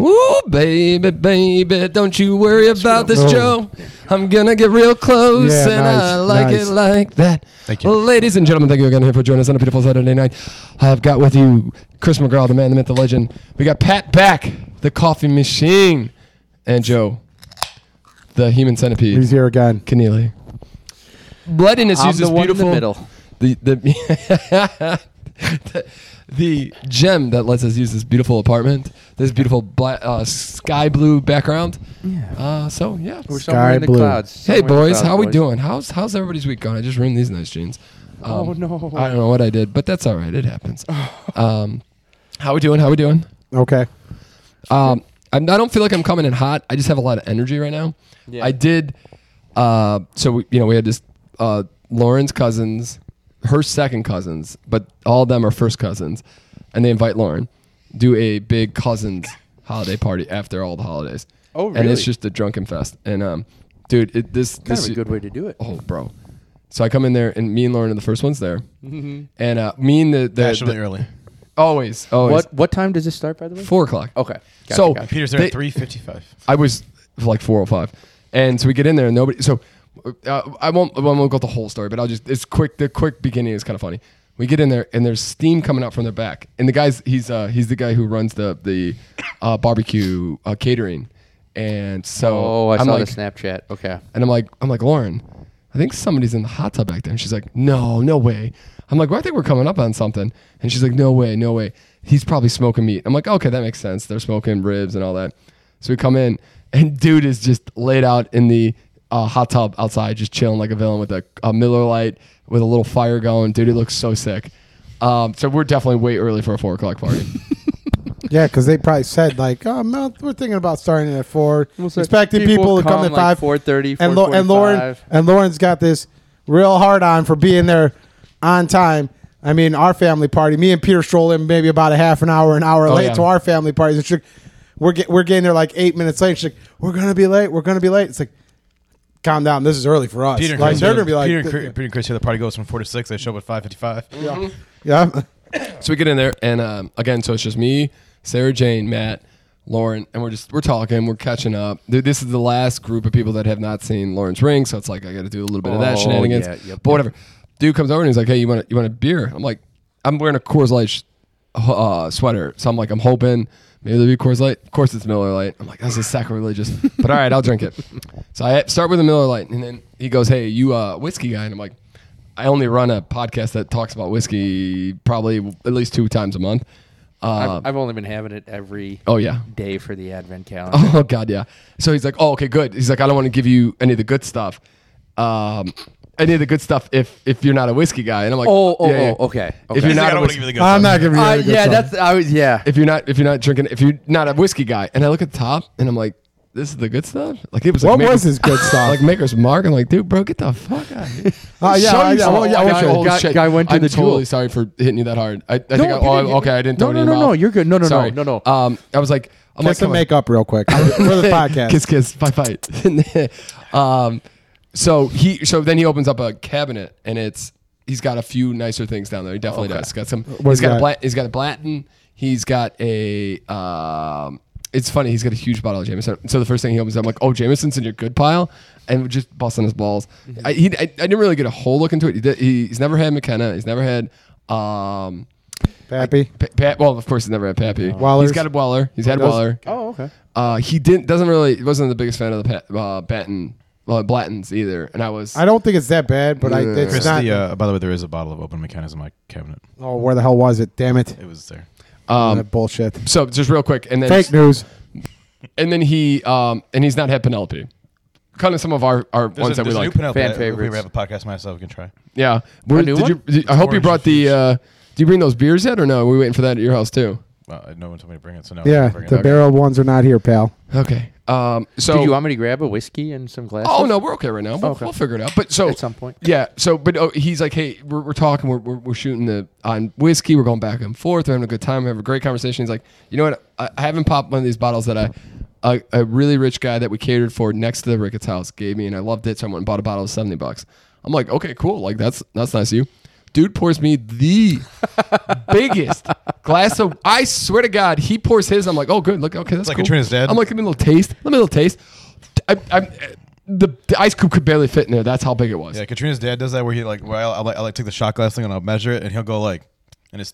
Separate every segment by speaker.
Speaker 1: Ooh, baby, baby, don't you worry about this, Joe. I'm gonna get real close,
Speaker 2: Yeah,
Speaker 1: and
Speaker 2: nice,
Speaker 1: I like
Speaker 2: nice.
Speaker 1: it like that.
Speaker 3: Thank you.
Speaker 1: ladies and gentlemen. Thank you again here for joining us on a beautiful Saturday night. I've got with you Chris McGraw, the man, the myth, the legend. We got Pat Back, the coffee machine, and Joe, the human centipede.
Speaker 2: He's here again.
Speaker 1: Keneally. Bloodiness
Speaker 4: I'm
Speaker 1: uses
Speaker 4: the one in the
Speaker 1: beautiful
Speaker 4: middle.
Speaker 1: The the, the the gem that lets us use this beautiful apartment, this beautiful black, uh, sky blue background. Yeah. Uh, so yeah.
Speaker 4: We're
Speaker 2: Sky
Speaker 4: somewhere in the
Speaker 2: blue.
Speaker 4: clouds.
Speaker 1: Hey
Speaker 4: Somewhere in the
Speaker 1: boys,
Speaker 4: clouds,
Speaker 1: how we
Speaker 4: boys.
Speaker 1: doing? How's how's everybody's week going? I just ruined these nice jeans. Um,
Speaker 4: oh no.
Speaker 1: I don't know what I did, but that's all right. It happens. um, how we doing? How we doing?
Speaker 2: Okay.
Speaker 1: Um, I'm, I don't feel like I'm coming in hot. I just have a lot of energy right now.
Speaker 4: Yeah.
Speaker 1: I did. Uh, so we, you know, we had this uh, Lauren's cousins, her second cousins, but all of them are first cousins, and they invite Lauren do a big cousins holiday party after all the holidays.
Speaker 4: Oh,
Speaker 1: And it's
Speaker 4: really?
Speaker 1: just a drunken fest. And um, dude, it, this
Speaker 4: kind
Speaker 1: this
Speaker 4: of a good way to do it.
Speaker 1: Oh, bro. So I come in there, and me and Lauren are the first ones there,
Speaker 4: Mm-hmm.
Speaker 1: and uh, me and the, the,
Speaker 3: Fashionably
Speaker 1: the-
Speaker 3: early.
Speaker 1: always always
Speaker 4: What what time does this start, by the way?
Speaker 1: four o'clock.
Speaker 4: Okay. Gotcha,
Speaker 1: so
Speaker 4: gotcha.
Speaker 3: Peter's there
Speaker 1: they-
Speaker 3: at 3:55.
Speaker 1: I was like 405. And so we get in there and nobody, so uh, I won't, I won't go the whole story, but I'll just, it's quick. The quick beginning is kind of funny. We get in there and there's steam coming out from their back. And the guy's, he's, uh, he's the guy who runs the, the, uh, barbecue uh, catering. And so
Speaker 4: Oh, I
Speaker 1: am
Speaker 4: saw
Speaker 1: like,
Speaker 4: the Snapchat. Okay.
Speaker 1: and I'm like, I'm like, Lauren, I think somebody's in the hot tub back there. And she's like, no, no way. I'm like, well, I think we're coming up on something. And she's like, no way, no way. He's probably smoking meat. I'm like, okay, that makes sense. They're smoking ribs and all that. So we come in, and dude is just laid out in the uh, hot tub outside, just chilling like a villain with a, a Miller Light with a little fire going. Dude, he looks so sick. Um, so we're definitely way early for a four o'clock party.
Speaker 2: Yeah, because they probably said like, oh, no, we're thinking about starting at four,
Speaker 4: Well, so
Speaker 2: expecting
Speaker 4: people
Speaker 2: people, to come,
Speaker 4: come
Speaker 2: at five,
Speaker 4: like 4:30,
Speaker 2: and, Lo- and Lauren
Speaker 4: 4:45.
Speaker 2: and Lauren's got this real hard on for being there on time. I mean, our family party, me and Peter stroll in maybe about a half an hour, an hour
Speaker 4: Oh,
Speaker 2: late
Speaker 1: yeah.
Speaker 2: to our family parties. And she's like, we're get, we're getting there like eight minutes late. She's like, we're gonna be late, we're gonna be late. It's like, calm down, this is early for us.
Speaker 3: Peter and
Speaker 2: like
Speaker 3: Chris
Speaker 2: they're
Speaker 3: are the-
Speaker 2: gonna be like,
Speaker 3: Peter and, Chris, Peter and Chris here. The party goes from four to six. They show up at five fifty-five.
Speaker 2: yeah.
Speaker 1: So we get in there, and um, again, so it's just me, Sarah Jane, Matt, Lauren, and we're just we're talking, we're catching up. Dude, this is the last group of people that have not seen Lauren's ring, so it's like I got to do a little bit of that
Speaker 4: Oh,
Speaker 1: shenanigans.
Speaker 4: yeah, yep,
Speaker 1: but whatever. Dude comes over and he's like, "Hey, you want a, you want a beer?" I'm like, "I'm wearing a Coors Light sh- uh, sweater," so I'm like, "I'm hoping maybe there'll be Coors Light." Of course, it's Miller Light. I'm like, "This is sacrilegious," but all right, I'll drink it. So I start with a Miller Light, and then he goes, "Hey, you uh, whiskey guy?" And I'm like. I only run a podcast that talks about whiskey probably at least two times a month. Uh,
Speaker 4: I've, I've only been having it every
Speaker 1: oh yeah.
Speaker 4: day for the advent calendar.
Speaker 1: Oh god, yeah. So he's like, "Oh, okay, good." He's like, "I don't want to give you any of the good stuff, um, any of the good stuff if if you're not a whiskey guy." And I'm like,
Speaker 4: Oh, oh,
Speaker 1: yeah, yeah.
Speaker 4: oh, okay.
Speaker 1: If
Speaker 4: okay.
Speaker 1: you're
Speaker 3: He's like,
Speaker 1: not,
Speaker 3: I
Speaker 1: a
Speaker 3: don't want to
Speaker 1: whiskey,
Speaker 3: give you the good
Speaker 2: I'm
Speaker 3: stuff.
Speaker 2: not giving you
Speaker 4: Uh,
Speaker 2: a good
Speaker 4: yeah,
Speaker 2: song.
Speaker 4: that's I was yeah.
Speaker 1: if you're not, if you're not drinking, if you're not a whiskey guy, and I look at the top, and I'm like, "This is the good stuff." Like it was.
Speaker 2: what
Speaker 1: like Maker's-
Speaker 2: was his good stuff?
Speaker 1: Like Maker's Mark. I'm like, dude, bro, get the fuck out. of here.
Speaker 2: Oh yeah,
Speaker 1: Show
Speaker 2: yeah,
Speaker 1: yourself.
Speaker 2: well, yeah,
Speaker 1: Guy-
Speaker 2: okay.
Speaker 1: holy
Speaker 4: Guy-
Speaker 1: shit.
Speaker 4: guy went to
Speaker 1: I'm
Speaker 4: the
Speaker 1: totally
Speaker 4: jewel.
Speaker 1: sorry for hitting you that hard. I, I think I,
Speaker 4: you
Speaker 1: oh,
Speaker 4: didn't. You-
Speaker 1: okay, I didn't
Speaker 4: No,
Speaker 1: throw it
Speaker 4: no,
Speaker 1: in your
Speaker 4: no, no,
Speaker 1: mouth.
Speaker 4: you're good. No, no, no,
Speaker 1: Sorry.
Speaker 4: no, no.
Speaker 1: Um, I was like, I'm
Speaker 2: Let's
Speaker 1: like, come on.
Speaker 2: make up real quick for the podcast.
Speaker 1: Kiss, kiss, fight, fight. um, so he, so then he opens up a cabinet, and it's he's got a few nicer things down there. He definitely does. Got some.
Speaker 2: What's
Speaker 1: he's got
Speaker 2: that?
Speaker 1: a blat, he's got a Blanton. He's got a. Um, it's funny. He's got a huge bottle of Jameson. So the first thing he opens, up, I'm like, "Oh, Jameson's in your good pile," and we're just busting his balls. I, he, I, I didn't really get a whole look into it. He did, he, he's never had McKenna. He's never had. Um,
Speaker 2: Pappy.
Speaker 1: Pa- Pat, well, of course, he's never had Pappy.
Speaker 2: Wallers?
Speaker 1: He's got a Weller. He's had
Speaker 2: does?
Speaker 1: Weller.
Speaker 4: oh, okay.
Speaker 1: Uh, he didn't doesn't really he wasn't the biggest fan of the Pat, uh, Batten well, Blattons either, and I was
Speaker 2: I don't think it's that bad, but I,
Speaker 1: Yeah.
Speaker 2: it's
Speaker 3: Chris,
Speaker 2: not.
Speaker 3: the, uh, by the way, there is a bottle of open mechanism in my cabinet.
Speaker 2: oh, where the hell was it? Damn it!
Speaker 3: It was there. Um,
Speaker 2: that bullshit.
Speaker 1: so just real quick, and then
Speaker 2: Fake news.
Speaker 1: and then he um and he's not had Penelope, kind of some of our our
Speaker 3: There's
Speaker 1: ones
Speaker 3: a,
Speaker 1: that we
Speaker 3: there's a new
Speaker 1: like.
Speaker 3: Penelope.
Speaker 4: Fan
Speaker 3: that if We
Speaker 4: favorites.
Speaker 3: have a podcast myself. We can try.
Speaker 1: yeah, Where,
Speaker 4: new
Speaker 1: did
Speaker 4: one?
Speaker 1: you? Did, I hope you
Speaker 3: orange
Speaker 1: brought the.
Speaker 3: infused.
Speaker 1: Uh, do you bring those beers yet or no? Are we waiting for that at your house too?
Speaker 3: Well, uh, no one told me to bring it, so no.
Speaker 2: Yeah,
Speaker 3: bring
Speaker 2: the
Speaker 3: it.
Speaker 2: barrel ones are not here, pal.
Speaker 1: Okay. Um. So
Speaker 4: Did you want me to grab a whiskey and some glasses?
Speaker 1: Oh no, we're okay right now. We'll,
Speaker 4: Okay.
Speaker 1: we'll figure it out. But so
Speaker 4: At some point.
Speaker 1: yeah. So, but oh, he's like, hey, we're, we're talking, we're, we're, we're shooting the on whiskey, we're going back and forth, we're having a good time, we have a great conversation. He's like, you know what? I, I haven't popped one of these bottles that I, a, a really rich guy that we catered for next to the Ricketts house gave me, and I loved it, so I went and bought a bottle of seventy bucks. I'm like, okay, cool, like that's that's nice of you. Dude pours me the biggest glass of. I swear to God, he pours his. I'm like, oh, good. Look, okay, that's
Speaker 3: like
Speaker 1: cool.
Speaker 3: a Trina's dad.
Speaker 1: I'm like, give me a little taste. Let me a little taste. I, I, the, the ice cube could barely fit in there. That's how big it was.
Speaker 3: Yeah, Katrina's dad does that where he like, well, I'll, I'll, I'll like take the shot glass thing and I'll measure it, and he'll go like, and it's,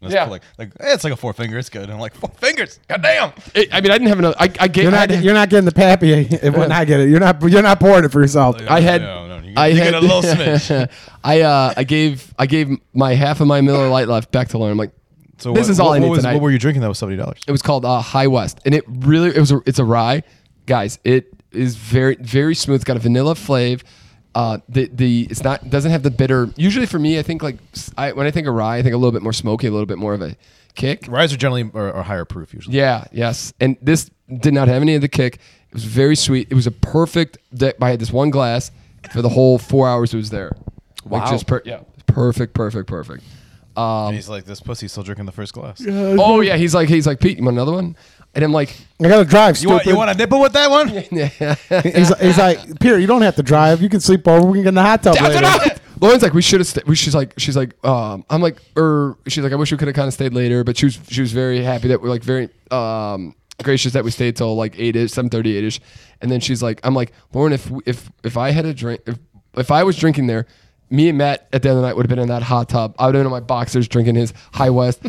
Speaker 3: and it's
Speaker 1: Yeah.
Speaker 3: like, like eh, it's like a four finger, it's good. And I'm like, four fingers, goddamn.
Speaker 1: It- I mean, I didn't have enough. I, I gave.
Speaker 2: You're
Speaker 1: I
Speaker 2: not,
Speaker 1: had-
Speaker 2: you're not getting the pappy when I get it. You're not you're not pouring it for yourself.
Speaker 1: I had.
Speaker 3: No, no, you get,
Speaker 1: I
Speaker 3: you
Speaker 1: had,
Speaker 3: get a little smidge.
Speaker 1: I uh, I gave I gave my half of my Miller Light left back to Lauren. I'm like,
Speaker 3: So
Speaker 1: this
Speaker 3: what,
Speaker 1: is all
Speaker 3: what,
Speaker 1: I need
Speaker 3: what was,
Speaker 1: tonight.
Speaker 3: What were you drinking that was seventy dollars?
Speaker 1: It was called uh, High West, and it really it was a, it's a rye, guys. It is very very smooth. It's got a vanilla flavor. Uh, the the it's not doesn't have the bitter. Usually for me, I think like s- I, when I think of rye, I think a little bit more smoky, a little bit more of a kick.
Speaker 3: Ryes are generally are, are higher proof usually.
Speaker 1: Yeah, yes. And this did not have any of the kick. It was very sweet. It was a perfect. that- I had this one glass for the whole four hours it was there. Like
Speaker 4: Wow.
Speaker 1: just per, yeah, perfect, perfect, perfect. Um,
Speaker 3: and he's like, this pussy's still drinking the first glass.
Speaker 1: Oh yeah, he's like he's like Pete. You want another one? And I'm like,
Speaker 2: I gotta drive,
Speaker 3: You want
Speaker 2: stupid.
Speaker 3: you want a nipple with that one?
Speaker 2: he's, he's like, Peter, you don't have to drive. You can sleep over. We can get in the hot tub later.
Speaker 1: Lauren's like, we should have. St-. we- She's like, she's like, um, I'm like, or she's like, I wish we could have kind of stayed later, but she was, she was very happy that we're like very um, gracious that we stayed till like eight ish, seven thirty eight ish, and then she's like, I'm like, Lauren, if if if I had a drink, if if I was drinking there. Me and Matt at the end of the night would have been in that hot tub. I would have been in my boxers drinking his High West.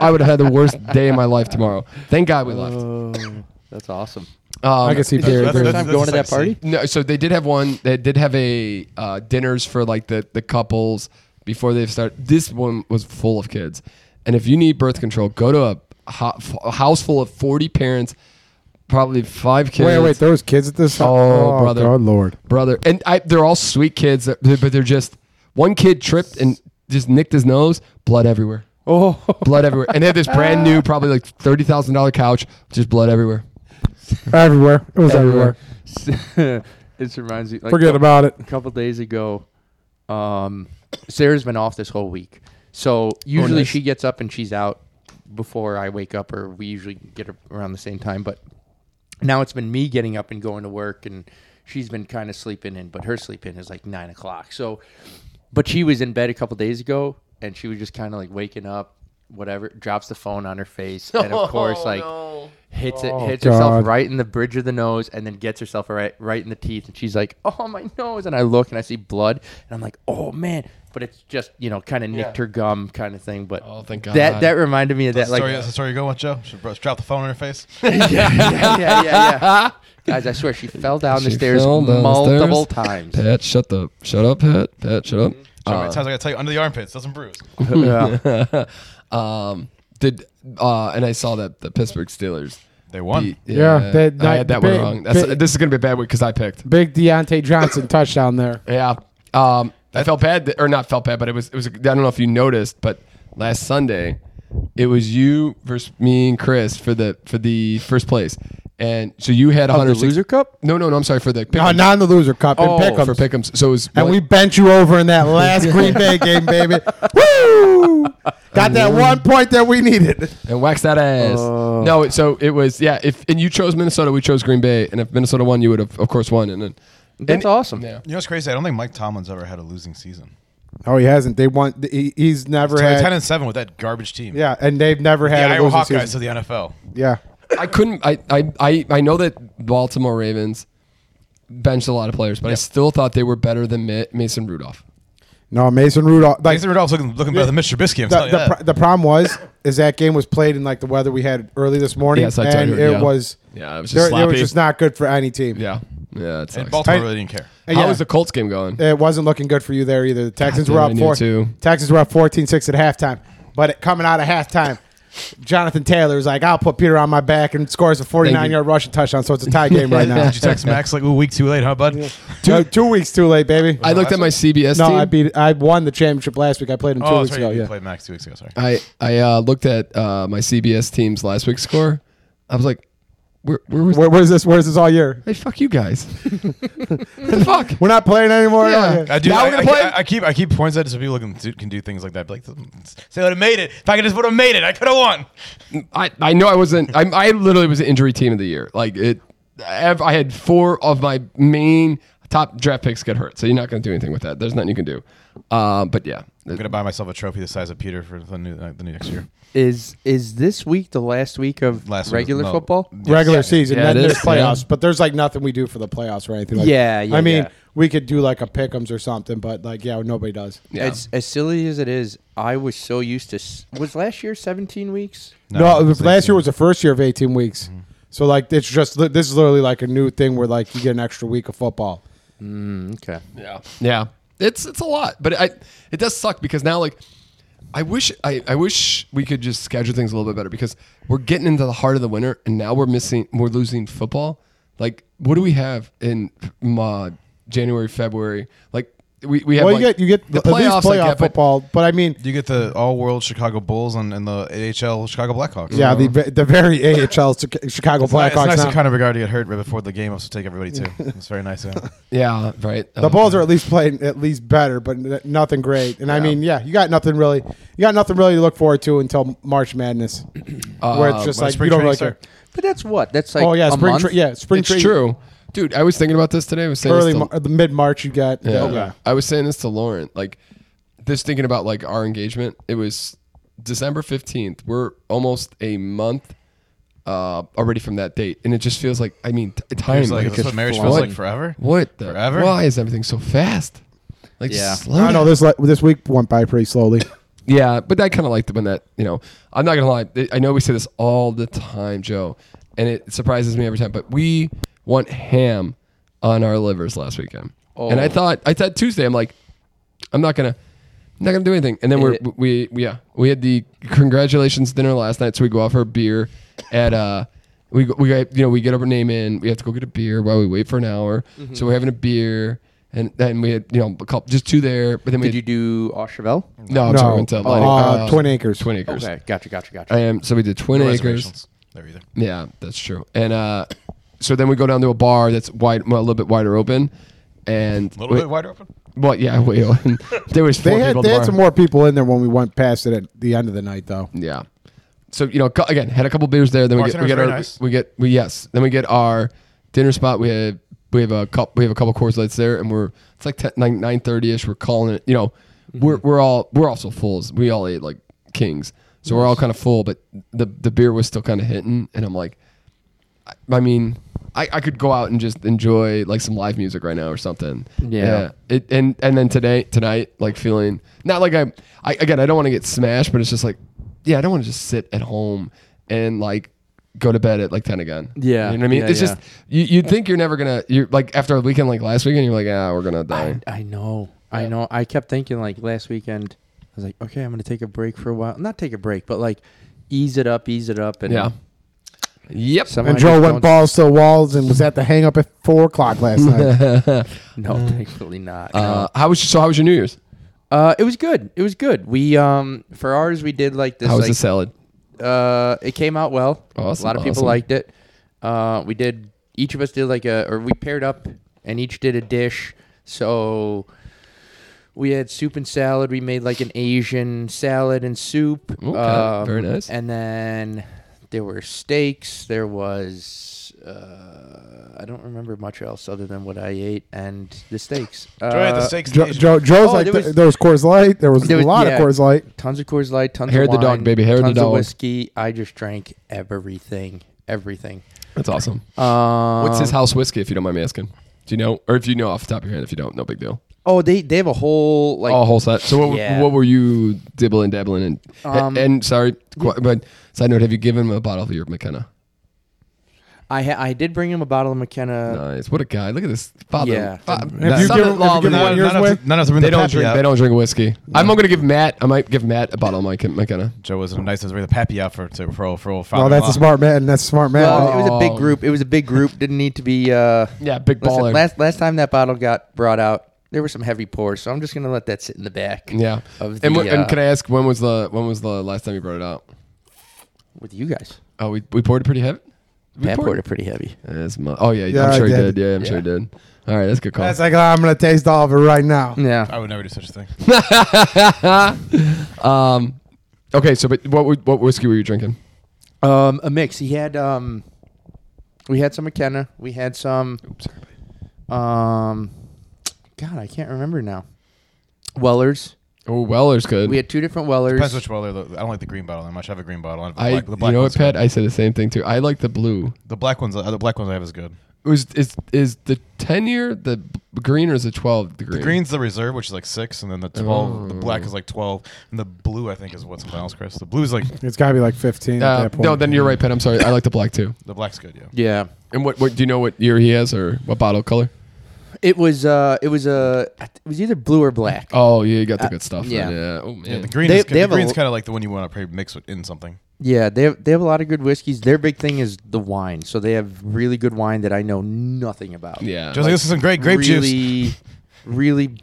Speaker 1: I would have had the worst day of my life tomorrow. Thank God we left.
Speaker 4: Oh, that's awesome.
Speaker 1: Um,
Speaker 2: I can see
Speaker 4: Is this
Speaker 2: Peter.
Speaker 4: your first
Speaker 2: agreeing.
Speaker 4: time
Speaker 3: that's
Speaker 4: going to that
Speaker 3: sexy.
Speaker 4: party?
Speaker 1: No, so they did have one. They did have a uh, dinners for like the the couples before they start. This one was full of kids, and if you need birth control, go to a, ho- f- a house full of forty parents, probably five kids.
Speaker 2: Wait, wait, there was kids at this.
Speaker 1: Oh, brother.
Speaker 2: God, Lord.
Speaker 1: brother, and I, they're all sweet kids, that- but they're just one kid tripped and just nicked his nose, blood everywhere,
Speaker 2: Oh, all
Speaker 1: blood everywhere, and they have this brand new, probably like thirty thousand dollar couch, just blood everywhere.
Speaker 2: everywhere. It was everywhere.
Speaker 1: Everywhere.
Speaker 4: it reminds me. Like,
Speaker 2: Forget about it.
Speaker 4: a couple days ago. Um, Sarah's been off this whole week, so usually
Speaker 1: nice.
Speaker 4: she gets up and she's out before I wake up, or we usually get her around the same time. But now it's been me getting up and going to work, and she's been kind of sleeping in, but her sleep in is like nine o'clock. So, but she was in bed a couple days ago, and she was just kind of like waking up. Whatever drops the phone on her face, and of course, like hits it, hits
Speaker 2: God.
Speaker 4: herself right in the bridge of the nose, and then gets herself right, right in the teeth. And she's like, "Oh my nose!" And I look and I see blood, and I'm like, "Oh man!" But it's just you know, kind of nicked her gum, kind of thing. But
Speaker 1: Oh, thank God.
Speaker 4: that that reminded me of that, like
Speaker 3: Sorry, that's the story you go with, Joe. Should bro- drop the phone in her face.
Speaker 4: yeah, yeah, yeah. Guys, I swear she fell down the
Speaker 1: She
Speaker 4: stairs
Speaker 1: fell down the
Speaker 4: multiple
Speaker 1: stairs.
Speaker 4: times.
Speaker 1: Pat, shut the shut up, Pat. Pat, shut up.
Speaker 3: Sorry, times
Speaker 4: Uh.
Speaker 3: I gotta tell you, under the armpits, doesn't bruise.
Speaker 1: Um, did uh, and I saw that the Pittsburgh Steelers.
Speaker 3: They won.
Speaker 1: beat-
Speaker 2: Yeah, they-
Speaker 1: I
Speaker 2: they-
Speaker 1: had that one
Speaker 2: big-
Speaker 1: wrong. That's,
Speaker 2: big-
Speaker 1: this is gonna be a bad week because I picked.
Speaker 2: Big Deontay Johnson touchdown there.
Speaker 1: Yeah, um, I felt bad, that, or not felt bad, but it was it was. I don't know if you noticed, but last Sunday, it was you versus me and Chris for the for the first place, and so you had
Speaker 4: the
Speaker 1: 100
Speaker 4: loser cup?
Speaker 1: No, no, no. I'm sorry for the
Speaker 2: No,
Speaker 1: pick'em-
Speaker 2: not in the loser cup.
Speaker 4: Oh,
Speaker 2: in pick 'em.
Speaker 1: for pickums. So it was
Speaker 2: and
Speaker 1: one-
Speaker 2: we bent you over in that last Green Bay game, baby. Woo! Got that one point that we needed.
Speaker 1: and wax that ass.
Speaker 4: Oh.
Speaker 1: No, it- so it was yeah. If and you chose Minnesota, we chose Green Bay, and if Minnesota won, you would have of course won, and then
Speaker 4: That's awesome.
Speaker 1: yeah.
Speaker 3: You know what's crazy? I don't think Mike Tomlin's ever had a losing season.
Speaker 2: Oh, he hasn't. They want. He, he's never
Speaker 3: So
Speaker 2: had.
Speaker 3: ten and seven with that garbage team.
Speaker 2: yeah, and they've never
Speaker 3: the
Speaker 2: had. a
Speaker 3: Iowa
Speaker 2: losing
Speaker 3: Hawkeyes
Speaker 2: season.
Speaker 3: of the NFL.
Speaker 2: Yeah,
Speaker 1: I couldn't. I, I I I know that Baltimore Ravens benched a lot of players, but I still thought they were better than Ma- Mason Rudolph.
Speaker 2: no, Mason Rudolph. Like
Speaker 3: Mason Rudolph's looking, looking better than Mitch Trubisky. I'm
Speaker 2: the,
Speaker 3: telling you
Speaker 2: the,
Speaker 3: that.
Speaker 2: pro- the problem was is that game was played in like the weather we had early this morning,
Speaker 1: Yes, I
Speaker 2: and
Speaker 1: totally-
Speaker 2: it
Speaker 1: yeah.
Speaker 2: was
Speaker 1: Yeah, it was
Speaker 2: there-
Speaker 1: just
Speaker 2: it was
Speaker 1: sloppy.
Speaker 2: just not good for any team.
Speaker 1: Yeah, yeah. It
Speaker 3: and
Speaker 1: sucks.
Speaker 3: Baltimore
Speaker 2: I-
Speaker 3: really didn't care.
Speaker 2: Uh,
Speaker 1: How
Speaker 2: yeah.
Speaker 1: was the Colts game going?
Speaker 2: it wasn't looking good for you there either. The Texans
Speaker 1: damn,
Speaker 2: were
Speaker 1: I
Speaker 2: up
Speaker 1: knew
Speaker 2: four.
Speaker 1: too.
Speaker 2: Texans were up 14-6 at halftime, but it, coming out of halftime, Jonathan Taylor was like, "I'll put Peter on my back," and scores a
Speaker 1: Thank you.
Speaker 2: forty-nine-yard rushing touchdown. So it's a tie game right now.
Speaker 3: Did you text Max like, "Ooh, week too late, huh, bud?" Oh,
Speaker 2: two, two weeks too late, baby.
Speaker 1: I looked at my CBS
Speaker 2: no,
Speaker 1: team.
Speaker 2: I beat. I won the championship last week. I played him two
Speaker 3: Oh,
Speaker 2: weeks
Speaker 3: that's right.
Speaker 2: ago.
Speaker 3: you
Speaker 2: Yeah.
Speaker 3: played Max two weeks ago. Sorry.
Speaker 1: I I uh, looked at uh, my CBS team's last week's score. I was like, where where was?
Speaker 2: Where, where's this? Where's this all year?
Speaker 1: hey, fuck you guys. what the fuck?
Speaker 2: We're not playing anymore.
Speaker 1: Yeah.
Speaker 2: Oh,
Speaker 3: I do.
Speaker 1: Now
Speaker 3: I,
Speaker 1: we're gonna
Speaker 3: I-
Speaker 1: play?
Speaker 3: I, I keep. I keep points at it so people can do, can do things like that. Be Like, say, I would have made it. If I could just would have made it, I could have won.
Speaker 1: I, I know I wasn't. I, I literally was an injury team of the year. Like it, ev- I had four of my main top draft picks get hurt. So you're not going to do anything with that. There's nothing you can do. Uh, but yeah,
Speaker 3: I'm gonna buy myself a trophy the size of Peter for the new uh, the new next year.
Speaker 4: Is is this week the last week of
Speaker 3: Last week,
Speaker 4: regular
Speaker 3: no.
Speaker 4: football?
Speaker 2: regular season.
Speaker 1: Yeah,
Speaker 2: then
Speaker 1: it
Speaker 2: there's
Speaker 1: is,
Speaker 2: playoffs,
Speaker 1: yeah.
Speaker 2: but there's like nothing we do for the playoffs or anything. Like
Speaker 4: Yeah, yeah,
Speaker 2: I mean,
Speaker 4: yeah.
Speaker 2: we could do like a pick'ems or something, but like, yeah, nobody does.
Speaker 1: Yeah.
Speaker 4: As as silly as it is, I was so used to. s- Was last year 17 weeks?
Speaker 2: No,
Speaker 3: it was
Speaker 2: last
Speaker 3: 18.
Speaker 2: year was the first year of 18 weeks. So like, it's just li- this is literally like a new thing where like you get an extra week of football.
Speaker 4: Okay.
Speaker 1: Yeah. Yeah. It's it's a lot, but I it does suck because now like I wish I, I wish we could just schedule things a little bit better because we're getting into the heart of the winter and now we're missing we're losing football. Like what do we have in uh, January, February? Like we, we have
Speaker 2: well, you
Speaker 1: like,
Speaker 2: get you get the, at least
Speaker 1: I
Speaker 2: playoff
Speaker 1: get, but
Speaker 2: football, but I mean,
Speaker 3: You get the All World Chicago Bulls and, and the AHL Chicago Blackhawks.
Speaker 2: yeah, the ve- the very AHL Chica- Chicago
Speaker 3: It's nice, it's
Speaker 2: Blackhawks.
Speaker 3: nice
Speaker 2: now.
Speaker 3: to kind of regard to get hurt right before the game. Also, take everybody too. It's very nice. Yeah.
Speaker 1: Yeah, right. Um,
Speaker 2: The Bulls are at least playing at least better, but n- nothing great. And I mean, yeah, you got nothing really, you got nothing really to look forward to until March Madness, where it's just
Speaker 3: when
Speaker 2: like
Speaker 3: spring
Speaker 2: you don't
Speaker 3: training
Speaker 2: really care.
Speaker 3: start.
Speaker 4: But that's what? That's like
Speaker 2: oh yeah,
Speaker 4: a
Speaker 2: spring,
Speaker 4: month?
Speaker 2: tra- yeah, spring.
Speaker 1: It's
Speaker 2: tra-
Speaker 1: true. Dude, I was thinking about this today. I was saying this
Speaker 2: Early,
Speaker 1: to-
Speaker 2: Mar- the mid March, you got
Speaker 1: Yeah.
Speaker 2: yeah.
Speaker 1: I was saying this to Lauren, like just thinking about like our engagement. It was December 15th. We're almost a month uh already from that date. And it just feels like I mean t- time
Speaker 3: It's like,
Speaker 1: like,
Speaker 3: that's what
Speaker 1: just
Speaker 3: marriage
Speaker 1: flown.
Speaker 3: feels like forever.
Speaker 1: What the,
Speaker 3: Forever?
Speaker 1: Why is everything so fast? Like
Speaker 4: Yeah.
Speaker 1: slow.
Speaker 2: I know
Speaker 1: down.
Speaker 2: this le- this week went by pretty slowly.
Speaker 1: Yeah, but I kind of liked it when that, you know, I'm not going to lie. th- I know we say this all the time, Joe, and it surprises me every time, but we went ham on our livers last weekend. And I
Speaker 4: Oh.
Speaker 1: thought, I thought Tuesday, I'm like, I'm not going to. I'm Not gonna do anything, and then we're,
Speaker 4: It-
Speaker 1: we we yeah we had the congratulations dinner last night, so we go out for a beer at uh we go- we got- you know we get our name in, we have to go get a beer while we wait for an hour,
Speaker 4: Mm-hmm.
Speaker 1: so we're having a beer, and then we had you know a couple, just two there, but then we
Speaker 4: Did you
Speaker 1: had,
Speaker 4: do Aucheville?
Speaker 1: no I'm sorry, we went to Atlantic-
Speaker 2: uh, Twin Acres.
Speaker 1: Twin Acres.
Speaker 4: Okay. Gotcha. Gotcha. Gotcha.
Speaker 1: I am. So we did Twin
Speaker 3: No
Speaker 1: Acres.
Speaker 3: reservations. There either.
Speaker 1: Yeah, that's true. And uh, so then we go down to a bar that's wide, well, a little bit wider open, and
Speaker 3: A little
Speaker 1: wait,
Speaker 3: bit wider open.
Speaker 1: Well, yeah, way open. there was four
Speaker 2: They had
Speaker 1: people. at
Speaker 2: they
Speaker 1: the
Speaker 2: had
Speaker 1: bar.
Speaker 2: some more people in there when we went past it at the end of the night though.
Speaker 1: Yeah. So you know, cu- again, had a couple beers there. Then we get
Speaker 3: Bartender
Speaker 1: we get
Speaker 3: was
Speaker 1: our
Speaker 3: very nice.
Speaker 1: we get we yes. Then we get our dinner spot. We have we have a couple we have a couple course lights there, and we're it's like 10, nine nine thirty ish. We're calling it. You know,
Speaker 3: Mm-hmm.
Speaker 1: we're we're all we're also fools. We all ate like kings, so we're all kind of full. But the the beer was still kind of hitting, and I'm like, I, I mean. I, I could go out and just enjoy like some live music right now or something.
Speaker 4: Yeah.
Speaker 1: It and and then today tonight like feeling not like I I again I don't want to get smashed but it's just like yeah I don't want to just sit at home and like go to bed at like 10 again.
Speaker 4: Yeah.
Speaker 1: You know what I mean?
Speaker 4: Yeah,
Speaker 1: it's
Speaker 4: yeah.
Speaker 1: just you you think you're never going to you're like after a weekend like last weekend you're like ah we're going to die.
Speaker 4: I know. I know. I kept thinking like last weekend. I was like, okay, I'm gonna take a break for a while. Not take a break, but like ease it up, ease it up, and
Speaker 1: yeah. Yep.
Speaker 4: somehow
Speaker 2: And
Speaker 4: I just
Speaker 2: Joe
Speaker 4: don't-
Speaker 2: went balls to the walls and was at the hang up at four o'clock last night.
Speaker 4: No, thankfully not.
Speaker 1: Mm. Uh how was so how was your New Year's?
Speaker 4: Uh, it was good. It was good. We um for ours we did like this.
Speaker 1: How was
Speaker 4: like,
Speaker 1: the salad?
Speaker 4: Uh, it came out well.
Speaker 1: Awesome,
Speaker 4: A lot of people
Speaker 1: awesome.
Speaker 4: liked it. Uh, we did. Each of us did like a, or we paired up and each did a dish. So we had soup and salad. We made like an Asian salad and soup. Um,
Speaker 1: Okay, very nice.
Speaker 4: And then there were steaks. There was. Uh, I don't remember much else other than what I ate and the steaks. Uh,
Speaker 3: Joe had the steaks.
Speaker 2: Joe,
Speaker 3: Asian.
Speaker 2: Joe Joe's
Speaker 4: Oh,
Speaker 2: like
Speaker 4: there
Speaker 2: th-
Speaker 4: was-
Speaker 2: there was Coors Light. There was,
Speaker 4: There was-
Speaker 2: a lot
Speaker 4: yeah.
Speaker 2: of Coors Light.
Speaker 4: Tons of Coors Light, tons
Speaker 1: Hair
Speaker 4: of
Speaker 1: the
Speaker 4: wine,
Speaker 1: dog, baby, hair the
Speaker 4: tons
Speaker 1: dog.
Speaker 4: of whiskey. I just drank everything, everything.
Speaker 1: That's awesome.
Speaker 4: Um,
Speaker 1: What's his house whiskey if you don't mind me asking? Do you know or if you know off the top of your head if you don't no big deal.
Speaker 4: Oh, they they have a whole like
Speaker 1: oh, whole set. So what,
Speaker 4: Yeah.
Speaker 1: what were you dibbling, dabbling in?
Speaker 4: Um,
Speaker 1: and, sorry, qu- but side note, have you given him a bottle of your McKenna?
Speaker 4: I ha- I did bring him a bottle of McKenna.
Speaker 1: Nice. What a guy. Look at this father.
Speaker 4: Yeah.
Speaker 1: fa-
Speaker 2: Have you given-
Speaker 1: son-in-law
Speaker 2: have you
Speaker 1: of the
Speaker 2: given
Speaker 1: year.
Speaker 2: one years
Speaker 3: none
Speaker 2: away?
Speaker 3: of none of them.
Speaker 1: They don't drink. They don't drink whiskey. I'm going to give Matt. I might give Matt a bottle of my McKenna.
Speaker 3: Joe was a nice. Was really the pappy out for to, for for father.
Speaker 2: Oh, that's a smart man. That's a smart man.
Speaker 4: Well, it was a
Speaker 1: Oh.
Speaker 4: big group. It was a big group. Didn't need to be. Uh,
Speaker 1: Yeah, big
Speaker 4: listen,
Speaker 1: baller.
Speaker 4: last last time that bottle got brought out, there were some heavy pours, so I'm just gonna let that sit in the back.
Speaker 1: yeah.
Speaker 4: Of
Speaker 1: and,
Speaker 4: the,
Speaker 1: wh- and
Speaker 4: uh,
Speaker 1: can I ask when was the when was the last time you brought it out?
Speaker 4: with you guys,
Speaker 1: Oh, we, we poured it pretty heavy. We
Speaker 4: Pat poured it pretty heavy.
Speaker 1: That's my, oh yeah,
Speaker 2: Yeah,
Speaker 1: I'm
Speaker 2: I
Speaker 1: sure he
Speaker 2: did.
Speaker 1: did. Yeah, I'm sure he did. All right, that's a good call.
Speaker 2: That's like oh, I'm gonna taste all of it right now.
Speaker 4: Yeah,
Speaker 3: I would never do such a thing.
Speaker 1: um, okay, so but what would- what whiskey were you drinking?
Speaker 4: um, a mix. He had um, we had some McKenna. We had some um, God, I can't remember now. Weller's.
Speaker 1: Oh, Weller's good.
Speaker 4: We had two different Wellers.
Speaker 3: Depends which bottle. though. I don't like the green bottle that much. I have a green bottle. I have the
Speaker 1: I,
Speaker 3: black, the black
Speaker 1: you know what,
Speaker 3: one's
Speaker 1: Pat?
Speaker 3: good.
Speaker 1: I said the same thing too. I like the blue.
Speaker 3: The black ones. The black ones I have is good.
Speaker 1: It was is is the ten year the b- green or is the twelve the green?
Speaker 3: The green's the reserve, which is like six, and then the twelve. The black is like twelve, and the blue I think is what's else, Chris. The blue's like
Speaker 2: It's got to be like 15 at
Speaker 1: Uh,
Speaker 2: that point.
Speaker 1: no, then you're right, Pat. I'm sorry. I like the black too.
Speaker 3: the black's good. Yeah.
Speaker 4: Yeah,
Speaker 1: And what what do you know what year he has or what bottle color?
Speaker 4: it was. Uh, it was Uh, it was either blue or black.
Speaker 1: Oh yeah, you got the good stuff.
Speaker 4: yeah.
Speaker 1: then, yeah. Oh man.
Speaker 3: The green
Speaker 4: They-
Speaker 3: is
Speaker 4: they
Speaker 3: the
Speaker 4: have a
Speaker 3: green's
Speaker 4: l-
Speaker 3: kind of like the one you want to probably mix with in something.
Speaker 4: Yeah, they have, they have a lot of good whiskeys. Their big thing is the wine. So they have really good wine that I know nothing about.
Speaker 1: yeah.
Speaker 3: Just like, this is some great grape
Speaker 4: really,
Speaker 3: juice.
Speaker 4: really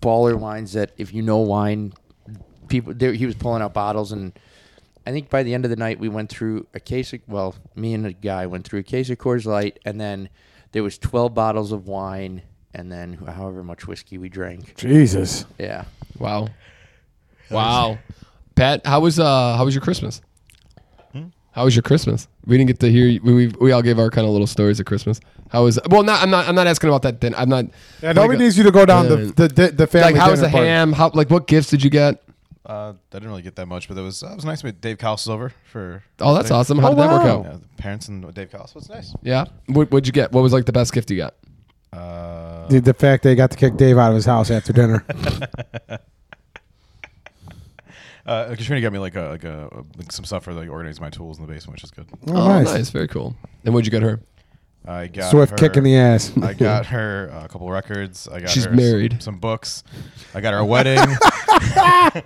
Speaker 4: baller wines that if you know wine, people there he was pulling out bottles and I think by the end of the night we went through a case of well, me and a guy went through a case of Coors Light and then there was twelve bottles of wine and then however much whiskey we drank.
Speaker 2: Jesus.
Speaker 4: Yeah.
Speaker 1: wow. Wow. Pat, how was uh how was your Christmas? How was your Christmas? We didn't get to hear you- we we, we all gave our kind of little stories of Christmas. How was well not I'm not I'm not asking about that then. I'm not
Speaker 2: Yeah, nobody needs you to go down
Speaker 1: Yeah.
Speaker 2: the, the, the, the family
Speaker 1: like how was the
Speaker 2: dinner party.
Speaker 1: ham? How like what gifts did you get?
Speaker 3: Uh, I didn't really get that much, but it was uh, it was nice with Dave Kyle Silver for.
Speaker 1: Oh, that's
Speaker 3: Dave-
Speaker 1: awesome. How
Speaker 2: Oh,
Speaker 1: did that work
Speaker 2: wow.
Speaker 1: out?
Speaker 3: Yeah, the parents and Dave Kyle. So it's nice.
Speaker 1: Yeah. What what'd you get? What was like the best gift you got?
Speaker 3: Uh,
Speaker 2: Dude, the fact they got to kick Dave out of his house after dinner.
Speaker 3: uh, Katrina got me like a, like a like some stuff for like organizing my tools in the basement, which is good.
Speaker 2: Oh,
Speaker 1: Oh,
Speaker 2: nice.
Speaker 1: nice. Very cool. And what'd you get her?
Speaker 3: I got
Speaker 2: Swift
Speaker 3: her-
Speaker 2: kick in the ass.
Speaker 3: I got her a couple records. I got
Speaker 1: She's
Speaker 3: her s-
Speaker 1: married.
Speaker 3: Some, books. I got her a wedding. uh,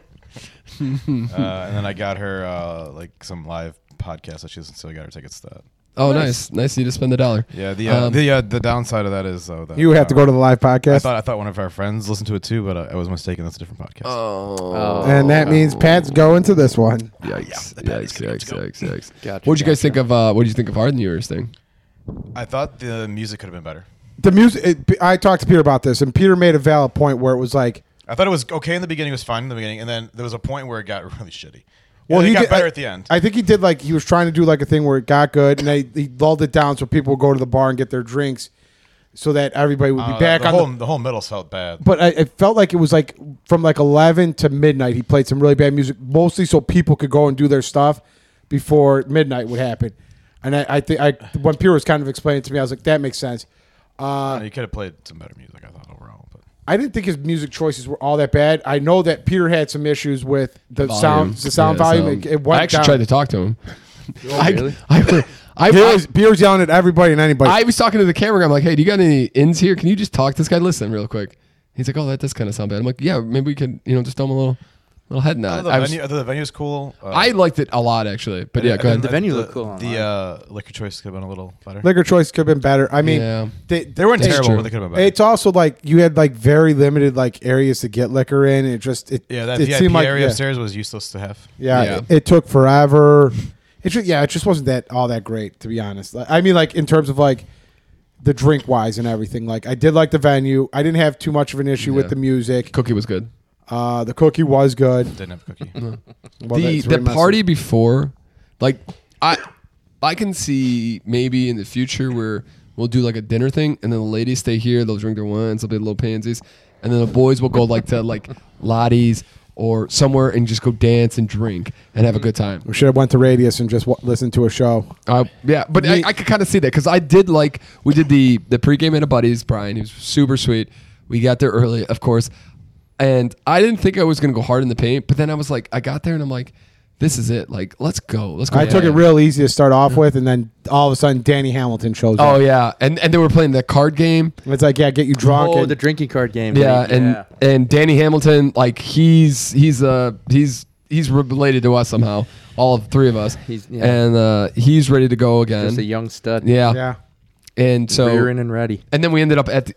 Speaker 3: and then I got her uh, like some live podcast that she's so I got her tickets to that.
Speaker 1: Oh, nice. Nice, of you to spend a dollar.
Speaker 3: Yeah, the uh,
Speaker 1: Um,
Speaker 3: the uh, the downside of that is though that uh,
Speaker 2: You have to go to the live
Speaker 3: I
Speaker 2: podcast.
Speaker 3: thought I thought one of our friends listened to it too, but uh, I was mistaken. That's a different podcast.
Speaker 1: Oh.
Speaker 2: and that means Pat's going to this one.
Speaker 1: Yikes. Yikes, yikes, yikes, yikes.
Speaker 4: Gotcha,
Speaker 1: What'd you guys think of, uh, what did you think of Harden Year's thing?
Speaker 3: I thought the music could have been better.
Speaker 2: The music. It, I talked to Peter about this, and Peter made a valid point where it was like,
Speaker 3: I thought it was okay in the beginning. It was fine in the beginning, and then there was a point where it got really shitty.
Speaker 2: well,
Speaker 3: it
Speaker 2: he
Speaker 3: got
Speaker 2: did,
Speaker 3: better
Speaker 2: I,
Speaker 3: at the end.
Speaker 2: I think he did like he was trying to do like a thing where it got good, and they he lulled it down so people would go to the bar and get their drinks, so that everybody would be
Speaker 3: Uh,
Speaker 2: back
Speaker 3: the
Speaker 2: on
Speaker 3: whole
Speaker 2: the
Speaker 3: the whole middle felt bad.
Speaker 2: but I, it felt like it was like from like 11 to midnight he played some really bad music mostly so people could go and do their stuff before midnight would happen and i, I think i when peter was kind of explaining it to me i was like that makes sense uh,
Speaker 3: he could have played some better music. I thought overall, but
Speaker 2: i didn't think his music choices were all that bad i know that peter had some issues with the sound the sound
Speaker 1: Yeah,
Speaker 2: volume It, it went
Speaker 1: I actually
Speaker 2: down.
Speaker 1: tried to talk to him. I,
Speaker 4: Oh, really?
Speaker 1: I, I, I,
Speaker 2: Peter was, Peter was yelling at everybody and anybody
Speaker 1: I was talking to the camera. guy, I'm like, hey, do you got any ins here? Can you just talk to this guy? Listen real quick. He's like, oh, that does kind of sound bad. I'm like, yeah, maybe we could, you know, just throw him a little, little head
Speaker 3: I
Speaker 1: nod.
Speaker 3: thought the,
Speaker 1: I, was-
Speaker 3: venue, I thought the venue was cool. Uh,
Speaker 1: I liked it a lot, actually. But yeah, go ahead.
Speaker 4: The venue looked cool online.
Speaker 3: The uh, liquor choice could have been a little better.
Speaker 2: liquor choice could have been better i mean
Speaker 1: Yeah.
Speaker 2: they,
Speaker 3: they weren't
Speaker 1: That's
Speaker 3: terrible,
Speaker 1: true.
Speaker 3: but they could have been better.
Speaker 2: It's also like you had like very limited like areas to get liquor in. It just it
Speaker 3: yeah, that
Speaker 2: it
Speaker 3: VIP
Speaker 2: seemed like
Speaker 3: area
Speaker 2: yeah,
Speaker 3: upstairs was useless to have.
Speaker 2: yeah,
Speaker 1: Yeah.
Speaker 2: It, it took forever. It just, yeah, it just wasn't that all that great to be honest. Like, I mean, like in terms of like the drink wise and everything. Like I did like the venue. I didn't have too much of an issue
Speaker 1: Yeah.
Speaker 2: with the music.
Speaker 1: Cookie was good.
Speaker 2: Uh, the cookie was good.
Speaker 3: Didn't have a cookie.
Speaker 2: Mm-hmm. Well,
Speaker 1: the
Speaker 2: that's very
Speaker 1: the
Speaker 2: messy.
Speaker 1: party before, like I, I can see maybe in the future where we'll do like a dinner thing, and then the ladies stay here. They'll drink their wines. They'll be little pansies, and then the boys will go like to like Lottie's or somewhere and just go dance and drink and have a good time.
Speaker 2: We should have went to Radius and just w- listened to a show.
Speaker 1: Uh, yeah, but I, I could kind of see that because I did like we did the the pregame at a buddy's Brian. He was super sweet. We got there early, of course, and I didn't think I was gonna go hard in the paint. But then I was like, I got there and I'm like, this is it. Like, let's go. Let's go.
Speaker 2: I took it
Speaker 1: ham.
Speaker 2: real easy to start off with, and then all of a sudden Danny Hamilton shows
Speaker 1: Oh
Speaker 2: up.
Speaker 1: yeah, and and they were playing the card game.
Speaker 2: It's like yeah, get you drunk.
Speaker 4: Oh,
Speaker 2: and-
Speaker 4: the drinking card game.
Speaker 1: Yeah, and
Speaker 4: yeah.
Speaker 1: and Danny Hamilton, like he's he's uh he's he's related to us somehow, all of three of us.
Speaker 4: He's- yeah.
Speaker 1: And uh, he's ready to go again.
Speaker 4: just a young stud.
Speaker 1: yeah.
Speaker 2: yeah,
Speaker 1: and so
Speaker 4: rearing and ready.
Speaker 1: and then we ended up at the,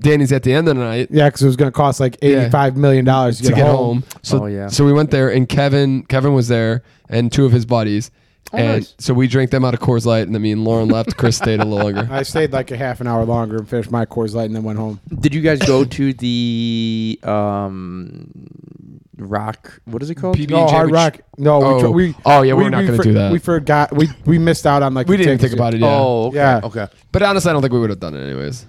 Speaker 1: Danny's at the end of the night
Speaker 2: Yeah, because it was going to cost like eighty-five million dollars to,
Speaker 1: to get home. So
Speaker 4: Oh, yeah.
Speaker 1: so we went there and Kevin Kevin was there and two of his buddies. and
Speaker 4: Oh, nice.
Speaker 1: so we drank them out of Coors Light, and then me and Lauren left. Chris stayed a little longer.
Speaker 2: I stayed like a half an hour longer and finished my Coors Light and then went home.
Speaker 4: Did you guys go to the um, rock? What is it called?
Speaker 1: PB.
Speaker 2: No
Speaker 1: BJ,
Speaker 2: Hard
Speaker 1: which-
Speaker 2: Rock. No, we
Speaker 1: Oh.
Speaker 2: tr- we,
Speaker 1: Oh, yeah, we're
Speaker 2: we-
Speaker 1: not
Speaker 2: we
Speaker 1: gonna
Speaker 2: for-
Speaker 1: do that.
Speaker 2: We forgot. We we missed out on like.
Speaker 1: We
Speaker 2: the
Speaker 1: didn't think
Speaker 2: tickets.
Speaker 1: about it. Yeah.
Speaker 4: Oh, okay.
Speaker 2: Yeah.
Speaker 4: Okay.
Speaker 1: But honestly, I don't think we would have done it anyways.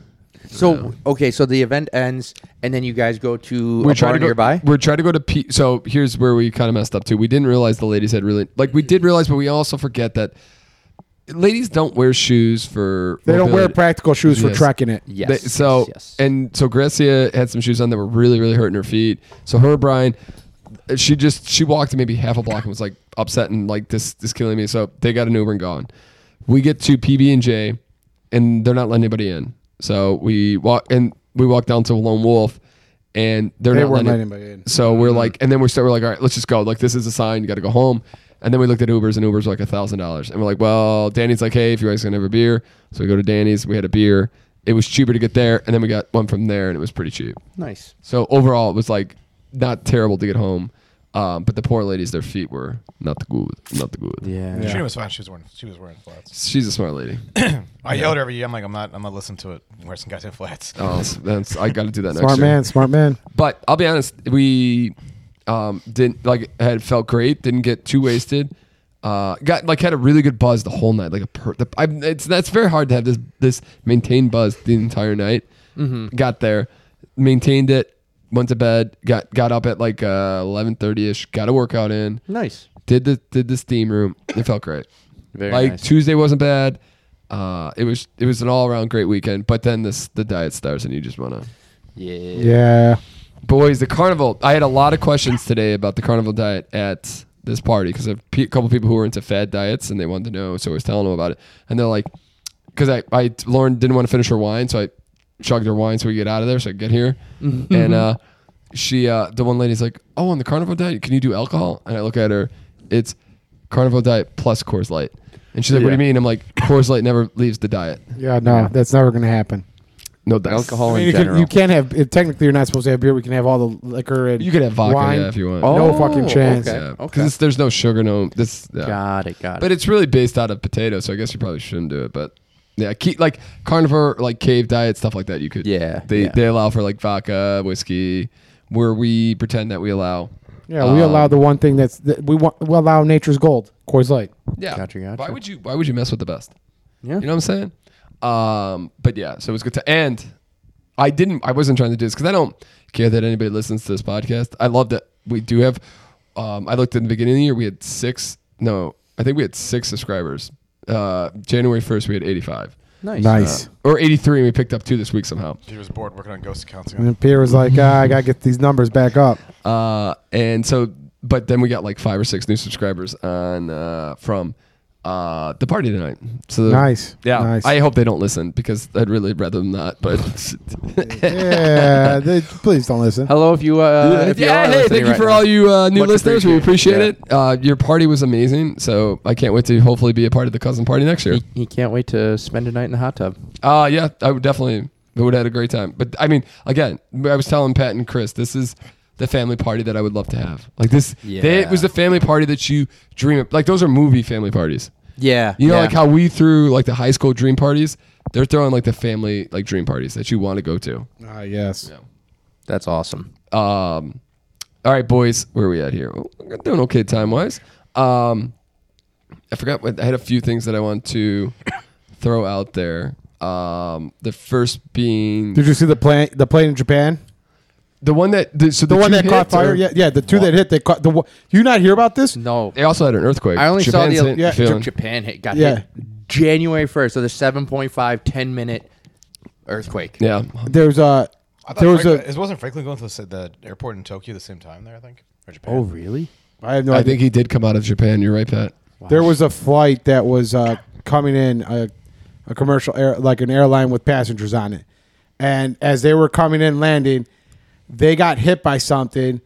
Speaker 4: So okay, so the event ends, and then you guys go to a
Speaker 1: trying
Speaker 4: bar
Speaker 1: to go,
Speaker 4: nearby.
Speaker 1: We're trying to go to P. So here's where we kind of messed up too. We didn't realize the ladies had really like we did realize, but we also forget that ladies don't wear shoes for
Speaker 2: They don't wear
Speaker 1: mobility.
Speaker 2: practical shoes for
Speaker 1: Yes.
Speaker 2: trekking it.
Speaker 4: Yes.
Speaker 1: They- so
Speaker 4: yes.
Speaker 1: and so Gracia had some shoes on that were really really hurting her feet. So her Brian, she just she walked maybe half a block and was like upset and like this this is killing me. So they got an Uber and gone. We get to PB and J, and they're not letting anybody in. So we walk and we walk down to Lone Wolf, and they're
Speaker 2: They
Speaker 1: not
Speaker 2: weren't
Speaker 1: letting,
Speaker 2: letting anybody in.
Speaker 1: So we're like, and then we start. We're like, all right, let's just go. Like this is a sign. You got to go home. And then we looked at Ubers, and Ubers were like a thousand dollars. And we're like, well, Danny's like, hey, if you guys gonna have a beer, so we go to Danny's. We had a beer. It was cheaper to get there, and then we got one from there, and it was pretty cheap.
Speaker 4: nice.
Speaker 1: So overall, it was like not terrible to get home. Um, but the poor ladies, their feet were not the good, not the good.
Speaker 4: Yeah.
Speaker 3: She was fine. She was wearing she was wearing flats.
Speaker 1: She's a smart lady.
Speaker 3: I yelled every year. I'm like, I'm not I'm not listening to it. Wear some goddamn flats.
Speaker 1: Oh, that's, that's- I got to do that next
Speaker 2: Smart
Speaker 1: year.
Speaker 2: man, smart man.
Speaker 1: But I'll be honest, we um, didn't like had felt great, didn't get too wasted. Uh, got like had a really good buzz the whole night. Like a per, the, I, it's that's very hard to have this this maintained buzz the entire night.
Speaker 4: Mm-hmm.
Speaker 1: Got there, maintained it, went to bed, got got up at like uh, eleven thirty ish, got a workout in,
Speaker 4: Nice.
Speaker 1: did the did the steam room. It felt great.
Speaker 4: Very
Speaker 1: like
Speaker 4: nice.
Speaker 1: Tuesday wasn't bad. Uh, it was it was an all around great weekend. But then this the diet starts and you just wanna
Speaker 4: Yeah.
Speaker 2: Yeah.
Speaker 1: Boys, the carnival. I had a lot of questions today about the carnival diet at this party because a pe- couple people who were into fad diets and they wanted to know, so I was telling them about it, and they're like, because I, I, Lauren didn't want to finish her wine, so I chugged her wine so we could get out of there, so I could get here, and uh, she, uh, the one lady's like, oh, on the carnival diet, can you do alcohol? And I look at her, it's carnival diet plus Coors Light, and she's like, what do you
Speaker 4: Yeah.
Speaker 1: mean? I'm like, Coors Light never leaves the diet.
Speaker 2: Yeah, no, that's never going to happen.
Speaker 1: No diet.
Speaker 4: Alcohol
Speaker 2: I mean,
Speaker 4: in
Speaker 2: you, can,
Speaker 4: general.
Speaker 2: you can't have, it, technically, you're not supposed to have beer. We can have all the liquor and
Speaker 1: You could have vodka
Speaker 2: wine.
Speaker 1: yeah, if you want.
Speaker 2: No
Speaker 4: Oh,
Speaker 2: fucking chance.
Speaker 4: okay.
Speaker 1: Yeah, because there's no sugar, no this. Yeah.
Speaker 4: Got it. Got it.
Speaker 1: But it's really based out of potato, so I guess you probably shouldn't do it. But yeah, keep like carnivore, like cave diet stuff like that. You could.
Speaker 4: Yeah,
Speaker 1: They
Speaker 4: yeah.
Speaker 1: they allow for like vodka, whiskey, where we pretend that we allow.
Speaker 2: Yeah, we allow
Speaker 1: Um,
Speaker 2: the one thing that's, that we want, we allow nature's gold, Coors Light.
Speaker 1: Um, Yeah.
Speaker 4: Gotcha, gotcha.
Speaker 1: Why would you Why would you mess with the best?
Speaker 4: Yeah.
Speaker 1: You know what I'm saying? Um, but yeah, so it was good to and I didn't I wasn't trying to do this because I don't care that anybody listens to this podcast. I love that we do have um I looked in the beginning of the year, we had six no, I think we had six subscribers. Uh January first we had eighty five.
Speaker 4: nice.
Speaker 2: Nice.
Speaker 1: Or eighty three and we picked up two this week somehow.
Speaker 3: She was bored working on ghost accounts.
Speaker 2: and then Pierre was like, ah, I got to get these numbers back up.
Speaker 1: Uh, and so, but then we got like five or six new subscribers on uh, from uh, the party tonight. So
Speaker 2: Nice.
Speaker 1: yeah.
Speaker 2: Nice.
Speaker 1: I hope they don't listen because I'd really rather them not. But
Speaker 2: yeah, they, please don't listen.
Speaker 4: Hello, if you. Uh, if you
Speaker 1: yeah, hey,
Speaker 4: are listening
Speaker 1: thank you
Speaker 4: right
Speaker 1: for
Speaker 4: now.
Speaker 1: all you uh, new
Speaker 4: Much
Speaker 1: listeners. We appreciate
Speaker 4: appreciated.
Speaker 1: it. Uh, your party was amazing, so I can't wait to hopefully be a part of the cousin party next year.
Speaker 4: He, he can't wait to spend a night in the hot tub.
Speaker 1: Uh yeah, I would definitely I would have had a great time. But I mean, again, I was telling Pat and Chris, this is the family party that I would love to have. Like this, they, it
Speaker 4: Yeah.
Speaker 1: was the family party that you dream of. Like those are movie family parties.
Speaker 4: Yeah.
Speaker 1: You know, like how we threw like the high school dream parties. They're throwing like the family like dream parties that you want to go to.
Speaker 2: Ah, yes.
Speaker 4: That's awesome.
Speaker 1: Um, all right, boys, where are we at here? We're doing okay time wise. Um, I forgot. What, I had a few things that I want to throw out there. Um, the first being
Speaker 2: Did you see the plane? The plane in Japan,
Speaker 1: The one that the, so
Speaker 2: the, one
Speaker 1: two
Speaker 2: that caught
Speaker 1: hits
Speaker 2: fire.
Speaker 1: are-
Speaker 2: Yeah, yeah, the two that hit. They caught the. one- You not hear about this?
Speaker 4: No.
Speaker 1: They also had an earthquake.
Speaker 4: I only
Speaker 1: Japan's
Speaker 4: saw the
Speaker 1: in-
Speaker 2: yeah,
Speaker 1: feeling-
Speaker 4: Japan hit got
Speaker 2: Yeah.
Speaker 4: hit January first, so the 7.5 10 minute earthquake.
Speaker 1: yeah.
Speaker 2: There's a.
Speaker 3: I thought
Speaker 2: There was
Speaker 3: Franklin-
Speaker 2: a.
Speaker 3: it wasn't Franklin going to the, the airport in Tokyo the same time there, I think. Or Japan.
Speaker 4: Oh really?
Speaker 2: I have no
Speaker 1: I
Speaker 2: idea.
Speaker 1: think he did come out of Japan. You're right, Pat.
Speaker 2: There was a flight that was uh, coming in a, a commercial air, like an airline with passengers on it, and as they were coming in landing, they got hit by something,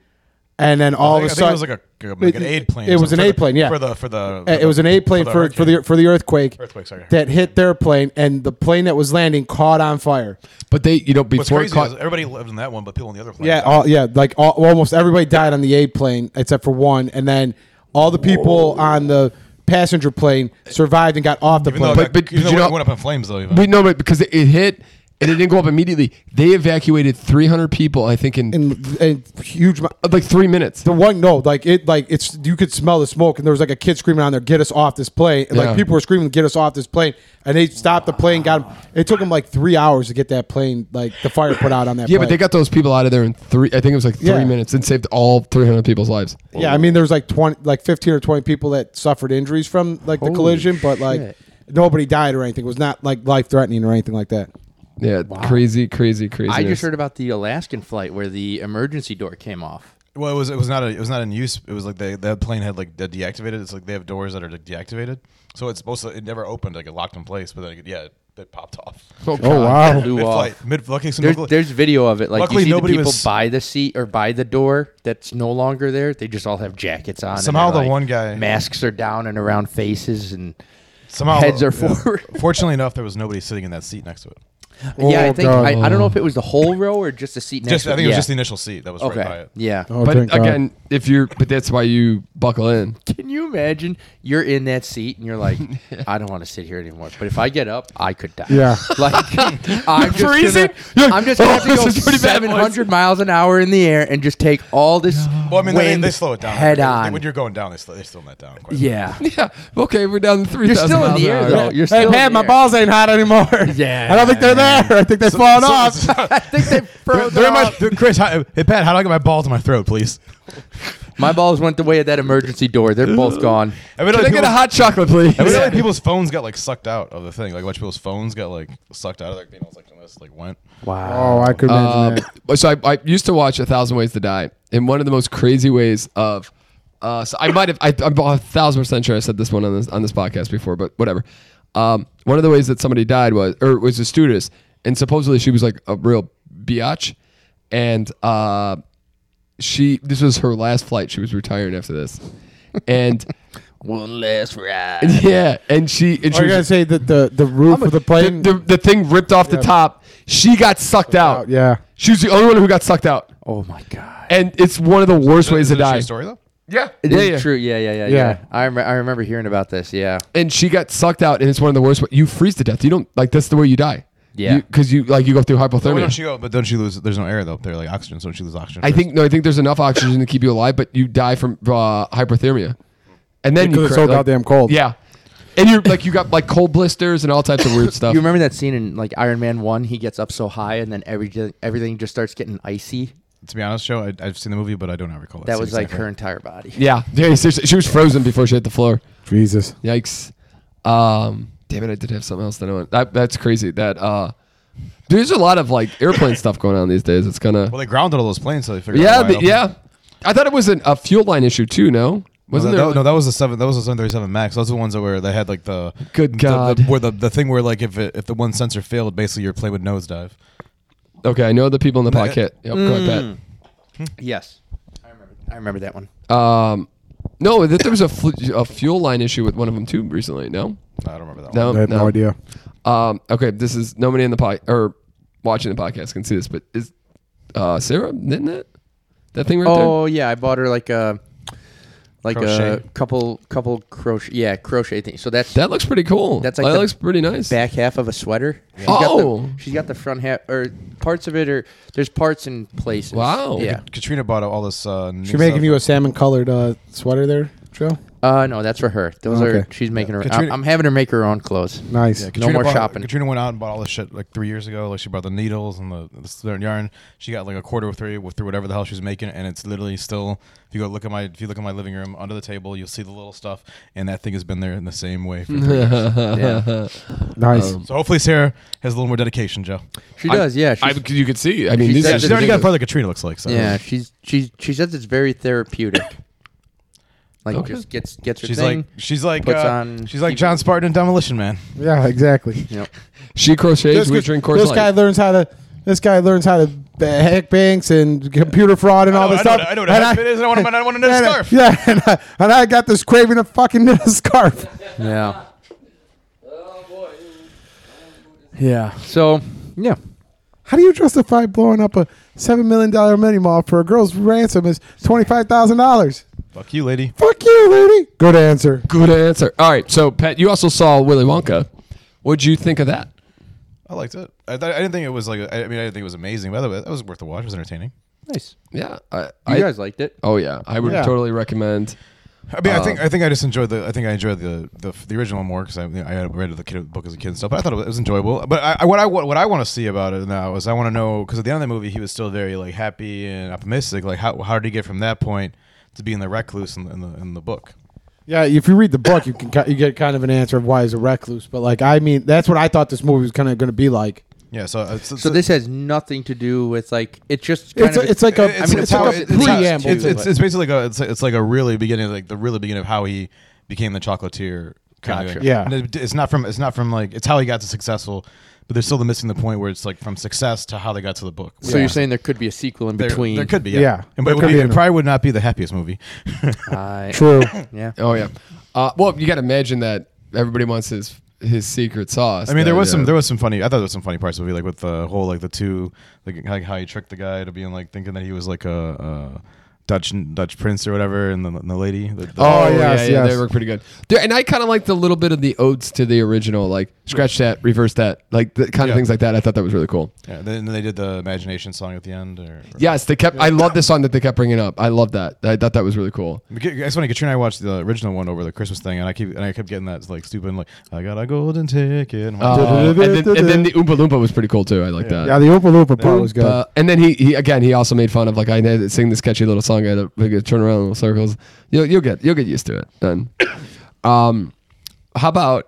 Speaker 2: and then all of a
Speaker 3: I think, I think
Speaker 2: sudden
Speaker 3: it was like, a, like an
Speaker 2: It-
Speaker 3: aid plane. or
Speaker 2: it was
Speaker 3: something
Speaker 2: an
Speaker 3: for
Speaker 2: aid
Speaker 3: the-
Speaker 2: plane, yeah.
Speaker 3: For the for the
Speaker 2: Uh, it was an aid plane for for the for the earthquake,
Speaker 3: Earthquake, sorry.
Speaker 2: that hit their plane, and the plane that was landing caught on fire.
Speaker 1: But they, you know,
Speaker 3: What's
Speaker 1: before it
Speaker 3: crazy
Speaker 1: caught,
Speaker 3: is
Speaker 4: uh,
Speaker 3: everybody lived in that one, but people on the other plane.
Speaker 2: Yeah, all, yeah, like all, almost everybody died on the aid plane except for one, and then all the people on the passenger plane survived and got off the
Speaker 3: even though,
Speaker 2: plane.
Speaker 1: But-
Speaker 3: but,
Speaker 1: but
Speaker 3: even
Speaker 1: did
Speaker 3: though
Speaker 1: you
Speaker 3: it
Speaker 1: not-
Speaker 3: went up in flames though. Even.
Speaker 1: we know it because it, it hit and it didn't go up immediately. They evacuated 300 people, I think, in,
Speaker 2: and, and huge. mo-
Speaker 1: like three minutes.
Speaker 2: The one no, like it, like it's you could smell the smoke, and there was like a kid screaming on there, "Get us off this plane!" And
Speaker 1: Yeah.
Speaker 2: like people were screaming, "Get us off this plane!" And they stopped the plane, got him. It took them like three hours to get that plane, like the fire put out on that.
Speaker 1: yeah,
Speaker 2: plane.
Speaker 1: but they got those people out of there in three. I think it was like three
Speaker 2: Yeah.
Speaker 1: minutes and saved all 300 people's lives.
Speaker 2: Yeah, I mean, there was like twenty, like fifteen or twenty people that suffered injuries from like the
Speaker 4: Holy
Speaker 2: collision, but like
Speaker 4: shit.
Speaker 2: nobody died or anything. It was not like life threatening or anything like that.
Speaker 1: Yeah, crazy, crazy, crazy.
Speaker 4: I just heard about the Alaskan flight where the emergency door came off.
Speaker 3: Well, it was it was not a, it was not in use. It was like they, that plane had like de- deactivated. It's like they have doors that are like, deactivated, so it's supposed to it never opened like it locked in place. But then it, yeah, it, it popped off.
Speaker 1: Oh,
Speaker 2: wow.
Speaker 4: Blew
Speaker 3: Mid
Speaker 4: off.
Speaker 3: flight, mid lucky. so
Speaker 4: There's,
Speaker 3: luckily-
Speaker 4: there's video of it. Like
Speaker 3: Luckily,
Speaker 4: you see
Speaker 3: nobody
Speaker 4: the people
Speaker 3: was-
Speaker 4: by the seat or by the door that's no longer there. They just all have jackets on. and
Speaker 3: Somehow
Speaker 4: they're, like,
Speaker 3: the one guy-
Speaker 4: masks are down and around faces and
Speaker 3: somehow
Speaker 4: heads are
Speaker 3: yeah.
Speaker 4: forward.
Speaker 3: Fortunately enough, there was nobody sitting in that seat next to it.
Speaker 4: yeah, I
Speaker 2: Oh,
Speaker 4: think
Speaker 2: God.
Speaker 4: I, I don't know if it was the whole row or just the seat next.
Speaker 3: Just
Speaker 4: to
Speaker 3: I
Speaker 4: yeah.
Speaker 3: think it was just the initial seat that was
Speaker 4: Okay.
Speaker 3: right by it.
Speaker 4: Yeah.
Speaker 2: Oh,
Speaker 1: But
Speaker 2: thank God.
Speaker 1: again, if you're, but that's why you buckle in.
Speaker 4: Can you imagine? You're in that seat and you're like, I don't want to sit here anymore. But if I get up, I could die.
Speaker 2: Yeah.
Speaker 4: Like, I'm just
Speaker 1: Freezing?
Speaker 4: Gonna,
Speaker 1: You're like,
Speaker 4: I'm just gonna have to
Speaker 1: "Oh,
Speaker 4: go
Speaker 1: this is pretty bad
Speaker 4: 700 miles an hour in the air and just take all this
Speaker 3: Well, I mean, they,
Speaker 4: wind
Speaker 3: they slow it down
Speaker 4: head
Speaker 3: They- they-
Speaker 4: on.
Speaker 3: when you're going down. They slow, they slow that down. Quite
Speaker 4: yeah.
Speaker 1: Yeah. Okay, we're down to 3,000
Speaker 4: You're still in
Speaker 1: miles
Speaker 4: the
Speaker 1: an
Speaker 4: air
Speaker 1: hour.
Speaker 4: though. You're
Speaker 2: Hey,
Speaker 4: still
Speaker 2: Pat,
Speaker 4: in
Speaker 2: my
Speaker 4: the air.
Speaker 2: balls ain't hot anymore.
Speaker 4: Yeah,
Speaker 2: I don't think they're there. I think they're falling off.
Speaker 4: I think they froze
Speaker 3: They're in my,
Speaker 4: off.
Speaker 3: Chris, how, hey Pat, how do I get my ball to my throat, please?
Speaker 4: My balls went the way of that emergency door. They're both gone.
Speaker 3: I mean,
Speaker 1: Can I get a hot chocolate, please?
Speaker 3: I mean, like people's phones got like sucked out of the thing. Like, a bunch of people's phones got like sucked out of their panels, like unless like went.
Speaker 4: Wow.
Speaker 2: oh, I could imagine
Speaker 1: Um,
Speaker 2: that.
Speaker 1: so I, I used to watch A Thousand Ways to Die, and one of the most crazy ways of, uh, so I might have, I, I'm a thousand percent sure I said this one on this on this podcast before, but whatever. Um, one of the ways that somebody died was, or was a stewardess, and supposedly she was like a real biatch, and uh, she this was her last flight. She was retiring after this, and
Speaker 4: One last ride.
Speaker 1: yeah, and she and she
Speaker 2: Are
Speaker 1: was-
Speaker 2: you gonna say that the the roof of the plane?
Speaker 1: the, the, the thing ripped off the top. She got sucked out.
Speaker 2: out, yeah.
Speaker 1: she was the only one who got sucked out.
Speaker 4: Oh my god.
Speaker 1: and it's one of the worst ways
Speaker 3: Is
Speaker 1: to
Speaker 3: it a
Speaker 1: die.
Speaker 3: true story though?
Speaker 1: Yeah,
Speaker 4: It
Speaker 1: yeah,
Speaker 4: is
Speaker 1: yeah.
Speaker 4: true. Yeah, yeah, yeah, yeah.
Speaker 2: Yeah.
Speaker 4: I, rem- I remember hearing about this. Yeah.
Speaker 1: And she got sucked out, and it's one of the worst. wa- You freeze to death. You don't like that's the way you die.
Speaker 4: Yeah.
Speaker 1: because you, like you go through
Speaker 3: Well,
Speaker 1: hypothermia.
Speaker 3: don't you go? But don't you lose? There's no air though. They're like oxygen, so don't you lose oxygen?
Speaker 1: I
Speaker 3: first?
Speaker 1: think no, I think there's enough oxygen to keep you alive, but you die from uh, hypothermia, and then
Speaker 2: Because
Speaker 1: you
Speaker 2: it's
Speaker 1: cra-
Speaker 2: so
Speaker 1: like-
Speaker 2: goddamn cold.
Speaker 1: Yeah, and you're like you got like cold blisters and all types of weird stuff.
Speaker 4: You remember that scene in like Iron Man One? He gets up so high, and then every everything just starts getting icy.
Speaker 3: to be honest, Joe, I, I've seen the movie, but I do not recall
Speaker 4: That
Speaker 3: scene
Speaker 4: was like
Speaker 3: exactly.
Speaker 4: her entire body.
Speaker 1: yeah, yeah. Seriously, she was frozen before she hit the floor.
Speaker 2: Jesus.
Speaker 1: Yikes. Um, damn it, I did have something else that I went. That, that's crazy. That uh, there's a lot of like airplane stuff going on these days. It's kind of
Speaker 3: Well, they grounded all those planes, so they figured.
Speaker 1: Yeah,
Speaker 3: out why
Speaker 1: the,
Speaker 3: open-
Speaker 1: yeah. I thought it was an, a fuel line issue too. No,
Speaker 3: No,
Speaker 1: wasn't
Speaker 3: that,
Speaker 1: there?
Speaker 3: no, that was the seven. That was the seven thirty seven Max. Those are the ones that were they had like the
Speaker 1: Good
Speaker 3: the-
Speaker 1: God.
Speaker 3: the, where the, the thing where like if it, if the one sensor failed, basically your plane would nosedive.
Speaker 1: okay, I know the people in the
Speaker 3: No,
Speaker 1: pocket. Yep, go ahead,
Speaker 4: Yes, I remember. I remember that one.
Speaker 1: Pat. Um, no, that there was a, flu a fuel line issue with one of them too recently. No,
Speaker 3: I don't remember that.
Speaker 1: no,
Speaker 2: I have no, idea.
Speaker 1: Um, okay, this is nobody in the pod or watching the podcast can see this, but is uh, Sarah didn't it? That thing right
Speaker 4: Oh yeah, I bought her like a like a
Speaker 3: Crochet.
Speaker 4: couple couple crochet yeah crochet thing. So that's
Speaker 1: there. That looks pretty cool.
Speaker 4: That's like
Speaker 1: that
Speaker 4: the
Speaker 1: looks pretty nice.
Speaker 4: back half of a sweater. She's
Speaker 1: Oh.
Speaker 4: got the, she's got the front half or parts of it or there's parts in places.
Speaker 1: Wow.
Speaker 4: Yeah.
Speaker 3: Katrina bought all this. Uh, new
Speaker 2: She making
Speaker 3: stuff.
Speaker 2: you a salmon colored uh, sweater there, Joe?
Speaker 4: Uh no, that's for her. Those are
Speaker 2: Okay.
Speaker 4: she's making her.
Speaker 3: Katrina-
Speaker 4: I, am having her make her own clothes.
Speaker 2: Nice.
Speaker 3: Yeah,
Speaker 4: more
Speaker 3: bought-
Speaker 4: shopping.
Speaker 3: Katrina went out and bought all this shit like three years ago. Like she bought the needles and the, the spinner and yarn. She got like a quarter of three with through whatever the hell she was making, and it's literally still. If you go look at my, if you look at my living room under the table, you'll see the little stuff, and that thing has been there in the same way. For three years.
Speaker 4: Yeah.
Speaker 2: nice.
Speaker 3: so hopefully Sarah has a little more dedication, Joe.
Speaker 4: She does. Yeah.
Speaker 1: I,
Speaker 4: She's,
Speaker 1: you could see. I mean,
Speaker 4: She
Speaker 1: these
Speaker 4: said
Speaker 1: are
Speaker 4: she's
Speaker 3: She's already got
Speaker 1: ridiculous.
Speaker 3: further Katrina looks like. So
Speaker 4: yeah. She's she's she says it's very therapeutic. like
Speaker 1: Okay.
Speaker 4: just gets gets her
Speaker 3: She's
Speaker 4: thing.
Speaker 3: like she's like
Speaker 4: puts
Speaker 3: uh,
Speaker 4: on-
Speaker 3: she's like John Spartan in Demolition Man.
Speaker 2: yeah, exactly.
Speaker 4: Yep.
Speaker 1: She crochets. We
Speaker 2: guy-
Speaker 1: drink Coors
Speaker 2: this guy
Speaker 1: Light.
Speaker 2: learns how to. This guy learns how to ba- hack banks and computer fraud and all this
Speaker 3: I know,
Speaker 2: stuff.
Speaker 3: I know what a headband is. I want, I want a knit
Speaker 2: and I-
Speaker 3: scarf.
Speaker 2: Yeah, and I, and I got this craving of fucking knit a scarf.
Speaker 4: Yeah. Yeah. So yeah.
Speaker 2: How do you justify blowing up a seven million dollar mini mall for a girl's ransom is twenty five thousand dollars?
Speaker 3: Fuck you, lady.
Speaker 2: Fuck you, lady. Good answer.
Speaker 1: Good answer. All right. So, Pat, you also saw Willy Wonka. What'd you think of that?
Speaker 3: I liked it. I, thought, I didn't think it was like I I mean I didn't think it was amazing, but it was worth the watch. It was entertaining.
Speaker 4: Nice.
Speaker 1: Yeah. I,
Speaker 4: You
Speaker 1: I,
Speaker 4: guys liked it.
Speaker 1: oh yeah. I would
Speaker 2: Yeah.
Speaker 1: totally recommend.
Speaker 3: I mean, I think
Speaker 4: Um,
Speaker 3: I think I just enjoyed the I think I enjoyed the the, the original more because I, I had read the kid, book as a kid and stuff. But I thought it was, it was enjoyable. But I, I what I wa- what I want to see about it now is I want to know because at the end of the movie he was still very like happy and optimistic. Like how how did he get from that point to being the recluse in the in the, in the book?
Speaker 2: Yeah, if you read the book, you can ki- you get kind of an answer of why he's a recluse. But like, I mean, that's what I thought this movie was kind of going to be like.
Speaker 3: Yeah. So it's, it's,
Speaker 4: So this has nothing to do with like it's just kind
Speaker 2: It's,
Speaker 4: of
Speaker 2: a, it's like a
Speaker 3: it's,
Speaker 4: mean,
Speaker 2: it's
Speaker 3: it's how
Speaker 2: like
Speaker 3: it-
Speaker 2: a
Speaker 3: it's how-
Speaker 2: preamble.
Speaker 3: It's,
Speaker 2: to
Speaker 3: it's,
Speaker 2: it.
Speaker 3: it's basically like a, it's, it's like a really beginning like the really beginning of how he became the chocolatier. Kind
Speaker 4: Gotcha.
Speaker 3: of
Speaker 2: Yeah.
Speaker 3: And it- it's not from it's not from like it's how he got to successful, but there's still the missing the point where it's like from success to how they got to the book.
Speaker 4: so you're saying there could be a sequel in
Speaker 3: There-
Speaker 4: between.
Speaker 3: There, could be, yeah.
Speaker 2: Yeah,
Speaker 3: And, but
Speaker 2: there
Speaker 3: it, would
Speaker 2: could
Speaker 3: be,
Speaker 2: be
Speaker 3: it
Speaker 2: an-
Speaker 3: probably would not be the happiest movie.
Speaker 4: I-
Speaker 2: True.
Speaker 4: yeah.
Speaker 1: Oh yeah. Uh, well, you got to imagine that everybody wants his his secret sauce.
Speaker 3: I mean, there
Speaker 1: that,
Speaker 3: was some
Speaker 1: uh,
Speaker 3: there was some funny. I thought there was some funny parts of the movie, like with the whole like the two like how, how he tricked the guy to being like thinking that he was like a. a Dutch Dutch prince or whatever, and the, the lady. the- the-
Speaker 1: Oh,
Speaker 2: Oh,
Speaker 1: yeah,
Speaker 2: yes,
Speaker 1: yeah, they
Speaker 2: yes.
Speaker 1: were pretty good. There- and I kind of liked the little bit of the odes to the original, like scratch that, reverse that, like the kind of
Speaker 3: Yeah.
Speaker 1: things like that. I thought that was really cool.
Speaker 3: Yeah, then then they did the imagination song at the end. Or, or-
Speaker 1: Yes, they kept. I love the song that they kept bringing up. I love that. I thought that was really cool.
Speaker 3: It's funny. Katrina and I watched the original one over the Christmas thing, and I keep and I kept getting that like stupid like I got a golden ticket.
Speaker 1: Uh, and, then, and then the Oompa Loompa was pretty cool too. I like that.
Speaker 2: Yeah, the Oompa Loompa part was good.
Speaker 1: Uh, and then he, he again he also made fun of like I had to sing this catchy little song I had to like, uh, turn around in little circles. You'll you'll get you'll get used to it. Then, um, how about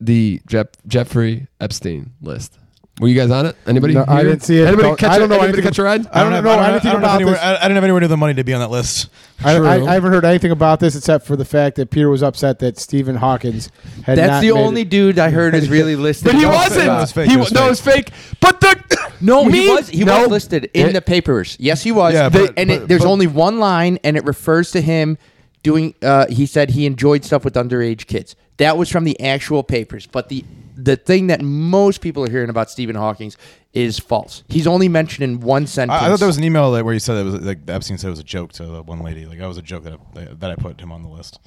Speaker 1: the Jeff, Jeffrey Epstein list? Were you guys on it? Anybody?
Speaker 2: No, I
Speaker 1: here?
Speaker 2: didn't see it.
Speaker 1: Anybody
Speaker 2: Don't-
Speaker 1: catch?
Speaker 2: I don't know
Speaker 1: anybody
Speaker 2: anything-
Speaker 1: catch a ride?
Speaker 2: I don't know anything
Speaker 3: I don't have
Speaker 2: about
Speaker 3: anywhere,
Speaker 2: this.
Speaker 3: I, I don't have anywhere near the money to be on that list.
Speaker 2: I, I,
Speaker 1: True.
Speaker 2: I haven't heard anything about this except for the fact that Peter was upset that Stephen Hawkins had
Speaker 4: That's
Speaker 2: not
Speaker 4: the
Speaker 2: made it.
Speaker 4: only dude I heard is really listed.
Speaker 1: But he
Speaker 4: No,
Speaker 1: wasn't.
Speaker 3: It was fake,
Speaker 1: He
Speaker 3: it
Speaker 1: wa-
Speaker 3: was
Speaker 1: no, it was fake. But the
Speaker 4: No,
Speaker 1: me?
Speaker 4: he was. He
Speaker 1: No.
Speaker 4: was listed in
Speaker 1: It-
Speaker 4: the papers. Yes, he was.
Speaker 3: Yeah, but-
Speaker 4: and
Speaker 3: but-
Speaker 4: it, there's
Speaker 3: but-
Speaker 4: only one line, and it refers to him doing. Uh, he said he enjoyed stuff with underage kids. That was from the actual papers. But the the thing that most people are hearing about Stephen Hawking's is false. He's only mentioned in one sentence.
Speaker 3: I, I thought there was an email that, where you said it was like Epstein said it was a joke to the one lady. Like that was a joke that I, that I put him on the list.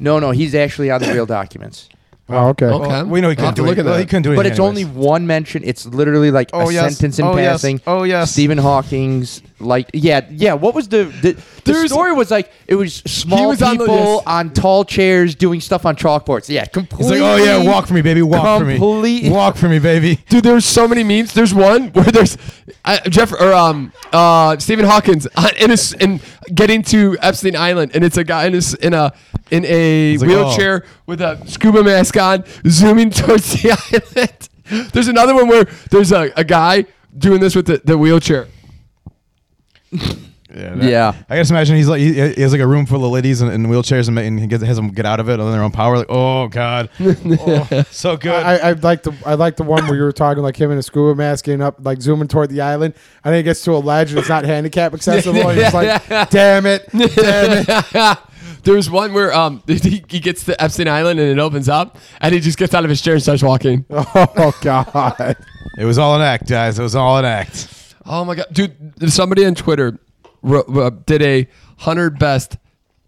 Speaker 4: no, no. He's actually on the real documents.
Speaker 2: Oh, okay.
Speaker 1: Okay.
Speaker 3: Well, we know he
Speaker 1: I'll have
Speaker 3: couldn't
Speaker 1: to
Speaker 3: do
Speaker 1: look
Speaker 3: it.
Speaker 1: at
Speaker 3: Well,
Speaker 1: that.
Speaker 3: he couldn't do it.
Speaker 4: But it's only one mention. It's literally like
Speaker 3: Oh,
Speaker 4: a
Speaker 3: yes.
Speaker 4: sentence in
Speaker 3: Oh, yes.
Speaker 4: passing.
Speaker 3: Oh, yes.
Speaker 4: Stephen Hawking's like yeah yeah. What was the the, the
Speaker 1: There's-
Speaker 4: story was like? It was small
Speaker 1: was on the-
Speaker 4: people on,
Speaker 1: yes.
Speaker 4: tall chairs doing stuff on chalkboards. Yeah,
Speaker 3: He's
Speaker 4: completely.
Speaker 3: like, oh yeah, walk for me, baby, walk for me,
Speaker 4: Complete-
Speaker 3: walk for me, baby.
Speaker 1: Dude, there's so many memes. There's one where there's uh, Jeff or um uh Stephen Hawkins on, in a s in getting to Epstein Island, and it's a guy in a s- in a in a
Speaker 3: like,
Speaker 2: oh.
Speaker 1: wheelchair with a scuba mask on, zooming towards the island. There's another one where there's a, a guy doing this with the, the wheelchair.
Speaker 3: Yeah, that-
Speaker 4: Yeah.
Speaker 3: I guess imagine he's like he, he has like a room full of ladies in, in wheelchairs and, ma- and he gets, has them get out of it on their own power. Like, oh god, Oh, so good.
Speaker 2: I, I like the I like the one where you were talking like him in a scuba mask getting up like zooming toward the island and then it gets to a ledge and it's not handicap accessible and he's like damn it damn it
Speaker 1: There's one where um he, he gets to Epstein Island and it opens up, and he just gets out of his chair and starts walking.
Speaker 2: oh god
Speaker 3: it was all an act, guys. It was all an act.
Speaker 1: Oh my god, dude! Somebody on Twitter wrote, uh, did a hundred best,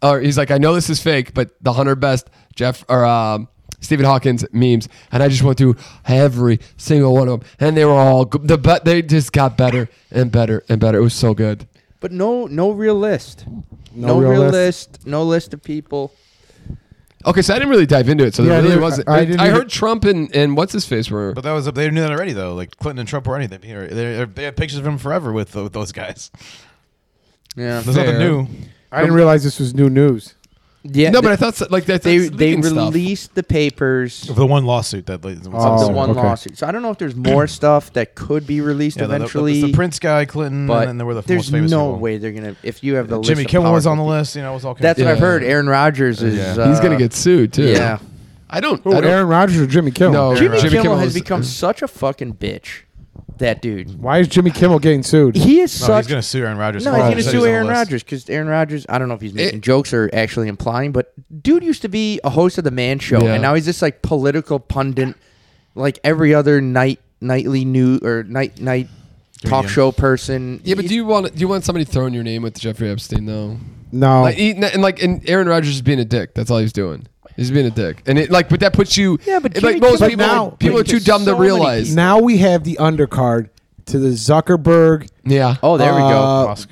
Speaker 1: or he's like, I know this is fake, but the hundred best Jeff or um, Stephen Hawkins memes, and I just went through every single one of them, and they were all g- the but they just got better and better and better. It was so good.
Speaker 4: But no no real list. No,
Speaker 2: real
Speaker 4: real,
Speaker 2: list.
Speaker 4: list. No list of people.
Speaker 1: Okay, so I didn't really dive into it, so
Speaker 2: Yeah, I
Speaker 1: there really
Speaker 2: didn't-
Speaker 1: wasn't.
Speaker 2: I- I
Speaker 1: I,
Speaker 2: didn't either.
Speaker 1: heard Trump and and what's his face were.
Speaker 3: But that was they knew that already though. Like Clinton and Trump were anything. They, they, they have pictures of him forever with, with those guys.
Speaker 4: Yeah.
Speaker 3: There's nothing
Speaker 1: Fair.
Speaker 3: new.
Speaker 2: I didn't realize this was new news
Speaker 4: Yeah.
Speaker 1: No, but
Speaker 4: th-
Speaker 1: I thought so- like that
Speaker 4: they
Speaker 1: that's
Speaker 4: they
Speaker 1: leaking stuff.
Speaker 4: released the papers.
Speaker 3: The one lawsuit that like,
Speaker 4: of the
Speaker 2: Oh,
Speaker 4: one
Speaker 2: okay.
Speaker 4: lawsuit. So I don't know if there's more stuff that could be released
Speaker 3: yeah, the- the-
Speaker 4: eventually.
Speaker 3: the, Prince guy, Clinton,
Speaker 4: but
Speaker 3: Mm, and then there were the
Speaker 4: there's
Speaker 3: most famous
Speaker 4: no
Speaker 3: people.
Speaker 4: way they're gonna. If you have the list
Speaker 3: Jimmy
Speaker 4: of
Speaker 3: Kimmel was on the
Speaker 4: powerful
Speaker 3: list. You know, it was all.
Speaker 4: people- That's what I've
Speaker 1: Yeah.
Speaker 4: heard. Aaron Rodgers is.
Speaker 3: Yeah.
Speaker 1: He's gonna
Speaker 4: uh,
Speaker 1: get sued too.
Speaker 4: Yeah.
Speaker 1: I don't.
Speaker 2: Who,
Speaker 1: I don't
Speaker 2: Aaron Rodgers or Jimmy Kimmel
Speaker 1: No.
Speaker 4: Jimmy,
Speaker 1: Jimmy
Speaker 4: Kimmel,
Speaker 1: Kimmel
Speaker 4: has
Speaker 1: is-
Speaker 3: uh,
Speaker 4: become such a fucking bitch. That dude.
Speaker 2: why is Jimmy Kimmel getting sued
Speaker 4: He is
Speaker 3: No,
Speaker 4: such.
Speaker 3: he's gonna sue Aaron Rodgers.
Speaker 4: no,
Speaker 3: for
Speaker 4: he's
Speaker 3: all
Speaker 4: gonna
Speaker 3: the shit
Speaker 4: sue
Speaker 3: on the
Speaker 4: Aaron
Speaker 3: list.
Speaker 4: Rodgers because Aaron Rodgers. I don't know if he's making
Speaker 1: It-
Speaker 4: jokes or actually implying, but dude used to be a host of the Man Show,
Speaker 1: Yeah.
Speaker 4: and now he's this like political pundit, like every other night nightly news or night night talk
Speaker 3: Comedian.
Speaker 4: show person.
Speaker 1: Yeah, but
Speaker 4: He-
Speaker 1: do you want do you want somebody throwing your name with Jeffrey Epstein though?
Speaker 2: no
Speaker 4: Oh.
Speaker 1: Like he, and like and Aaron Rodgers is being a dick. That's all he's doing. He's being a dick, and it like, but that puts you.
Speaker 4: Yeah, but
Speaker 1: it, like
Speaker 4: Jimmy
Speaker 1: most
Speaker 2: Kimmel-
Speaker 1: people,
Speaker 2: But now-
Speaker 1: people are
Speaker 4: but
Speaker 1: too
Speaker 4: there's
Speaker 1: dumb
Speaker 4: so
Speaker 1: to
Speaker 4: many
Speaker 1: realize.
Speaker 2: Now we have the undercard to the Zuckerberg
Speaker 1: yeah.
Speaker 4: Oh, there we go.
Speaker 2: Uh,
Speaker 3: Musk.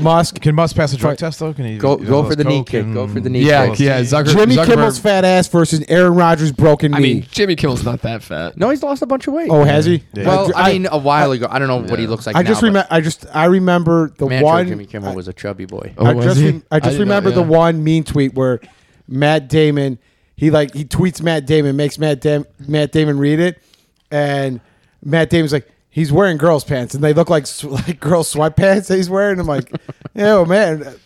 Speaker 2: Musk.
Speaker 3: Can Musk pass a drug test though? Can he
Speaker 4: Go-
Speaker 3: is
Speaker 4: go
Speaker 3: all
Speaker 4: for
Speaker 3: his
Speaker 4: the knee
Speaker 3: coke
Speaker 4: kick,
Speaker 3: and-
Speaker 4: go for the knee
Speaker 1: yeah,
Speaker 4: kick.
Speaker 1: yeah. Zucker,
Speaker 2: Jimmy
Speaker 1: Zuckerberg-
Speaker 2: Kimmel's fat ass versus Aaron Rodgers' broken knee.
Speaker 1: I mean, Jimmy Kimmel's not that fat.
Speaker 4: No, he's lost a bunch of weight.
Speaker 2: oh, has he?
Speaker 3: Yeah.
Speaker 4: well, I, mean, a while ago. I don't know what he looks like.
Speaker 2: I just
Speaker 4: now, but
Speaker 2: remember. I just I remember the
Speaker 4: Mantra
Speaker 2: one.
Speaker 4: Jimmy Kimmel was a chubby boy.
Speaker 1: Oh,
Speaker 2: I
Speaker 1: was
Speaker 2: just
Speaker 1: he?
Speaker 2: rem- I just
Speaker 1: did not-
Speaker 2: remember the
Speaker 1: yeah.
Speaker 2: one mean tweet where Matt Damon he like he tweets Matt Damon makes Matt Dam- Matt Damon read it and Matt Damon's like he's wearing girls pants and they look like sw- like girl sweatpants that he's wearing I'm like oh man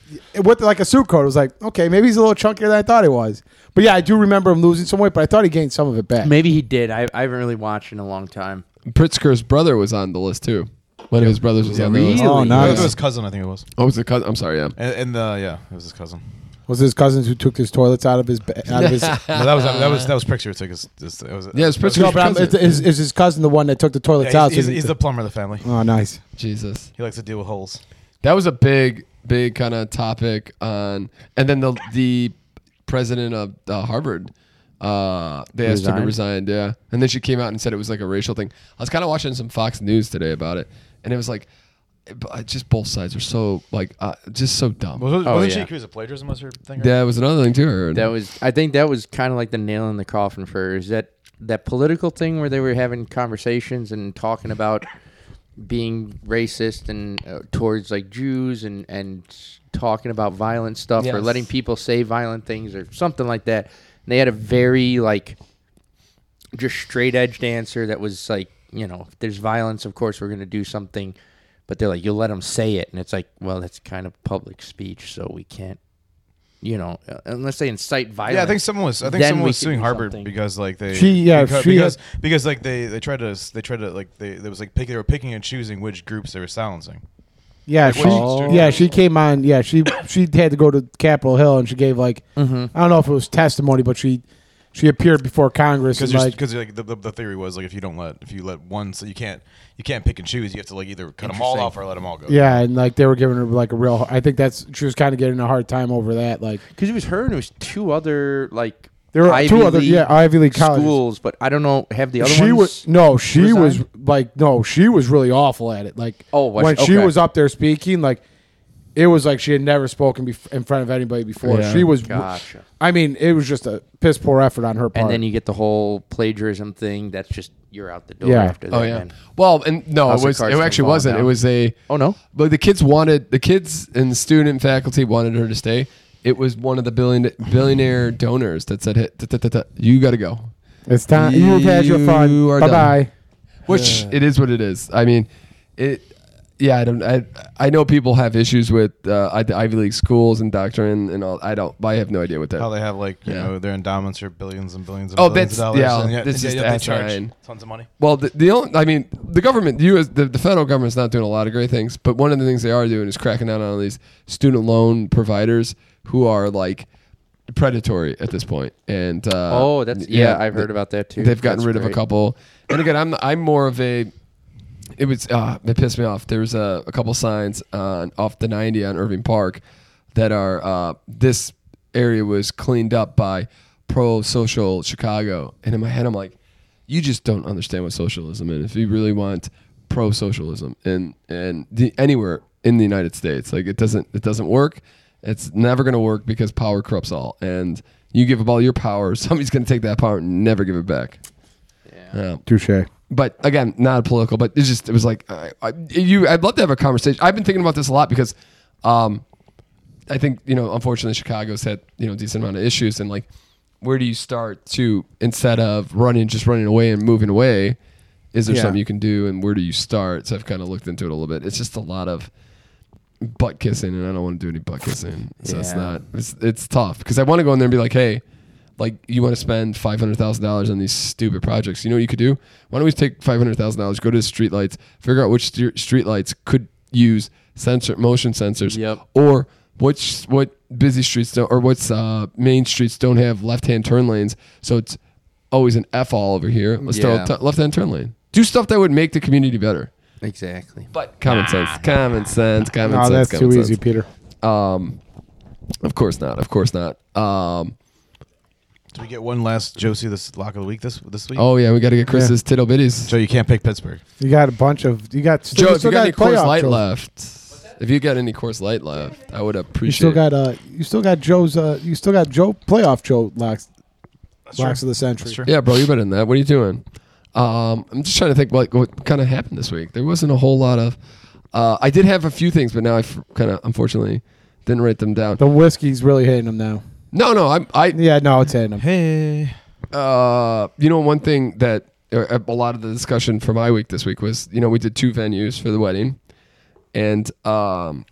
Speaker 2: with like a suit coat I was like okay maybe he's a little chunkier than I thought he was but yeah I do remember him losing some weight but I thought he gained some of it back
Speaker 4: Maybe he did. I, I haven't really watched in a long time.
Speaker 1: Pritzker's brother was on the list too. One of his brothers was on the list.
Speaker 4: Really?
Speaker 2: Oh,
Speaker 3: No,
Speaker 2: nice.
Speaker 3: it was his cousin. I think it was.
Speaker 1: Oh, was the cousin? I'm sorry. Yeah.
Speaker 3: And, and uh, yeah, it was his cousin.
Speaker 2: was it his cousins who took his toilets out of his ba- out of his
Speaker 3: No, that was that was that was Pritzker. It's like his, his, it was,
Speaker 1: Yeah, it's Pritzker.
Speaker 2: no but I'm, is, is, is his cousin the one that took the toilets
Speaker 3: Yeah,
Speaker 2: out
Speaker 3: he's, he's,
Speaker 2: so he-
Speaker 3: he's the plumber of the family.
Speaker 2: oh nice
Speaker 1: Jesus.
Speaker 3: He likes to deal with holes.
Speaker 1: That was a big, big kind of topic on, and then the the president of uh, Harvard, uh, they asked her to resign. Yeah, and then she came out and said it was like a racial thing. I was kind of watching some Fox News today about it, and it was like, it- but uh, just both sides are so like, uh, just so dumb.
Speaker 3: Was,
Speaker 4: Oh,
Speaker 3: not she
Speaker 4: yeah.
Speaker 3: accused of plagiarism? Was her thing?
Speaker 1: That was another thing too. I heard.
Speaker 4: That was. I think that was kind of like the nail in the coffin for her, is that that political thing where they were having conversations and talking about being racist and uh, towards like Jews and and talking about violent stuff or
Speaker 1: Yes.
Speaker 4: letting people say violent things or something like that. And they had a very like just straight edged answer that was like, you know, if there's violence, of course we're going to do something. But they're like, you'll let them say it. And it's like, well, that's kind of public speech. So we can't, you know, uh, unless they incite violence.
Speaker 3: Yeah, I think someone was. I think
Speaker 4: Then
Speaker 3: someone
Speaker 4: we
Speaker 3: was
Speaker 4: could
Speaker 3: suing
Speaker 4: do
Speaker 3: Harvard
Speaker 4: something.
Speaker 3: because like they.
Speaker 2: She- yeah,
Speaker 3: because,
Speaker 2: she
Speaker 3: because,
Speaker 2: had-
Speaker 3: because, like they they tried to they tried to like they there was like pick, they were picking and choosing which groups they were silencing.
Speaker 2: Yeah,
Speaker 3: Like,
Speaker 2: she,
Speaker 3: when she was doing
Speaker 2: yeah,
Speaker 3: it.
Speaker 2: she came on. Yeah, she she had to go to Capitol Hill and she gave like
Speaker 1: Mm-hmm.
Speaker 2: I don't know if it was testimony, but she she appeared before Congress and
Speaker 3: Because
Speaker 2: like
Speaker 3: because like the, the, the theory was like if you don't let if you let one so you can't you can't pick and choose you have to like either cut them all
Speaker 4: Interesting.
Speaker 3: off or let them all go.
Speaker 2: yeah, and like they were giving her like a real. I think that's she was kind of getting a hard time over that. Like
Speaker 4: because it was her and it was two other like
Speaker 2: There were
Speaker 4: Ivy
Speaker 2: two other- yeah, Ivy League colleges.
Speaker 4: schools, but I don't know. Have the other
Speaker 2: she
Speaker 4: ones?
Speaker 2: was no, she was
Speaker 4: resigned?
Speaker 2: like no, she was really awful at it. Like
Speaker 4: Oh, was
Speaker 2: when
Speaker 4: she?
Speaker 2: she
Speaker 4: Okay.
Speaker 2: was up there speaking, like it was like she had never spoken bef- in front of anybody before.
Speaker 1: Yeah.
Speaker 2: She was.
Speaker 4: Gotcha.
Speaker 2: I mean, it was just a piss poor effort on her part.
Speaker 4: and then you get the whole plagiarism thing. That's just you're out the door
Speaker 2: Yeah.
Speaker 4: after that.
Speaker 1: Oh yeah.
Speaker 4: man.
Speaker 1: Well, and no, it
Speaker 4: House of
Speaker 1: was. It
Speaker 4: Cards came
Speaker 1: actually
Speaker 4: falling
Speaker 1: wasn't. It
Speaker 4: down.
Speaker 1: was a.
Speaker 4: Oh, no?
Speaker 1: But the kids wanted the kids and student faculty wanted her to stay. It was one of the billion billionaire donors that said, "Hey, ta- ta- ta- ta, you got to go,"
Speaker 2: it's time you've had your fun.
Speaker 1: You are
Speaker 2: Bye
Speaker 1: done.
Speaker 2: bye.
Speaker 1: which it is what it is. I mean, it. Yeah, I don't. I, I know people have issues with uh, I- the Ivy League schools and doctrine and all. I don't. I have no idea what that.
Speaker 3: How they have like you
Speaker 1: Yeah.
Speaker 3: know their endowments are billions and billions and
Speaker 1: Oh,
Speaker 3: billions of
Speaker 1: that's- yeah,
Speaker 3: dollars. and yet,
Speaker 1: that's
Speaker 3: and
Speaker 1: just
Speaker 3: yet they charge
Speaker 1: asinine.
Speaker 3: tons of money.
Speaker 1: Well, the, the only, I mean, the government, the U.S., the, the federal government's not doing a lot of great things, but one of the things they are doing is cracking down on these student loan providers who are like predatory at this point. And uh,
Speaker 4: Oh, that's yeah. I've heard about that too.
Speaker 1: They've gotten
Speaker 4: That's
Speaker 1: rid of a
Speaker 4: great.
Speaker 1: couple. And again, I'm I'm more of a. It was uh, it pissed me off. There was a, a couple signs on off the 90 on Irving Park that are uh, this area was cleaned up by pro social Chicago, and in my head I'm like, you just don't understand what socialism is. If you really want pro socialism and and the, anywhere in the United States, like it doesn't it doesn't work. It's never going to work because power corrupts all, and you give up all your power, somebody's going to take that power and never give it back. Yeah
Speaker 2: Touche.
Speaker 1: but again, not political. But it's just it was like I, I, you. I'd love to have a conversation. I've been thinking about this a lot because, um, I think you know, unfortunately, Chicago's had you know a decent amount of issues, and like, where do you start to instead of running, just running away and moving away? Is there
Speaker 2: Yeah.
Speaker 1: something you can do, and where do you start? So I've kind of looked into it a little bit. It's just a lot of butt kissing, and I don't want to do any butt kissing. So it's
Speaker 4: Yeah.
Speaker 1: not. It's it's tough because I want to go in there and be like, hey, like you want to spend five hundred thousand dollars on these stupid projects. You know what you could do? Why don't we take five hundred thousand dollars, go to the streetlights, figure out which st- streetlights could use sensor motion sensors,
Speaker 4: Yep.
Speaker 1: or which what busy streets don't, or what's uh, main streets don't have left hand turn lanes. So it's always an F all over here. Let's
Speaker 4: Yeah.
Speaker 1: throw a left hand turn lane. Do stuff that would make the community better.
Speaker 4: Exactly.
Speaker 1: But common sense, common sense, common
Speaker 2: Oh,
Speaker 1: sense.
Speaker 2: that's
Speaker 1: common
Speaker 2: too
Speaker 1: sense.
Speaker 2: easy, Peter.
Speaker 1: Um, of course not. Of course not. Um,
Speaker 3: Do we get one last Josie this lock of the week this this week?
Speaker 1: Oh yeah, we got to get Chris's tittle bitties.
Speaker 3: so you can't pick Pittsburgh.
Speaker 2: You got a bunch of you got.
Speaker 1: Joe, if
Speaker 2: you
Speaker 1: you
Speaker 2: still
Speaker 1: got any course
Speaker 2: playoff
Speaker 1: light
Speaker 2: Joe.
Speaker 1: left, if you got any course light left, I would
Speaker 2: You
Speaker 1: appreciate.
Speaker 2: still got uh, you still got Joe's uh, you still got Joe playoff Joe locks locks of the century.
Speaker 3: That's true.
Speaker 1: it. Yeah, bro, you better than that. What are you doing? Um, I'm just trying to think like what kind of happened this week. There wasn't a whole lot of. Uh, I did have a few things, but now I kind of unfortunately didn't write them down.
Speaker 2: The whiskey's really hitting him now.
Speaker 1: No, no, I'm, I
Speaker 2: Yeah, no, it's hitting him.
Speaker 3: Hey.
Speaker 1: uh, you know, one thing that or a a lot of the discussion for my week this week was, you know, we did two venues for the wedding, and um,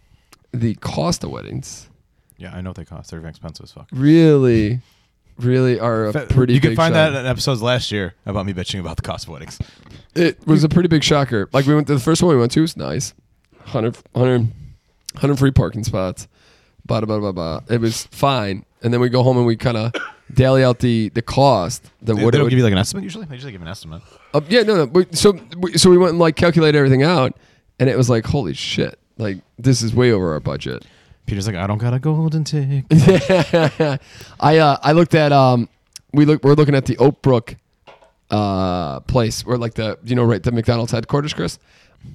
Speaker 1: the cost of weddings
Speaker 3: Yeah, I know what they cost. They're expensive as fuck.
Speaker 1: really, really are a pretty.
Speaker 3: you can
Speaker 1: big
Speaker 3: find
Speaker 1: shock.
Speaker 3: that in episodes last year about me bitching about the cost of weddings.
Speaker 1: It was a pretty big shocker. Like we went to the first one we went to was nice, 100, 100, 100 free parking spots, blah blah blah blah. blah. It was fine, and then we go home and we kind of daily out the the cost that
Speaker 3: They,
Speaker 1: what
Speaker 3: they
Speaker 1: it
Speaker 3: don't
Speaker 1: would
Speaker 3: give you like an estimate usually. They usually give an estimate.
Speaker 1: Uh, yeah, no, no. but- So, we- so we went and like calculated everything out, and it was like, holy shit, like this is way over our budget.
Speaker 3: Peter's like, I don't got a golden ticket.
Speaker 1: I uh, I looked at um, we look we're looking at the Oak Brook, uh, place where like the you know right the McDonald's headquarters, Chris,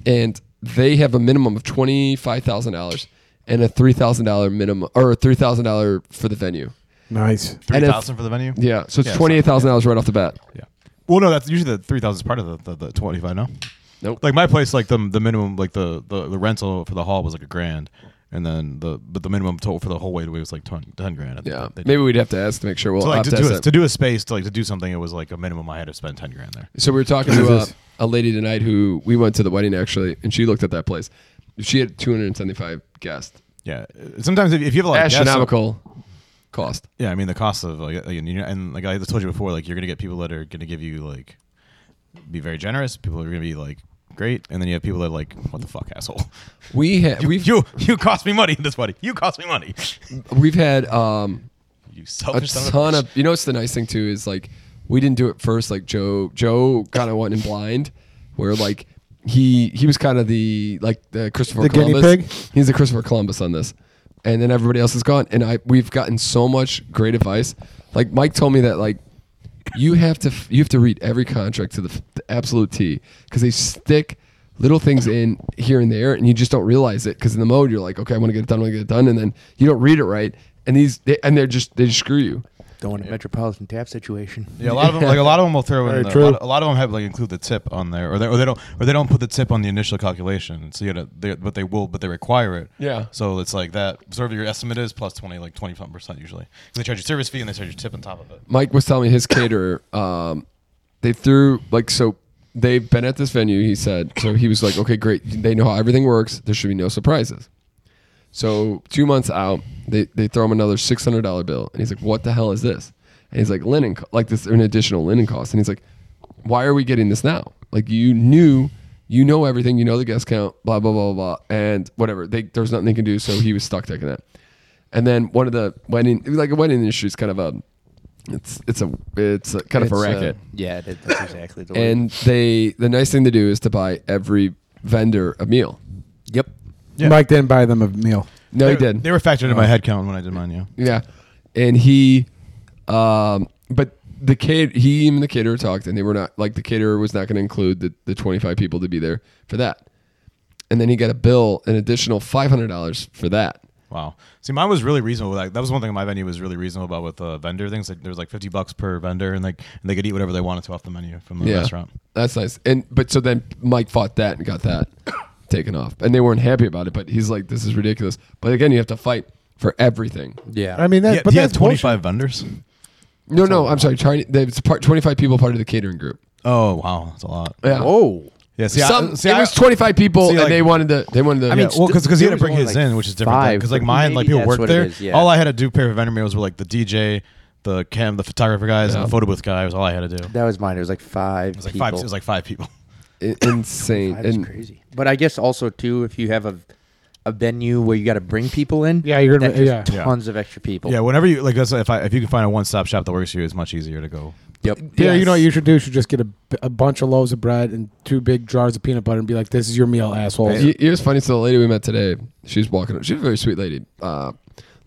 Speaker 1: and they have a minimum of twenty five thousand dollars and a three thousand dollar minimum or three thousand dollar for the venue.
Speaker 2: Nice.
Speaker 3: Three
Speaker 1: if-
Speaker 3: thousand for the venue.
Speaker 1: Yeah, so it's
Speaker 3: Yeah, so-
Speaker 1: twenty eight thousand dollars right off the bat.
Speaker 3: Yeah. Well, no, that's usually the three thousand is part of the, the, the twenty five. No.
Speaker 1: Nope.
Speaker 3: Like my place, like the the minimum, like the, the the rental for the hall was like a grand, and then the but the minimum total for the whole way was like 10, 10 grand. I think
Speaker 1: yeah,
Speaker 3: that they did.
Speaker 1: maybe we'd have to ask to make sure. We'll
Speaker 3: So like
Speaker 1: have
Speaker 3: to
Speaker 1: to
Speaker 3: do,
Speaker 1: ask
Speaker 3: a,
Speaker 1: that.
Speaker 3: to do a space to like to do something, it was like a minimum I had to spend ten grand there.
Speaker 1: So we were talking to uh, a lady tonight who we went to the wedding actually, and she looked at that place. She had 275 guests.
Speaker 3: Yeah, uh, sometimes if, if you have a lot of guests, so-
Speaker 1: Astronomical cost.
Speaker 3: yeah, I mean the cost of like, like, and, you know, and like I told you before, like you're gonna get people that are gonna give you like be very generous, people that are gonna be like great, and then you have people that are like what the fuck asshole.
Speaker 1: We had we've
Speaker 3: You you cost me money in this wedding. You cost me money.
Speaker 1: we've had um,
Speaker 3: You
Speaker 1: a
Speaker 3: selfish son
Speaker 1: ton
Speaker 3: of.
Speaker 1: of. You know, what's the nice thing too is like we didn't do it first. Like Joe, Joe kind of went in blind, where like he he was kind of the like the Christopher
Speaker 2: The guinea
Speaker 1: Columbus.
Speaker 2: pig?
Speaker 1: He's the Christopher Columbus on this, and then everybody else is gone. And I we've gotten so much great advice. Like Mike told me that like you have to f- you have to read every contract to the, f- the absolute T because they stick little things in here and there and you just don't realize it because in the mode you're like okay I want to get it done I want to get it done and then you don't read it right and these they, and they're just they just screw you
Speaker 4: Don't want a metropolitan tap situation.
Speaker 3: Yeah, a lot of them like a lot of them will throw in
Speaker 2: Very
Speaker 3: the, a,
Speaker 2: true.
Speaker 3: lot, a lot of them have like include the tip on there, or they, or they don't or they don't put the tip on the initial calculation. So you gotta, they, but they will, but they require it.
Speaker 1: Yeah.
Speaker 3: So it's like that. Sort of your estimate is plus twenty, like twenty something percent usually. 'Cause they charge you service fee and they charge you tip on top of it.
Speaker 1: Mike was telling me his caterer, um, they threw like so they've been at this venue, he said. So he was like, Okay, great. They know how everything works. There should be no surprises. So two months out, they, they throw him another six hundred dollar bill and he's like, What the hell is this? And he's like, Linen co- like this an additional linen cost. And he's like, Why are we getting this now? Like you knew you know everything, you know the guest count, blah blah blah blah, blah and whatever. They, there was nothing they can do, so he was stuck taking that. And then one of the wedding, like a wedding industry is kind of a, it's it's a it's a, kind of a
Speaker 4: It's, uh,
Speaker 1: racket.
Speaker 4: yeah, that- that's exactly the
Speaker 1: and they the nice thing to do is to buy every vendor a meal.
Speaker 4: yep.
Speaker 3: Yeah.
Speaker 2: Mike didn't buy them a meal.
Speaker 1: No, he
Speaker 3: They-
Speaker 1: did.
Speaker 3: They were factored in my head count when I did mine. Yeah.
Speaker 1: Yeah, and he, um, but the kid, he and the caterer talked, and they were not like the caterer was not going to include the the twenty five people to be there for that. And then he got a bill, an additional five hundred dollars for that.
Speaker 3: Wow. See, mine was really reasonable. Like, that was one thing my venue was really reasonable about with the vendor things. Like, there was like fifty bucks per vendor, and like and they could eat whatever they wanted to off the menu from the restaurant.
Speaker 1: That's nice. And but so then Mike fought that and got that taken off. And they weren't happy about it, but he's like, This is ridiculous. But again, you have to fight for everything.
Speaker 4: Yeah.
Speaker 2: I mean, that,
Speaker 3: Yeah,
Speaker 2: but
Speaker 3: do you
Speaker 2: that's
Speaker 3: have twenty
Speaker 2: bullshit.
Speaker 3: five vendors.
Speaker 1: No, no, I'm sorry. Trying it's part twenty five people part of the catering group.
Speaker 3: Oh wow, that's a lot.
Speaker 1: Yeah.
Speaker 4: oh,
Speaker 3: Yeah. See, I,
Speaker 1: Some,
Speaker 3: see,
Speaker 1: it
Speaker 3: I-
Speaker 1: was twenty five people
Speaker 3: see,
Speaker 1: and
Speaker 3: like-
Speaker 1: they wanted to they wanted to
Speaker 3: I mean,
Speaker 1: Yeah.
Speaker 3: well, because he had to
Speaker 4: there
Speaker 3: bring
Speaker 4: was
Speaker 3: his
Speaker 4: only,
Speaker 3: in,
Speaker 4: like,
Speaker 3: which is different.
Speaker 4: five,
Speaker 3: Because like
Speaker 4: but
Speaker 3: mine, like
Speaker 4: maybe
Speaker 3: people
Speaker 4: that's
Speaker 3: worked
Speaker 4: what it
Speaker 3: there.
Speaker 4: is, yeah.
Speaker 3: All I had to do pair of vendor meals were like the DJ, the cam, the photographer guys, and the photo booth guy. Was all I had to do. It
Speaker 4: that was mine. It was like five.
Speaker 3: was like
Speaker 4: people.
Speaker 3: five. It was like five people.
Speaker 1: I- insane.
Speaker 4: That is
Speaker 1: and
Speaker 4: crazy. But I guess also too, if you have a a venue where you got to bring people in,
Speaker 2: Yeah, you're gonna-
Speaker 4: that's just
Speaker 2: yeah.
Speaker 3: Yeah.
Speaker 4: tons of extra people.
Speaker 3: Yeah. Whenever you like, that's if I if you can find a one stop shop that works for you, it's much easier to go.
Speaker 4: Yep.
Speaker 2: Yeah, you
Speaker 1: Yes.
Speaker 2: know what you should do? You should just get a, a bunch of loaves of bread and two big jars of peanut butter and be like, "This is your meal, asshole."
Speaker 1: Y- It was funny. So the lady we met today, she was walking. She was a very Uh, sweet lady, a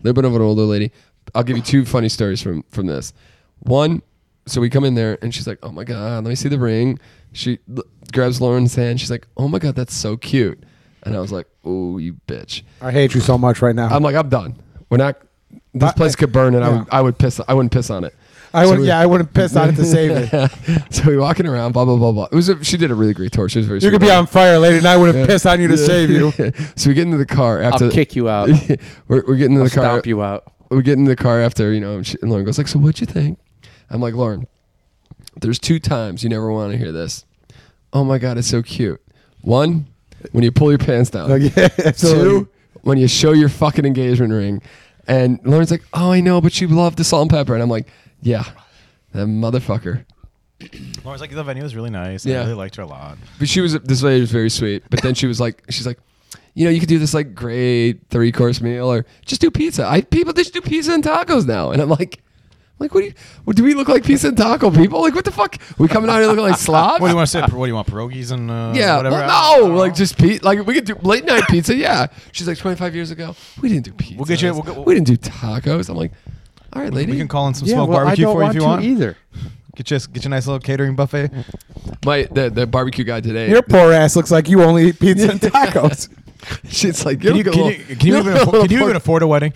Speaker 1: little bit of an older lady. I'll give you two funny stories from from this. One, so we come in there and she's like, "Oh my god, let me see the ring." She l- grabs Lauren's hand. She's like, "Oh my god, that's so cute." And I was like, "Oh, you bitch."
Speaker 2: I hate you so much right now.
Speaker 1: I'm like, "I'm done. We're not. This
Speaker 2: But-
Speaker 1: place could burn, and I
Speaker 2: Yeah.
Speaker 1: would, I would piss. I wouldn't piss on it."
Speaker 2: I
Speaker 1: So
Speaker 2: would,
Speaker 1: we-
Speaker 2: yeah, I wouldn't piss on it to save it.
Speaker 1: so we walking around, blah blah blah blah. It was a, she did a really great tour. She was very.
Speaker 2: You could
Speaker 1: sweet.
Speaker 2: be on fire later, and I would have pissed on you to
Speaker 1: Yeah.
Speaker 2: save you.
Speaker 1: so we get into the car after.
Speaker 4: I'll kick you out.
Speaker 1: we're, we're getting into the car.
Speaker 4: Stomp you out.
Speaker 1: We get in the car after you know, and, she, and Lauren goes like, "So what'd you think?" I'm like, "Lauren, there's two times you never want to hear this. Oh my god, it's so cute. One, when you pull your pants down.
Speaker 2: Like, yeah, absolutely.
Speaker 1: Two, when you show your fucking engagement ring. And Lauren's like, "Oh, I know, but you love the salt and pepper." And I'm like, "Yeah, that motherfucker."
Speaker 3: Lauren's like the venue was really nice.
Speaker 1: Yeah.
Speaker 3: I really liked her a lot.
Speaker 1: But she was this lady was very sweet. But then she was like, she's like, you know, you could do this like great three course meal or just do pizza. I people just do pizza and tacos now, and I'm like. I'm Like what do you? What, do we look like pizza and taco people? Like what the fuck? We coming out here looking like slobs?
Speaker 3: What do you want to say? What do you want? Pierogies and uh,
Speaker 1: yeah,
Speaker 3: whatever.
Speaker 1: well, no, like just pe- like we could do late night pizza. Yeah, she's like 25 years ago. We didn't do pizza.
Speaker 3: get you- we'll get-
Speaker 1: we didn't do tacos. I'm like, all right, lady.
Speaker 3: we can call in some
Speaker 4: Yeah,
Speaker 3: smoke
Speaker 4: well, I
Speaker 3: barbecue
Speaker 4: don't
Speaker 3: for you if
Speaker 4: want
Speaker 3: you
Speaker 4: to
Speaker 3: want.
Speaker 4: either.
Speaker 3: Get you get you a nice little catering buffet.
Speaker 1: My the, the barbecue guy today.
Speaker 2: Your poor ass looks like you only eat pizza and tacos.
Speaker 1: She's like,
Speaker 3: Can you,
Speaker 1: look
Speaker 3: can
Speaker 1: a
Speaker 3: you,
Speaker 1: little-
Speaker 3: can you
Speaker 1: look a
Speaker 3: even afford,
Speaker 1: little
Speaker 3: can you even
Speaker 1: porky."
Speaker 3: afford a wedding?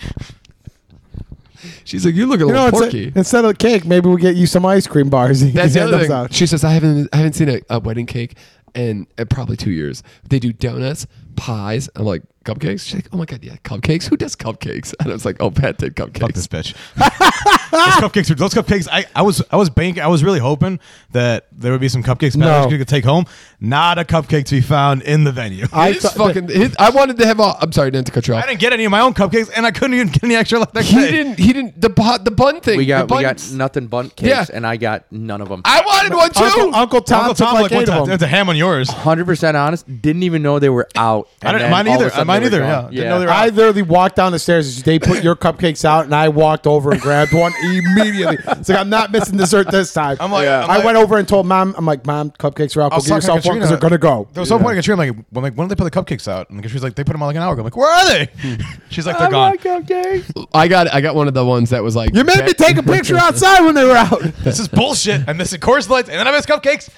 Speaker 1: She's like, you look a
Speaker 2: You
Speaker 1: little
Speaker 2: know, it's
Speaker 1: porky.
Speaker 2: like, instead of cake, maybe we get you some ice cream bars. You
Speaker 1: That's the
Speaker 2: can hand
Speaker 1: other
Speaker 2: those
Speaker 1: thing.
Speaker 2: out.
Speaker 1: She says I haven't I haven't seen a, a wedding cake in uh, probably two years. They do donuts, pies. I'm like cupcakes. She's like, oh my god, yeah, cupcakes. Who does cupcakes? And I was like, oh, Pat did
Speaker 3: Fuck
Speaker 1: cupcakes.
Speaker 3: this bitch. those cupcakes. Are, those cupcakes. I, I was I was banking. I was really hoping that there would be some cupcakes
Speaker 2: No.
Speaker 3: Patrick could take home. Not a cupcake to be found in the venue. I,
Speaker 1: I
Speaker 2: thought-
Speaker 1: fucking. his- I wanted to have. All, I'm sorry, not to cut you off.
Speaker 3: didn't get any of my own cupcakes, and I couldn't even get any extra left. that
Speaker 1: He
Speaker 3: day.
Speaker 1: didn't. He didn't. The bun, the bun thing.
Speaker 4: We got
Speaker 1: the
Speaker 4: we got
Speaker 1: buns.
Speaker 4: nothing bunt cakes,
Speaker 1: Yeah.
Speaker 4: and I got none of them.
Speaker 1: I wanted one too.
Speaker 2: Uncle, Uncle Tom
Speaker 3: Uncle
Speaker 2: took
Speaker 3: Tom
Speaker 2: like
Speaker 3: like one
Speaker 2: eight
Speaker 3: time.
Speaker 2: of them.
Speaker 3: It's a ham on yours.
Speaker 4: Hundred percent honest. Didn't even know they were out.
Speaker 3: I
Speaker 4: and
Speaker 3: didn't-
Speaker 4: then
Speaker 3: mine
Speaker 4: all of a
Speaker 3: either.
Speaker 4: sudden
Speaker 3: Mine
Speaker 4: they were
Speaker 3: either,
Speaker 4: gone.
Speaker 3: yeah. Didn't know they were out.
Speaker 2: I literally walked down the stairs. They put your cupcakes out, and I walked over and grabbed one immediately. It's like I'm not missing dessert this time.
Speaker 3: I'm like-
Speaker 2: Yeah.
Speaker 3: I'm
Speaker 2: I
Speaker 3: like-
Speaker 2: went over and told mom, I'm like, mom, cupcakes are out. Go
Speaker 3: I was
Speaker 2: get
Speaker 3: talking to
Speaker 2: yourself one
Speaker 3: Katrina.
Speaker 2: because they're gonna go.
Speaker 3: There was no point in Katrina. I'm like, well, like, when did they put the cupcakes out? And Katrina's like, they put them out like an hour ago. I'm like, where are they?
Speaker 2: Hmm.
Speaker 3: She's like, they're
Speaker 4: I
Speaker 3: gone.
Speaker 4: want cupcakes.
Speaker 1: I got. I got one of the ones that was like.
Speaker 2: You made me take a picture outside when they were out.
Speaker 3: This is bullshit. I miss the course lights, and then I miss cupcakes.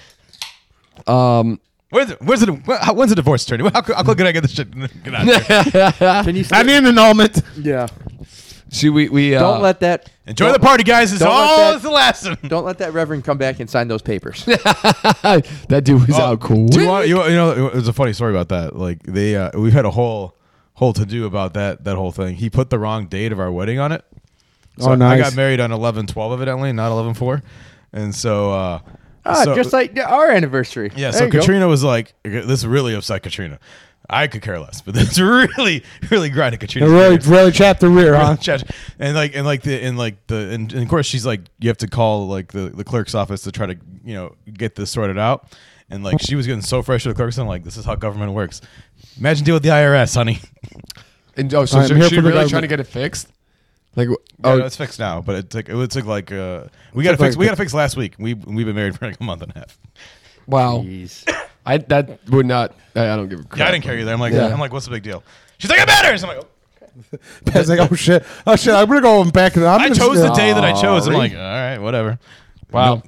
Speaker 1: Um.
Speaker 3: Where's it? Where's it? Where, how, when's the divorce attorney? How, how quick can I get this shit? Get out of here.
Speaker 4: Can you?
Speaker 2: I need an annulment.
Speaker 4: yeah.
Speaker 1: She. We. We. Uh,
Speaker 4: Don't let that.
Speaker 3: Enjoy
Speaker 4: don't-
Speaker 3: the party, guys. It's
Speaker 4: don't let
Speaker 3: all
Speaker 4: that-
Speaker 3: it's the last one.
Speaker 4: Don't let that reverend come back and sign those papers.
Speaker 1: that dude was out cool.
Speaker 3: Do Oh, you want? You, you know, it was a funny story about that. Like they, uh, we've had a whole whole to do about that that whole thing. He put the wrong date of our wedding on it. So
Speaker 2: Oh,
Speaker 3: I
Speaker 2: nice.
Speaker 3: got married on 11-12, evidently, not 11-4. and so. uh
Speaker 4: Ah,
Speaker 3: so-
Speaker 4: just like our anniversary.
Speaker 3: Yeah,
Speaker 4: There
Speaker 3: so
Speaker 4: you go.
Speaker 3: Katrina was like, this really upset Katrina. I could care less, but this really, really grinded
Speaker 2: It
Speaker 3: Katrina.
Speaker 2: really, really chapped the rear, huh?
Speaker 3: and like and like the and like the and, and of course she's like you have to call like the, the clerk's office to try to you know get this sorted out and like she was getting so fresh with the clerk's and like this is how government works imagine deal with the IRS honey
Speaker 1: And, oh, so
Speaker 2: I'm
Speaker 1: she,
Speaker 2: here
Speaker 1: she
Speaker 2: for the
Speaker 1: really
Speaker 2: government.
Speaker 1: trying to get it fixed. Like. wh-
Speaker 3: oh
Speaker 1: Oh.
Speaker 3: it's fixed now but it took it took like uh we got to
Speaker 2: took, like,
Speaker 3: fix we
Speaker 2: the-
Speaker 3: got to fix last week we we've been married for like a month and a half
Speaker 1: wow.
Speaker 4: Jeez.
Speaker 1: I that would not. I, I don't give a crap.
Speaker 3: yeah I didn't care either I'm like
Speaker 1: Yeah.
Speaker 3: I'm like what's the big deal she's like it matters I'm like "Oh."
Speaker 2: I was like, oh shit, oh shit, I'm gonna go back. And I'm
Speaker 3: I
Speaker 2: gonna-
Speaker 3: chose the day that I chose. I'm
Speaker 4: Sorry.
Speaker 3: like, all right, whatever.
Speaker 1: Wow.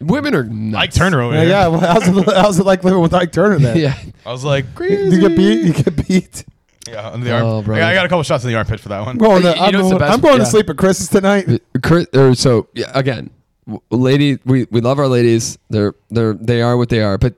Speaker 1: Women are nuts.
Speaker 3: Ike Turner over
Speaker 2: Yeah,
Speaker 3: here.
Speaker 2: yeah. Well, how's, it, how's it like living with Ike Turner then?
Speaker 1: Yeah.
Speaker 3: I was like,
Speaker 2: You
Speaker 3: crazy.
Speaker 2: get beat. You get beat.
Speaker 3: Yeah, under the
Speaker 1: Oh,
Speaker 3: arm.
Speaker 1: brother.
Speaker 3: I, I got a couple shots in the armpit for that one.
Speaker 2: I'm going,
Speaker 1: You-
Speaker 2: to,
Speaker 1: you
Speaker 2: I'm
Speaker 1: know it's the
Speaker 2: going,
Speaker 1: best-
Speaker 2: I'm going
Speaker 1: yeah.
Speaker 2: to sleep at Chris's tonight.
Speaker 1: Cur- or so yeah, again, w- lady, we, we love our ladies. They're they're they are what they are. But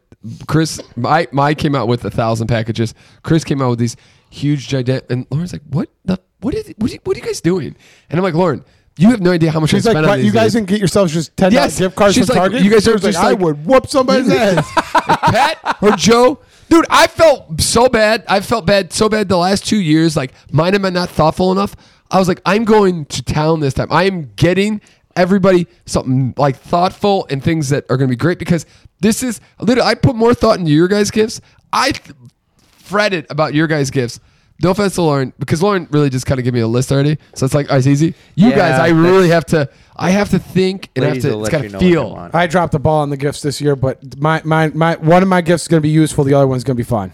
Speaker 1: Chris, my my came out with a thousand packages. Chris came out with these huge gigantic. And Lauren's like, what the what is what are, you, what are you guys doing? And I'm like, Lauren, you have no idea how much
Speaker 2: She's
Speaker 1: I
Speaker 2: like,
Speaker 1: spent on
Speaker 2: what,
Speaker 1: these.
Speaker 2: you guys
Speaker 1: ladies."
Speaker 2: didn't get yourselves just ten
Speaker 1: Yes.
Speaker 2: gift cards
Speaker 1: She's
Speaker 2: from
Speaker 1: like,
Speaker 2: Target.
Speaker 1: you guys
Speaker 2: She
Speaker 1: are
Speaker 2: was like,
Speaker 1: just
Speaker 2: I
Speaker 1: like-
Speaker 2: would whoop somebody's ass.
Speaker 1: Pat or Joe. Dude, I felt so bad. I felt bad so bad the last two years. Like, mine am I not thoughtful enough? I was like, I'm going to town this time. I am getting everybody something like thoughtful and things that are going to be great because this is literally. I put more thought into your guys' gifts. I th- fretted about your guys' gifts. No offense to Lauren, because Lauren really just kind of gave me a list already, so it's like oh, it's easy. You
Speaker 4: Yeah,
Speaker 1: guys, I really have to. I have to think and I have
Speaker 4: Ladies
Speaker 1: to.
Speaker 4: will
Speaker 1: It's
Speaker 4: let
Speaker 1: got
Speaker 4: you know
Speaker 1: to
Speaker 4: what they
Speaker 1: feel.
Speaker 4: want.
Speaker 2: I dropped the ball on the gifts this year, but my my my one of my gifts is going to be useful. The other one's going to be fun.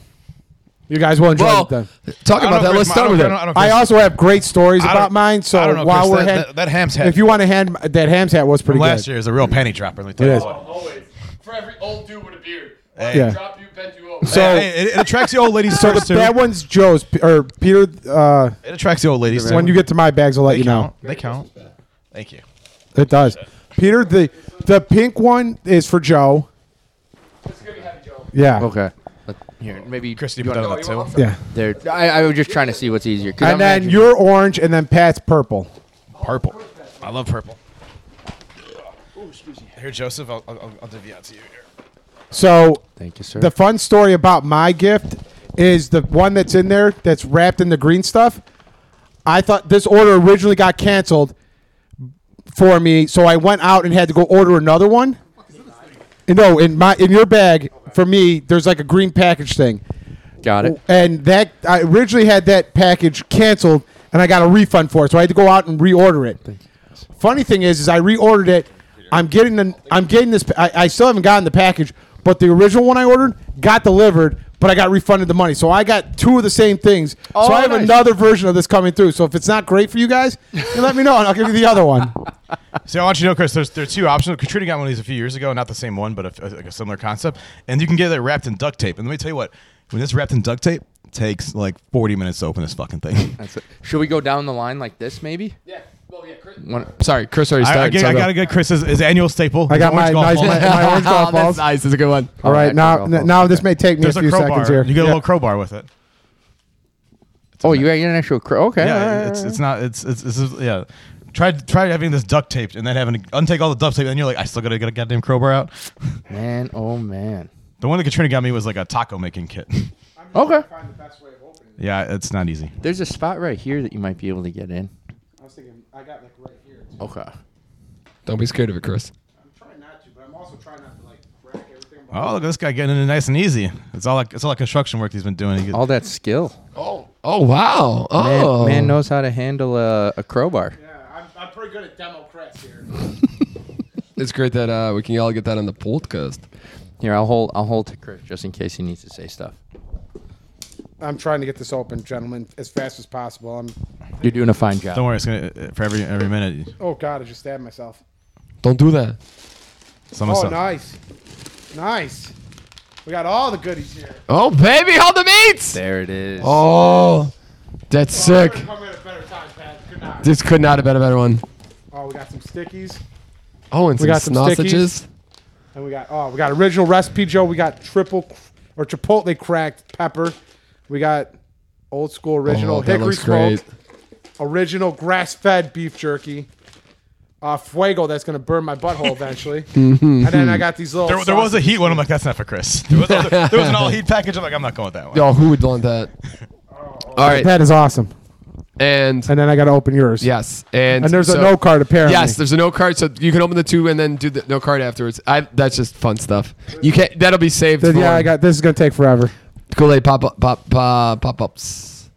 Speaker 2: You guys will enjoy
Speaker 1: Well,
Speaker 2: it then.
Speaker 1: talk about that. Let's start with
Speaker 3: I
Speaker 1: it.
Speaker 3: don't, I don't
Speaker 2: I
Speaker 3: Chris.
Speaker 2: also have great stories
Speaker 3: I
Speaker 2: about
Speaker 3: don't-
Speaker 2: mine. So
Speaker 3: I don't know,
Speaker 2: while
Speaker 3: Chris,
Speaker 2: we're
Speaker 3: that-
Speaker 2: hand-
Speaker 3: that- that ham's hat-
Speaker 2: if you want to hand that ham's hat was pretty
Speaker 3: last
Speaker 2: good.
Speaker 3: year is a real panty dropper. Let me tell
Speaker 2: It
Speaker 3: you
Speaker 2: is.
Speaker 3: what.
Speaker 1: Always. For every old dude with a beard.
Speaker 2: Yeah.
Speaker 1: Drop you, bend you over.
Speaker 2: So-
Speaker 3: Hey, hey, it, it attracts the old ladies
Speaker 2: So
Speaker 3: first
Speaker 2: the,
Speaker 3: too.
Speaker 2: that one's Joe's P- or Peter. Uh,
Speaker 3: it attracts the old ladies too.
Speaker 2: when you get to my bags, I'll let
Speaker 3: they
Speaker 2: you know.
Speaker 3: count. They count. Thank you.
Speaker 2: It does. Peter, the the pink one is for Joe. Yeah.
Speaker 4: Okay. Let- Here, maybe
Speaker 3: Christy
Speaker 4: you
Speaker 3: put
Speaker 4: wanna
Speaker 3: that on
Speaker 4: go
Speaker 3: the table.
Speaker 2: Yeah.
Speaker 4: there. I, I was just trying to see what's easier. 'cause I'm
Speaker 2: And then
Speaker 4: imagining-
Speaker 2: you're orange, and then Pat's purple.
Speaker 3: Purple. I love purple. Here, Joseph, I'll, I'll, I'll- I'll divvy out to you here.
Speaker 2: So
Speaker 4: Thank you, sir.
Speaker 2: the fun story about my gift is the one that's in there that's wrapped in the green stuff. I thought this order originally got canceled for me, so I went out and had to go order another one. And No, in my in your bag for me, there's like a green package thing,
Speaker 4: Got it.
Speaker 2: and that I originally had that package canceled, and I got a refund for it, so I had to go out and reorder it. Funny thing is, is I reordered it. I'm getting the I'm getting this. I, I still haven't gotten the package, but the original one I ordered got delivered, but I got refunded the money. So I got two of the same things.
Speaker 3: Oh,
Speaker 2: so I have
Speaker 4: nice.
Speaker 2: another version of this coming through. So if it's not great for you guys, you let me know, and I'll give you the other one.
Speaker 3: So I want you to know, Chris, there's there are two options. Katrina got one of these a few years ago, not the same one, but a, like a similar concept. And you can get it wrapped in duct tape. And let me tell you what, when it's wrapped in duct tape, it takes like 40 minutes to open this fucking thing.
Speaker 4: That's it. Should we go down the line like this, maybe?
Speaker 1: yeah. Well, yeah, Chris.
Speaker 4: One-
Speaker 1: Sorry, Chris already
Speaker 3: I,
Speaker 1: started.
Speaker 3: I, get-
Speaker 1: so
Speaker 3: I
Speaker 1: go.
Speaker 3: gotta get Chris's his annual staple.
Speaker 2: I got
Speaker 3: his
Speaker 2: my
Speaker 3: orange
Speaker 2: nice, my,
Speaker 3: golf ball.
Speaker 2: my orange
Speaker 1: that's
Speaker 2: golf balls.
Speaker 1: nice. That's a good one.
Speaker 2: All right,
Speaker 4: Oh,
Speaker 2: now
Speaker 4: golf balls.
Speaker 2: now this may take me
Speaker 3: There's
Speaker 2: a
Speaker 3: a
Speaker 2: few
Speaker 3: crowbar.
Speaker 2: seconds here.
Speaker 3: You get a little crowbar with it.
Speaker 4: Oh, you got an actual cr- okay.
Speaker 3: Yeah, it's it's not it's it's, it's yeah. Try try having this duct taped and then having to untake all the duct tape and you're like, I still gotta get a goddamn crowbar out.
Speaker 4: man, oh man.
Speaker 3: The one that Katrina got me was like a taco making kit.
Speaker 4: Okay.
Speaker 3: yeah, it's not easy.
Speaker 4: There's a spot right here that you might be able to get in. Okay.
Speaker 1: Don't be scared of it, Chris.
Speaker 3: Oh, look at this guy getting it nice and easy. It's all like it's all that construction work he's been doing. He gets-
Speaker 4: All that skill.
Speaker 1: Oh. Oh wow.
Speaker 4: Man,
Speaker 1: Oh.
Speaker 4: man knows how to handle a, a crowbar.
Speaker 2: I'm, I'm pretty good at demo crafts here.
Speaker 1: It's great that uh, we can all get that on the podcast.
Speaker 4: Here, I'll hold I'll hold to Chris just in case he needs to say stuff.
Speaker 2: I'm trying to get this open, gentlemen, as fast as possible. I'm.
Speaker 4: You're doing a fine job.
Speaker 3: Don't worry, it's gonna uh, for every every minute.
Speaker 2: Oh God, I just stabbed myself.
Speaker 1: Don't do that.
Speaker 3: Someone
Speaker 2: Oh,
Speaker 3: saw-
Speaker 2: nice, nice. We got all the goodies here.
Speaker 1: Oh baby, hold the meats.
Speaker 4: There it is.
Speaker 1: Oh, that's sick.
Speaker 2: Come at a better time, Pat. Good night.
Speaker 1: This could not have been a better one.
Speaker 2: Oh, we got some stickies,
Speaker 1: Oh, and
Speaker 2: We
Speaker 1: some
Speaker 2: got some
Speaker 1: sausages.
Speaker 2: and we got oh, we got original recipe, Joe. We got triple cr- or chipotle cracked pepper. We got old school original
Speaker 1: Oh, that
Speaker 2: hickory
Speaker 1: looks great.
Speaker 2: smoked, original grass fed beef jerky. Uh, fuego that's gonna burn my butthole eventually, and then I got these little.
Speaker 3: There, there was a
Speaker 2: sausages.
Speaker 3: heat one. I'm like, that's not for Chris. There was, there was an all heat package. I'm like, I'm not going with that one.
Speaker 1: Yo, who would want that? All right,
Speaker 2: That is awesome.
Speaker 1: and
Speaker 2: And then I got to open yours.
Speaker 1: yes, and
Speaker 2: And there's
Speaker 1: so-
Speaker 2: a no card apparently.
Speaker 1: Yes, there's a no card, so you can open the two and then do the no card afterwards. I that's just fun stuff. You can't. That'll be saved.
Speaker 2: Then,
Speaker 1: for
Speaker 2: yeah, I got. This is gonna take forever.
Speaker 1: Kool Aid pop up pop pop pop ups.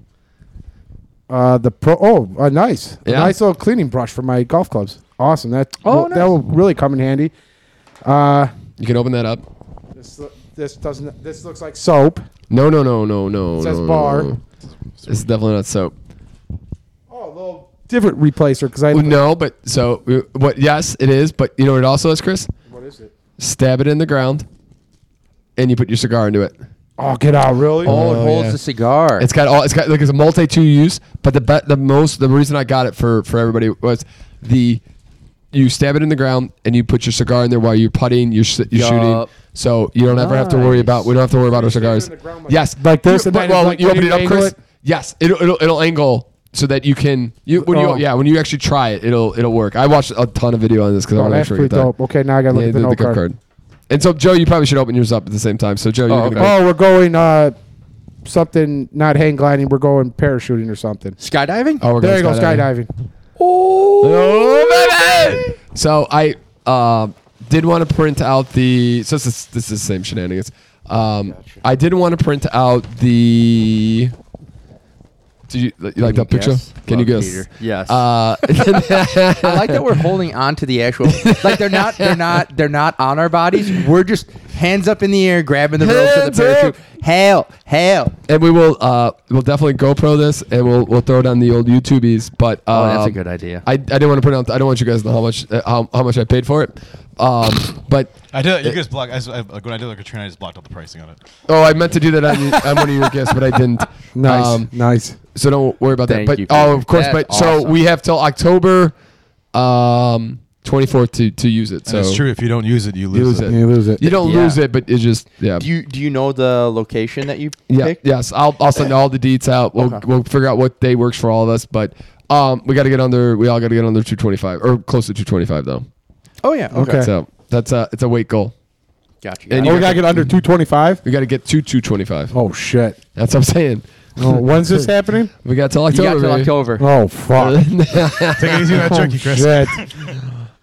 Speaker 2: Uh, the pro. Oh, uh, nice. A
Speaker 1: Yeah.
Speaker 2: nice little cleaning brush for my golf clubs. Awesome. That.
Speaker 4: Oh,
Speaker 2: will-
Speaker 4: nice.
Speaker 2: That will really come in handy. Uh,
Speaker 1: You can open that up.
Speaker 2: this lo- this doesn't. This looks like soap.
Speaker 1: No, no, no, no, no.
Speaker 2: It says
Speaker 1: no, no,
Speaker 2: bar.
Speaker 1: no. This is definitely not soap.
Speaker 2: Oh, a little different replacer because I.
Speaker 1: Well, no, but so uh, what? Yes, it is. But you know what it also is, Chris?
Speaker 2: What is it?
Speaker 1: Stab it in the ground, and you put your cigar into it.
Speaker 2: Oh, get out! Really?
Speaker 4: Oh, it
Speaker 1: Oh,
Speaker 4: holds
Speaker 1: yeah.
Speaker 4: the cigar.
Speaker 1: It's got all. It's got like it's a multi two use. But the be, the most the reason I got it for for everybody was the you stab it in the ground and you put your cigar in there while you're putting, you're, sh- you're shooting.
Speaker 4: Yup.
Speaker 1: So you don't ever have to worry
Speaker 4: Nice.
Speaker 1: about. We don't have to worry about our
Speaker 2: stab it in
Speaker 1: cigars.
Speaker 2: the ground like-
Speaker 1: Yes,
Speaker 2: Like this
Speaker 1: You,
Speaker 2: and then
Speaker 1: but, well,
Speaker 2: like-
Speaker 1: you
Speaker 2: can
Speaker 1: open
Speaker 2: you
Speaker 1: it up,
Speaker 2: angle
Speaker 1: Chris.
Speaker 2: it?
Speaker 1: Yes, it'll, it'll it'll angle so that you can you when
Speaker 2: Oh.
Speaker 1: you yeah when you actually try it it'll it'll work. I watched a ton of video on this because I
Speaker 2: Oh,
Speaker 1: want to make
Speaker 2: that's
Speaker 1: sure we
Speaker 2: pretty
Speaker 1: get that.
Speaker 2: dope. Okay, now I got to look
Speaker 1: Yeah,
Speaker 2: at the, no
Speaker 1: gift
Speaker 2: card.
Speaker 1: And so, Joe, you probably should open yours up at the same time. So, Joe, you're gonna
Speaker 4: Oh, okay.
Speaker 1: go-
Speaker 2: Oh, we're going uh, something not hang gliding. We're going parachuting or something.
Speaker 4: skydiving?
Speaker 1: oh, we're
Speaker 2: There you go,
Speaker 1: going
Speaker 2: skydiving.
Speaker 1: Oh, baby! So I uh, did want to print out the. So this is, this is the same shenanigans. Um, I did want to print out the Did you, you like that
Speaker 4: you
Speaker 1: picture?
Speaker 4: guess?
Speaker 1: Can you
Speaker 5: Love
Speaker 1: guess?
Speaker 5: Peter. Yes.
Speaker 1: Uh,
Speaker 4: I like that we're holding on to the actual like they're not they're not they're not on our bodies. We're just hands up in the air, grabbing the ropes of
Speaker 1: Hands
Speaker 4: the parachute. Hail, hail!
Speaker 1: and we will uh, we'll definitely GoPro this, and we'll we'll throw it on the old YouTubies. But um,
Speaker 5: Oh, that's a good idea.
Speaker 1: I, I didn't want to put it out. I don't want you guys to know how much uh, how, how much I paid for it. Um, but
Speaker 3: I did. You just block. I, s- I- like when I did like Katrina, I just blocked out the pricing on it.
Speaker 1: oh, I meant to do that on, on one of your gifts, but I didn't.
Speaker 2: Nice,
Speaker 1: Um,
Speaker 2: nice.
Speaker 1: so don't worry about that.
Speaker 5: Thank
Speaker 1: But
Speaker 5: you,
Speaker 1: oh,
Speaker 5: Peter.
Speaker 1: of course.
Speaker 4: That's
Speaker 1: but so
Speaker 4: awesome.
Speaker 1: we have till October um, 24th to to use it.
Speaker 3: And
Speaker 1: So
Speaker 3: it's true. If you don't use it, you
Speaker 1: You lose
Speaker 3: lose,
Speaker 1: it.
Speaker 2: You lose it.
Speaker 1: You don't
Speaker 4: Yeah.
Speaker 1: lose it, but it's just yeah.
Speaker 5: Do you do you know the location that you
Speaker 1: Yeah.
Speaker 5: picked?
Speaker 1: Yes. I'll I'll send all the deets out. We'll
Speaker 5: Okay.
Speaker 1: we'll figure out what day works for all of us. But um, we got to get under. We all got to get under 225 or close to 225 though.
Speaker 4: Oh yeah, okay,
Speaker 2: Okay.
Speaker 1: So that's a it's a weight goal.
Speaker 4: got
Speaker 1: And you-
Speaker 4: you. got
Speaker 1: Mm-hmm.
Speaker 4: you.
Speaker 2: Oh, we gotta get under two twenty five.
Speaker 1: We got to get to 225.
Speaker 2: Oh shit.
Speaker 1: That's what I'm saying.
Speaker 2: Oh, when's this happening?
Speaker 1: We got till
Speaker 4: You
Speaker 1: October.
Speaker 4: got till
Speaker 1: baby.
Speaker 4: October.
Speaker 2: Oh fuck.
Speaker 3: it. Take it easy on that
Speaker 2: oh,
Speaker 3: turkey, Chris.
Speaker 2: shit.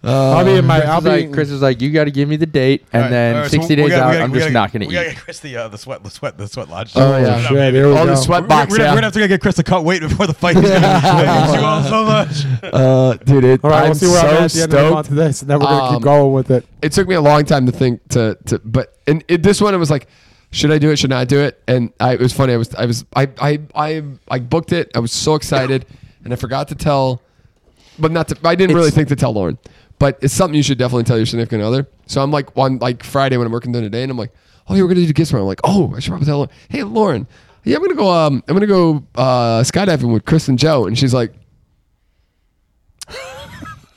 Speaker 1: Um,
Speaker 2: I'll be in my. I'll
Speaker 4: Chris,
Speaker 2: be.
Speaker 4: was like, Chris was like, "You got to give me the date, and
Speaker 3: All right,
Speaker 4: then
Speaker 3: all right, so
Speaker 4: 60
Speaker 3: we
Speaker 4: days
Speaker 3: gotta-
Speaker 4: out,
Speaker 3: we gotta-
Speaker 4: I'm
Speaker 3: we
Speaker 4: just
Speaker 3: gotta-
Speaker 4: not going to
Speaker 3: We
Speaker 4: eat."
Speaker 3: gotta get Chris the uh, the sweat the sweat the sweat lodge.
Speaker 1: Oh,
Speaker 2: oh
Speaker 1: yeah.
Speaker 2: shit. Here we
Speaker 1: All
Speaker 2: go.
Speaker 1: the sweat
Speaker 3: We're, gonna-
Speaker 1: box.
Speaker 3: we're, gonna- we're gonna
Speaker 1: Yeah.
Speaker 3: have to get Chris to cut weight before the fight. He's gonna- Thank you all so much.
Speaker 1: Uh, dude, it,
Speaker 2: All right,
Speaker 1: I'm
Speaker 2: we'll see where
Speaker 1: so
Speaker 2: I'm at at the end of the
Speaker 1: stoked.
Speaker 2: month of this, and then we're gonna
Speaker 1: Um,
Speaker 2: keep going with it.
Speaker 1: it took me a long time to think to to but and it, this one it was like should I do it should not I do it and I it was funny I was I was I I I, I booked it I was so excited and I forgot to tell but not to I didn't really
Speaker 4: It's-
Speaker 1: think to tell Lauren but it's something you should definitely tell your significant other so I'm like on like Friday when I'm working during the day and I'm like oh you were gonna do gifts tomorrow I'm like oh I should probably tell Lauren hey Lauren yeah I'm gonna go um I'm gonna go uh skydiving with Chris and Joe and she's like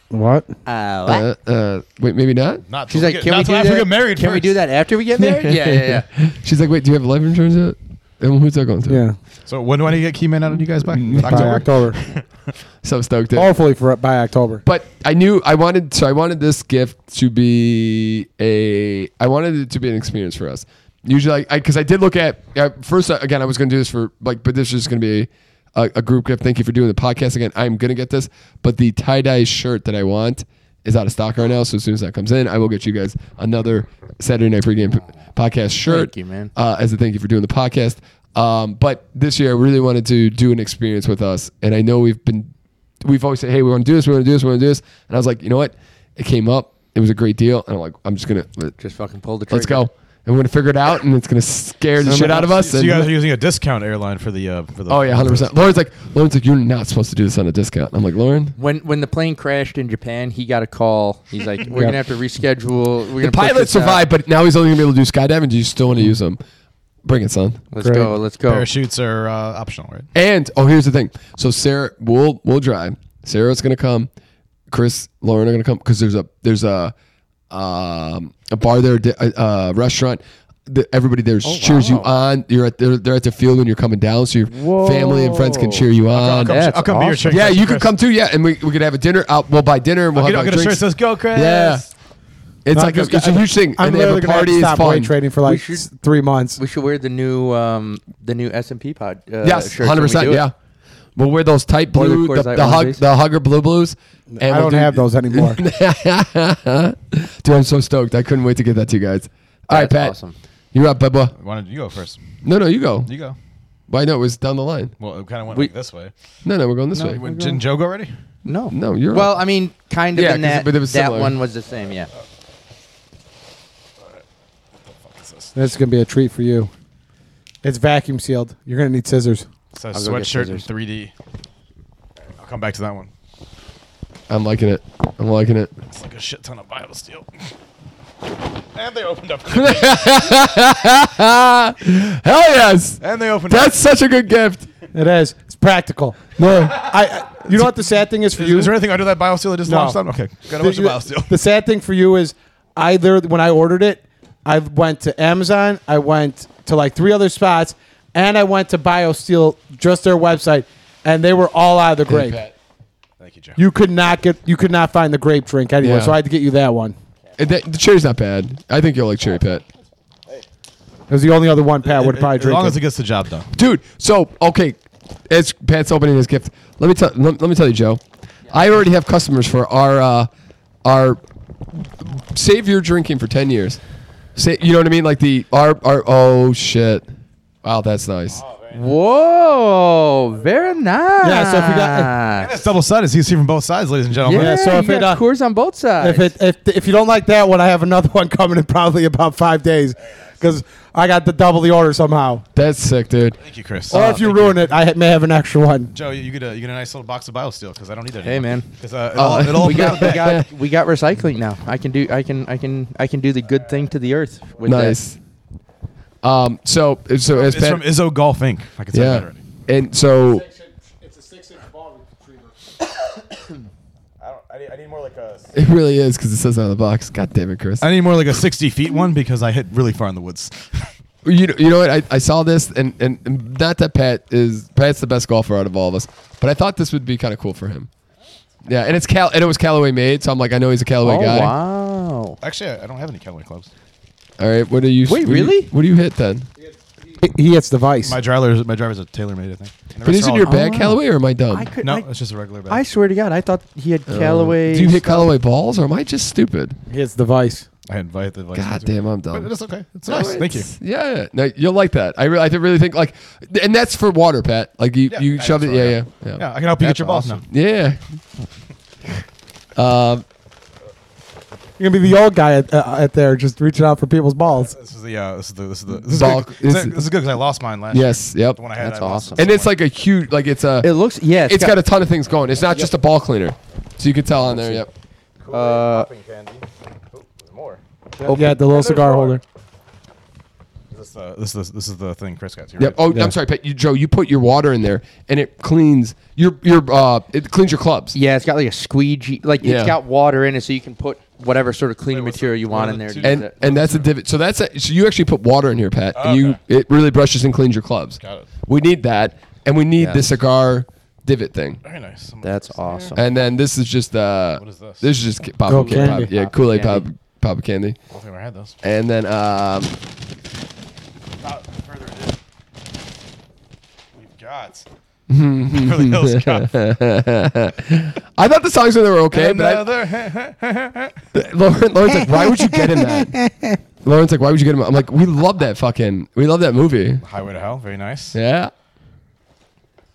Speaker 2: What?
Speaker 4: Uh, what?
Speaker 1: uh, uh wait maybe not
Speaker 3: Not
Speaker 4: She's
Speaker 3: till we
Speaker 4: like,
Speaker 3: get-
Speaker 4: "Can
Speaker 3: not
Speaker 4: we do
Speaker 3: till
Speaker 4: that?
Speaker 3: after we get married?
Speaker 4: Can we
Speaker 3: first."
Speaker 4: do that after we get married?" yeah, yeah, yeah.
Speaker 1: she's like wait do you have life insurance yet and who's that going to
Speaker 2: Yeah.
Speaker 3: So when do I get Keyman out of you guys back?
Speaker 2: By
Speaker 3: October.
Speaker 2: October.
Speaker 1: so stoked it.
Speaker 2: Hopefully for by October.
Speaker 1: But I knew I wanted so I wanted this gift to be a I wanted it to be an experience for us. Usually, I because I, did look at uh, first uh, again I was going to do this for like, but this is going to be a, a group gift. Thank you for doing the podcast again. I'm going to get this, but the tie dye shirt that I want is out of stock right now. So as soon as that comes in, I will get you guys another Saturday night pregame p- podcast shirt.
Speaker 4: Thank you, man.
Speaker 1: Uh, as a thank you for doing the podcast. Um, but this year, I really wanted to do an experience with us, and I know we've been we've always said, "Hey, we want to do this, we want to do this, we want to do this," and I was like, "You know what? It came up. It was a great deal," and I'm like, "I'm just gonna let-
Speaker 4: Just fucking pull the trigger.
Speaker 1: let's go, and we're gonna figure it out, and it's gonna scare the shit out of us."
Speaker 3: So you guys are
Speaker 1: And,
Speaker 3: using a discount airline for the uh, for the.
Speaker 1: oh yeah, hundred percent. Lauren's like, Lauren's like, "You're not supposed to do this on a discount." I'm like, "Lauren."
Speaker 4: When when the plane crashed in Japan, he got a call. He's like, "We're
Speaker 2: Yeah.
Speaker 4: gonna have to reschedule. We're
Speaker 1: The
Speaker 4: gonna push
Speaker 1: pilot
Speaker 4: this out.
Speaker 1: survived, but now he's only gonna be able to do skydiving. Do you still want to use him? Bring it, son.
Speaker 4: Let's
Speaker 2: Great.
Speaker 4: go. Let's go.
Speaker 3: Parachutes are uh, optional, right?
Speaker 1: And oh, here's the thing. So Sarah, we'll we'll drive. Sarah's gonna come. Chris, Lauren are gonna come because there's a there's a um, a bar there, a, a restaurant. The, everybody there
Speaker 2: Oh,
Speaker 1: cheers you on. You're at they're, they're at the field when you're coming down, so your family and friends can cheer you on.
Speaker 3: I'll
Speaker 4: that's
Speaker 3: come be your
Speaker 4: awesome.
Speaker 3: chick.
Speaker 1: Uh, Yeah,
Speaker 3: Chris.
Speaker 1: you could come too. Yeah, and we, we could have a dinner. Out, we'll buy dinner. and We'll
Speaker 3: I'll get,
Speaker 1: have
Speaker 3: I'll
Speaker 1: like,
Speaker 3: get a
Speaker 1: drinks.
Speaker 3: shirt. that says go, Chris.
Speaker 1: Yeah, it's like a,
Speaker 2: just-
Speaker 1: it's a huge thing.
Speaker 2: I'm
Speaker 1: and they have
Speaker 2: literally
Speaker 1: a
Speaker 2: gonna have
Speaker 1: party.
Speaker 2: to
Speaker 1: It's
Speaker 2: stop
Speaker 1: fun.
Speaker 2: weight training for like
Speaker 4: should-
Speaker 2: s- three months.
Speaker 4: We should wear the new um the new S and P pod. Uh,
Speaker 1: Yes,
Speaker 4: shirts when
Speaker 1: hundred
Speaker 4: we
Speaker 1: percent.
Speaker 4: do it.
Speaker 1: Yeah, we'll wear those tight
Speaker 4: Or the
Speaker 1: blue, the,
Speaker 4: Coors
Speaker 1: the,
Speaker 4: Light ones,
Speaker 1: hug,
Speaker 4: please.
Speaker 1: the hugger blue blues. And
Speaker 2: I
Speaker 1: we'll
Speaker 2: don't
Speaker 1: do-
Speaker 2: have those anymore.
Speaker 1: Dude, I'm so stoked. I couldn't wait to get that to you guys. All right,
Speaker 4: That's
Speaker 1: Pat.
Speaker 4: awesome.
Speaker 1: You're up, Bubba.
Speaker 3: Why don't you go first?
Speaker 1: No, no, you go.
Speaker 3: You go.
Speaker 1: Why no? It was down the line.
Speaker 3: Well, it kind of went like this way.
Speaker 1: No, no, we're going this way.
Speaker 3: Wait, Didn't Joe go already?
Speaker 4: No,
Speaker 1: No, you're
Speaker 4: well.
Speaker 1: up.
Speaker 4: I mean, kind of
Speaker 1: Yeah,
Speaker 4: in
Speaker 1: 'cause it-
Speaker 4: that.
Speaker 1: but it was
Speaker 4: that
Speaker 1: similar.
Speaker 4: one was the same. Yeah.
Speaker 2: That's gonna be a treat for you. It's vacuum sealed. You're gonna need scissors.
Speaker 3: It says
Speaker 4: I'll go get
Speaker 3: sweatshirt in
Speaker 4: scissors.
Speaker 3: 3D. I'll come back to that one.
Speaker 1: I'm liking it. I'm liking it.
Speaker 3: It's like a shit ton of Bible steel. And they opened up.
Speaker 1: Hell yes.
Speaker 3: and they opened
Speaker 1: That's such a good gift.
Speaker 2: It is. It's practical. No, I. I you know what the sad thing is for
Speaker 3: up.
Speaker 2: you?
Speaker 3: Is there anything under that bio steel that just
Speaker 2: No.
Speaker 3: launched on? Okay, got a bunch of
Speaker 2: you-
Speaker 3: bio steel.
Speaker 2: the sad thing for you is either when I ordered it, I went to Amazon, I went to like three other spots, and I went to BioSteel, just their website, and they were all out of the grape.
Speaker 3: Thank you, Joe.
Speaker 2: you could not get you could not find the grape drink anywhere,
Speaker 1: Yeah.
Speaker 2: so I had to get you that one.
Speaker 1: And that- the cherry's not bad. I think you'll like cherry, Pat.
Speaker 2: It was the only other one Pat would probably
Speaker 3: as
Speaker 2: drink.
Speaker 3: long
Speaker 2: it.
Speaker 3: as it gets the job done.
Speaker 1: dude. So okay, as Pat's opening his gift, let me tell let, let me tell you, Joe. I already have customers for our uh, our save your drinking for ten years. Say, you know what I mean? Like the our our oh shit. Wow, that's nice.
Speaker 5: Whoa, very nice.
Speaker 2: Yeah, so if you got-
Speaker 3: That's double sided. So you see from both sides, ladies and gentlemen.
Speaker 5: yeah,
Speaker 2: so
Speaker 5: you
Speaker 2: if it,
Speaker 5: got
Speaker 2: uh,
Speaker 5: Coors on both sides.
Speaker 2: If it if if you don't like that one, I have another one coming in probably about five days because I got to double the order somehow.
Speaker 1: That's sick, dude.
Speaker 3: Thank you, Chris.
Speaker 2: Or if you
Speaker 3: Oh, Thank
Speaker 2: ruin it, I ha- may have an extra one.
Speaker 3: Joe, you you get a you get a nice little box of BioSteel because I don't need that.
Speaker 4: Hey,
Speaker 3: anymore.
Speaker 4: man.
Speaker 3: 'Cause, uh, it all, it all
Speaker 4: we got we
Speaker 3: back.
Speaker 4: got we got recycling now. I can do I can I can I can do the good thing to the earth with that.
Speaker 1: Nice. Um. So so as
Speaker 3: It's
Speaker 1: Pat-
Speaker 3: from Izzo Golf Inc. I can say that
Speaker 1: yeah,
Speaker 3: already.
Speaker 1: and so
Speaker 2: It's a six-inch ball retriever.
Speaker 3: I, don't, I, need, I need more like a.
Speaker 1: it really is because it says out of the box. God damn it, Chris.
Speaker 3: I need more like a sixty feet one because I hit really far in the woods.
Speaker 1: You know, you know what? I, I saw this, and, and, and not that Pat is Pat's the best golfer out of all of us, but I thought this would be kind of cool for him. Yeah, and it's Cal, and it was Callaway made, so I'm like, I know he's a Callaway
Speaker 5: oh,
Speaker 1: guy.
Speaker 5: wow.
Speaker 3: Actually, I I don't have any Callaway clubs.
Speaker 1: All right, what do you?
Speaker 5: Wait,
Speaker 1: what do you-
Speaker 5: really?
Speaker 1: what do you hit then?
Speaker 2: He hits the vice.
Speaker 3: My driver's my driver's a TaylorMade, I think. And the
Speaker 1: But
Speaker 3: rest
Speaker 1: isn't
Speaker 3: are
Speaker 1: your
Speaker 3: all-
Speaker 1: bag
Speaker 5: wow.
Speaker 1: Callaway or am I dumb?
Speaker 5: I could
Speaker 3: No,
Speaker 5: I,
Speaker 3: it's just a regular bag.
Speaker 5: I swear to God, I thought he had Callaway.
Speaker 1: Uh, Do you hit
Speaker 5: stuff.
Speaker 1: Callaway balls or am I just stupid?
Speaker 2: He hits the vice.
Speaker 3: I invite the vice
Speaker 1: God
Speaker 3: president.
Speaker 1: damn, I'm
Speaker 3: But
Speaker 1: dumb.
Speaker 3: it's okay. It's
Speaker 1: No,
Speaker 3: nice. Thank you.
Speaker 1: it's- Yeah, no, you'll like that. I really, I did really think like, and that's for water, Pat. Like you,
Speaker 3: Yeah,
Speaker 1: you
Speaker 3: I
Speaker 1: shoved it.
Speaker 3: saw
Speaker 1: Yeah,
Speaker 3: that.
Speaker 1: yeah, yeah.
Speaker 3: Yeah, I can help you get your balls now.
Speaker 1: Yeah. um,
Speaker 2: You're gonna be the old guy at, uh, at there, just reaching out for people's balls.
Speaker 3: This is the uh, this is the this is the this is,
Speaker 1: Ball-
Speaker 3: good. This,
Speaker 1: this-
Speaker 3: is, this is good because I lost mine last. year.
Speaker 1: yes. Yep.
Speaker 3: the one I had.
Speaker 5: That's
Speaker 3: I lost
Speaker 5: awesome.
Speaker 1: And it's
Speaker 3: somewhere.
Speaker 1: like a huge, like it's a,
Speaker 5: It looks, yeah.
Speaker 1: it's got, a ton of things going. It's not just a ball cleaner, so you can tell on there. Yep.
Speaker 5: Uh,
Speaker 3: popping candy. Oh, there's more.
Speaker 2: Yeah, the little cigar holder.
Speaker 3: This, is, uh, this is this is the thing Chris got. Here,
Speaker 1: Yep.
Speaker 3: Right?
Speaker 1: Oh, I'm sorry, Pat. You, Joe, you put your water in there, and it cleans your your uh, it cleans your clubs.
Speaker 4: Yeah, it's got like a squeegee. Like
Speaker 1: Yeah.
Speaker 4: it's got water in it, so you can put whatever sort of cleaning
Speaker 3: Wait, what's
Speaker 4: material
Speaker 3: the-
Speaker 4: you
Speaker 3: what
Speaker 4: want
Speaker 3: are
Speaker 4: in
Speaker 3: the
Speaker 4: there.
Speaker 3: two
Speaker 4: to
Speaker 1: And
Speaker 4: use it.
Speaker 1: and that's a divot. So that's a, so you actually put water in here, Pat, and you
Speaker 3: Okay.
Speaker 1: it really brushes and cleans your clubs.
Speaker 3: Got it.
Speaker 1: We need that, and we need the
Speaker 5: Yes.
Speaker 1: cigar divot thing.
Speaker 3: Very nice. I'm gonna
Speaker 5: That's
Speaker 3: put this in here.
Speaker 5: awesome.
Speaker 1: And then this is just uh,
Speaker 3: What is this?
Speaker 1: This is just pop,
Speaker 2: Go
Speaker 1: pop, pop
Speaker 2: candy.
Speaker 1: yeah, Kool Aid pop,
Speaker 5: Candy.
Speaker 1: pop candy,
Speaker 3: I don't think I had this.
Speaker 1: and then um,
Speaker 3: Without further ado, we've got. Beverly Hills Cop.
Speaker 1: I thought the songs in there were okay, but I,
Speaker 3: Another-
Speaker 1: Lauren, Lauren's like, why would you get him that? Lauren's like, why would you get him? that?" I'm like, we love that fucking, we love that movie.
Speaker 3: Highway to Hell. Very nice.
Speaker 1: Yeah.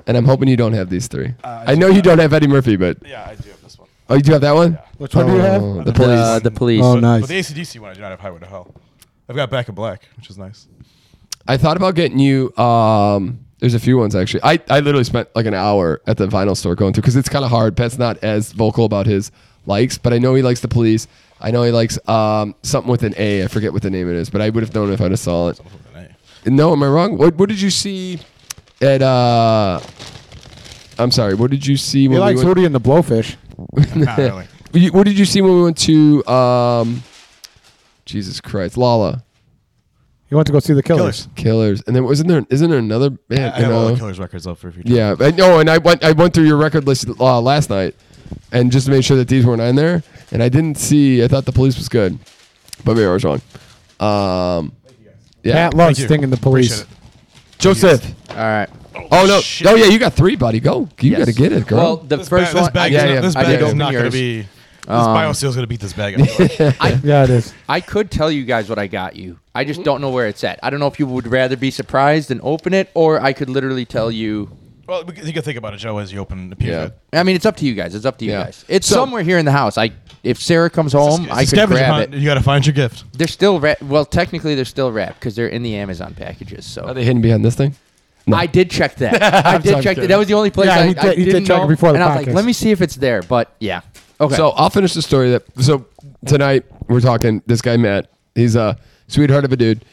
Speaker 1: And I'm hoping you don't have these three. I know you don't have Eddie Murphy, but
Speaker 3: Uh, Yeah, I do have this one.
Speaker 1: oh, you do have that one.
Speaker 2: Which one do you have?
Speaker 1: Oh, the police.
Speaker 5: Uh, the police.
Speaker 2: Oh,
Speaker 3: But-
Speaker 2: nice.
Speaker 3: But the ACDC one, I do not have Highway to Hell. I've got Back in Black, which is nice.
Speaker 1: I thought about getting you. Um, there's a few ones actually. I, I literally spent like an hour at the vinyl store going through because it's kind of hard. Pat's not as vocal about his likes, but I know he likes the police. I know he likes um, something with an A. I forget what the name it is, but I would have known if I'd have saw it.
Speaker 3: Something with an A.
Speaker 1: No, am I wrong? What What did you see at? uh I'm sorry. What did you see
Speaker 2: He
Speaker 1: when
Speaker 2: likes
Speaker 1: we went?
Speaker 2: Hootie and the Blowfish.
Speaker 3: Not really.
Speaker 1: You- What did you see when we went to? Um, Jesus Christ, Lala
Speaker 2: He went to go see the Killers.
Speaker 3: Killers.
Speaker 1: Killers, and then wasn't there? Isn't there another?
Speaker 3: I
Speaker 1: Man,
Speaker 3: I have all
Speaker 1: know.
Speaker 3: the Killers records up for future.
Speaker 1: Yeah, and, oh, and I went I went through your record list uh, last night, and just to make sure that these weren't on there, and I didn't see. I thought the police was good, but maybe I was wrong. Um, yeah,
Speaker 2: Pat loves
Speaker 3: Thank you.
Speaker 2: stinging the police.
Speaker 3: Appreciate it.
Speaker 1: Joseph.
Speaker 5: All right.
Speaker 1: Oh no! Oh yeah, you got three, buddy. Go, you
Speaker 5: Yes.
Speaker 1: got to get it, girl.
Speaker 5: Well, the
Speaker 3: This
Speaker 5: first
Speaker 3: bag, this
Speaker 5: one.
Speaker 3: bag,
Speaker 5: I,
Speaker 1: yeah,
Speaker 3: is, not-
Speaker 1: yeah.
Speaker 3: This
Speaker 5: I
Speaker 3: bag
Speaker 5: did
Speaker 3: is
Speaker 5: open
Speaker 3: not going
Speaker 5: yours.
Speaker 3: to be. This
Speaker 5: Um,
Speaker 3: BioSteel's going to beat this bag. up.
Speaker 2: Yeah, it is.
Speaker 5: I could tell you guys what I got you. I
Speaker 3: Mm-hmm.
Speaker 5: just don't know where it's at. I don't know if you would rather be surprised and open it, or I could literally tell you.
Speaker 3: well, we can- you can think about it, Joe, as you open the piece.
Speaker 1: Yeah.
Speaker 3: of it.
Speaker 5: I mean, it's up to you guys. It's up to you
Speaker 1: Yeah.
Speaker 5: guys. It's
Speaker 1: So-
Speaker 5: somewhere here in the house. I if Sarah comes
Speaker 4: Um,
Speaker 5: home,
Speaker 3: It's a
Speaker 5: I could
Speaker 3: scavenger
Speaker 5: grab
Speaker 3: hunt.
Speaker 5: it.
Speaker 3: You got to find your gift.
Speaker 5: They're still wra- well, technically they're still wrapped because they're in the Amazon packages. So
Speaker 1: Are they hidden behind this thing?
Speaker 5: I did check that. I did
Speaker 1: sorry,
Speaker 5: check
Speaker 1: kidding.
Speaker 5: that. That was the only place
Speaker 2: Yeah,
Speaker 5: I,
Speaker 2: he
Speaker 5: I
Speaker 2: did- he did
Speaker 5: didn't
Speaker 2: check it
Speaker 5: know,
Speaker 2: before the
Speaker 5: and I was
Speaker 2: podcast.
Speaker 5: like, let me see if it's there. But yeah, okay.
Speaker 1: So I'll finish the story that so tonight we're talking this guy Matt. He's a sweetheart of a dude.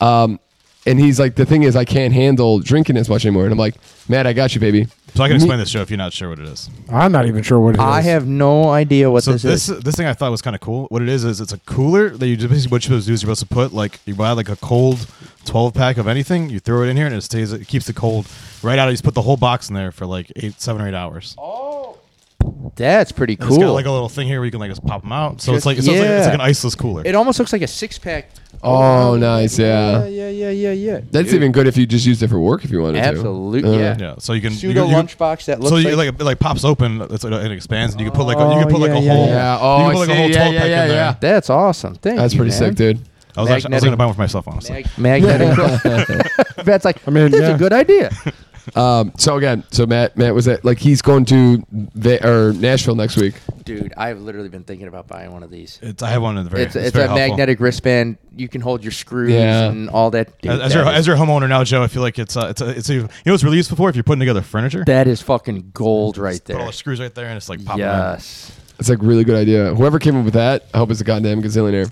Speaker 1: Um and he's like the thing is I can't handle drinking as much anymore. And I'm like, Matt, I got you, baby.
Speaker 3: So I can explain this, Joe, if you're not sure what it is.
Speaker 2: I'm not even sure what it is.
Speaker 5: I have no idea what
Speaker 3: So
Speaker 5: this,
Speaker 3: this
Speaker 5: is.
Speaker 3: this thing I thought was kind of cool. What it is is it's a cooler that you just- basically what you're supposed to do is you're supposed to put like you buy like a cold twelve pack of anything, you throw it in here and it stays it keeps the cold right out. You just put the whole box in there for like eight seven or eight hours.
Speaker 5: That's pretty
Speaker 3: And It's got
Speaker 5: cool.
Speaker 3: like a little thing here where you can like just pop them out. So
Speaker 5: Just-
Speaker 3: it's like, so it's like
Speaker 5: yeah.
Speaker 3: it's like an iceless cooler.
Speaker 5: it almost looks like a six pack.
Speaker 1: Oh, nice, yeah.
Speaker 5: yeah, yeah, yeah, yeah.
Speaker 1: That's even good if you just used it for work if you wanted
Speaker 5: Absolutely,
Speaker 1: to. Uh,
Speaker 5: yeah.
Speaker 3: yeah. So you can you
Speaker 5: pseudo
Speaker 3: can- you can-
Speaker 5: lunchbox that looks
Speaker 3: So you,
Speaker 5: like,
Speaker 3: like it like pops open, it's, like- it expands, and you can put like a, you can
Speaker 2: Oh,
Speaker 3: put like
Speaker 2: yeah,
Speaker 3: a
Speaker 2: yeah,
Speaker 3: whole
Speaker 1: yeah. Oh,
Speaker 3: you can
Speaker 1: I
Speaker 3: put like
Speaker 1: see.
Speaker 3: a whole
Speaker 1: Yeah,
Speaker 3: 12
Speaker 1: yeah,
Speaker 3: pack
Speaker 1: yeah,
Speaker 3: in there.
Speaker 1: yeah.
Speaker 5: that's awesome. Thank
Speaker 1: That's
Speaker 5: you,
Speaker 1: pretty
Speaker 5: man.
Speaker 1: sick, dude.
Speaker 3: I was actually I was
Speaker 5: Magnetic-
Speaker 3: gonna buy one for myself honestly.
Speaker 5: Mag- magnetic. Matt's like,
Speaker 2: I mean,
Speaker 5: that's
Speaker 2: yeah.
Speaker 5: a good idea.
Speaker 1: Um, so again, so Matt, Matt was at like he's going to Va- or Nashville next week.
Speaker 4: Dude, I've literally been thinking about buying one of these.
Speaker 3: It's, I have one of the very.
Speaker 4: It's, it's,
Speaker 3: very
Speaker 4: a
Speaker 3: helpful.
Speaker 4: magnetic wristband. You can hold your screws
Speaker 1: Yeah.
Speaker 4: and all that. Dude,
Speaker 3: As, as
Speaker 4: that
Speaker 3: your
Speaker 4: is-
Speaker 3: as your homeowner now, Joe, I feel like it's uh, it's, uh, it's you know it's really useful for if you're putting together furniture.
Speaker 4: that is fucking gold right
Speaker 3: Put all
Speaker 4: there.
Speaker 3: the screws right there, and it's like popping.
Speaker 4: Yes.
Speaker 1: It's like really good idea. Whoever came up with that, I hope it's a goddamn gazillionaire.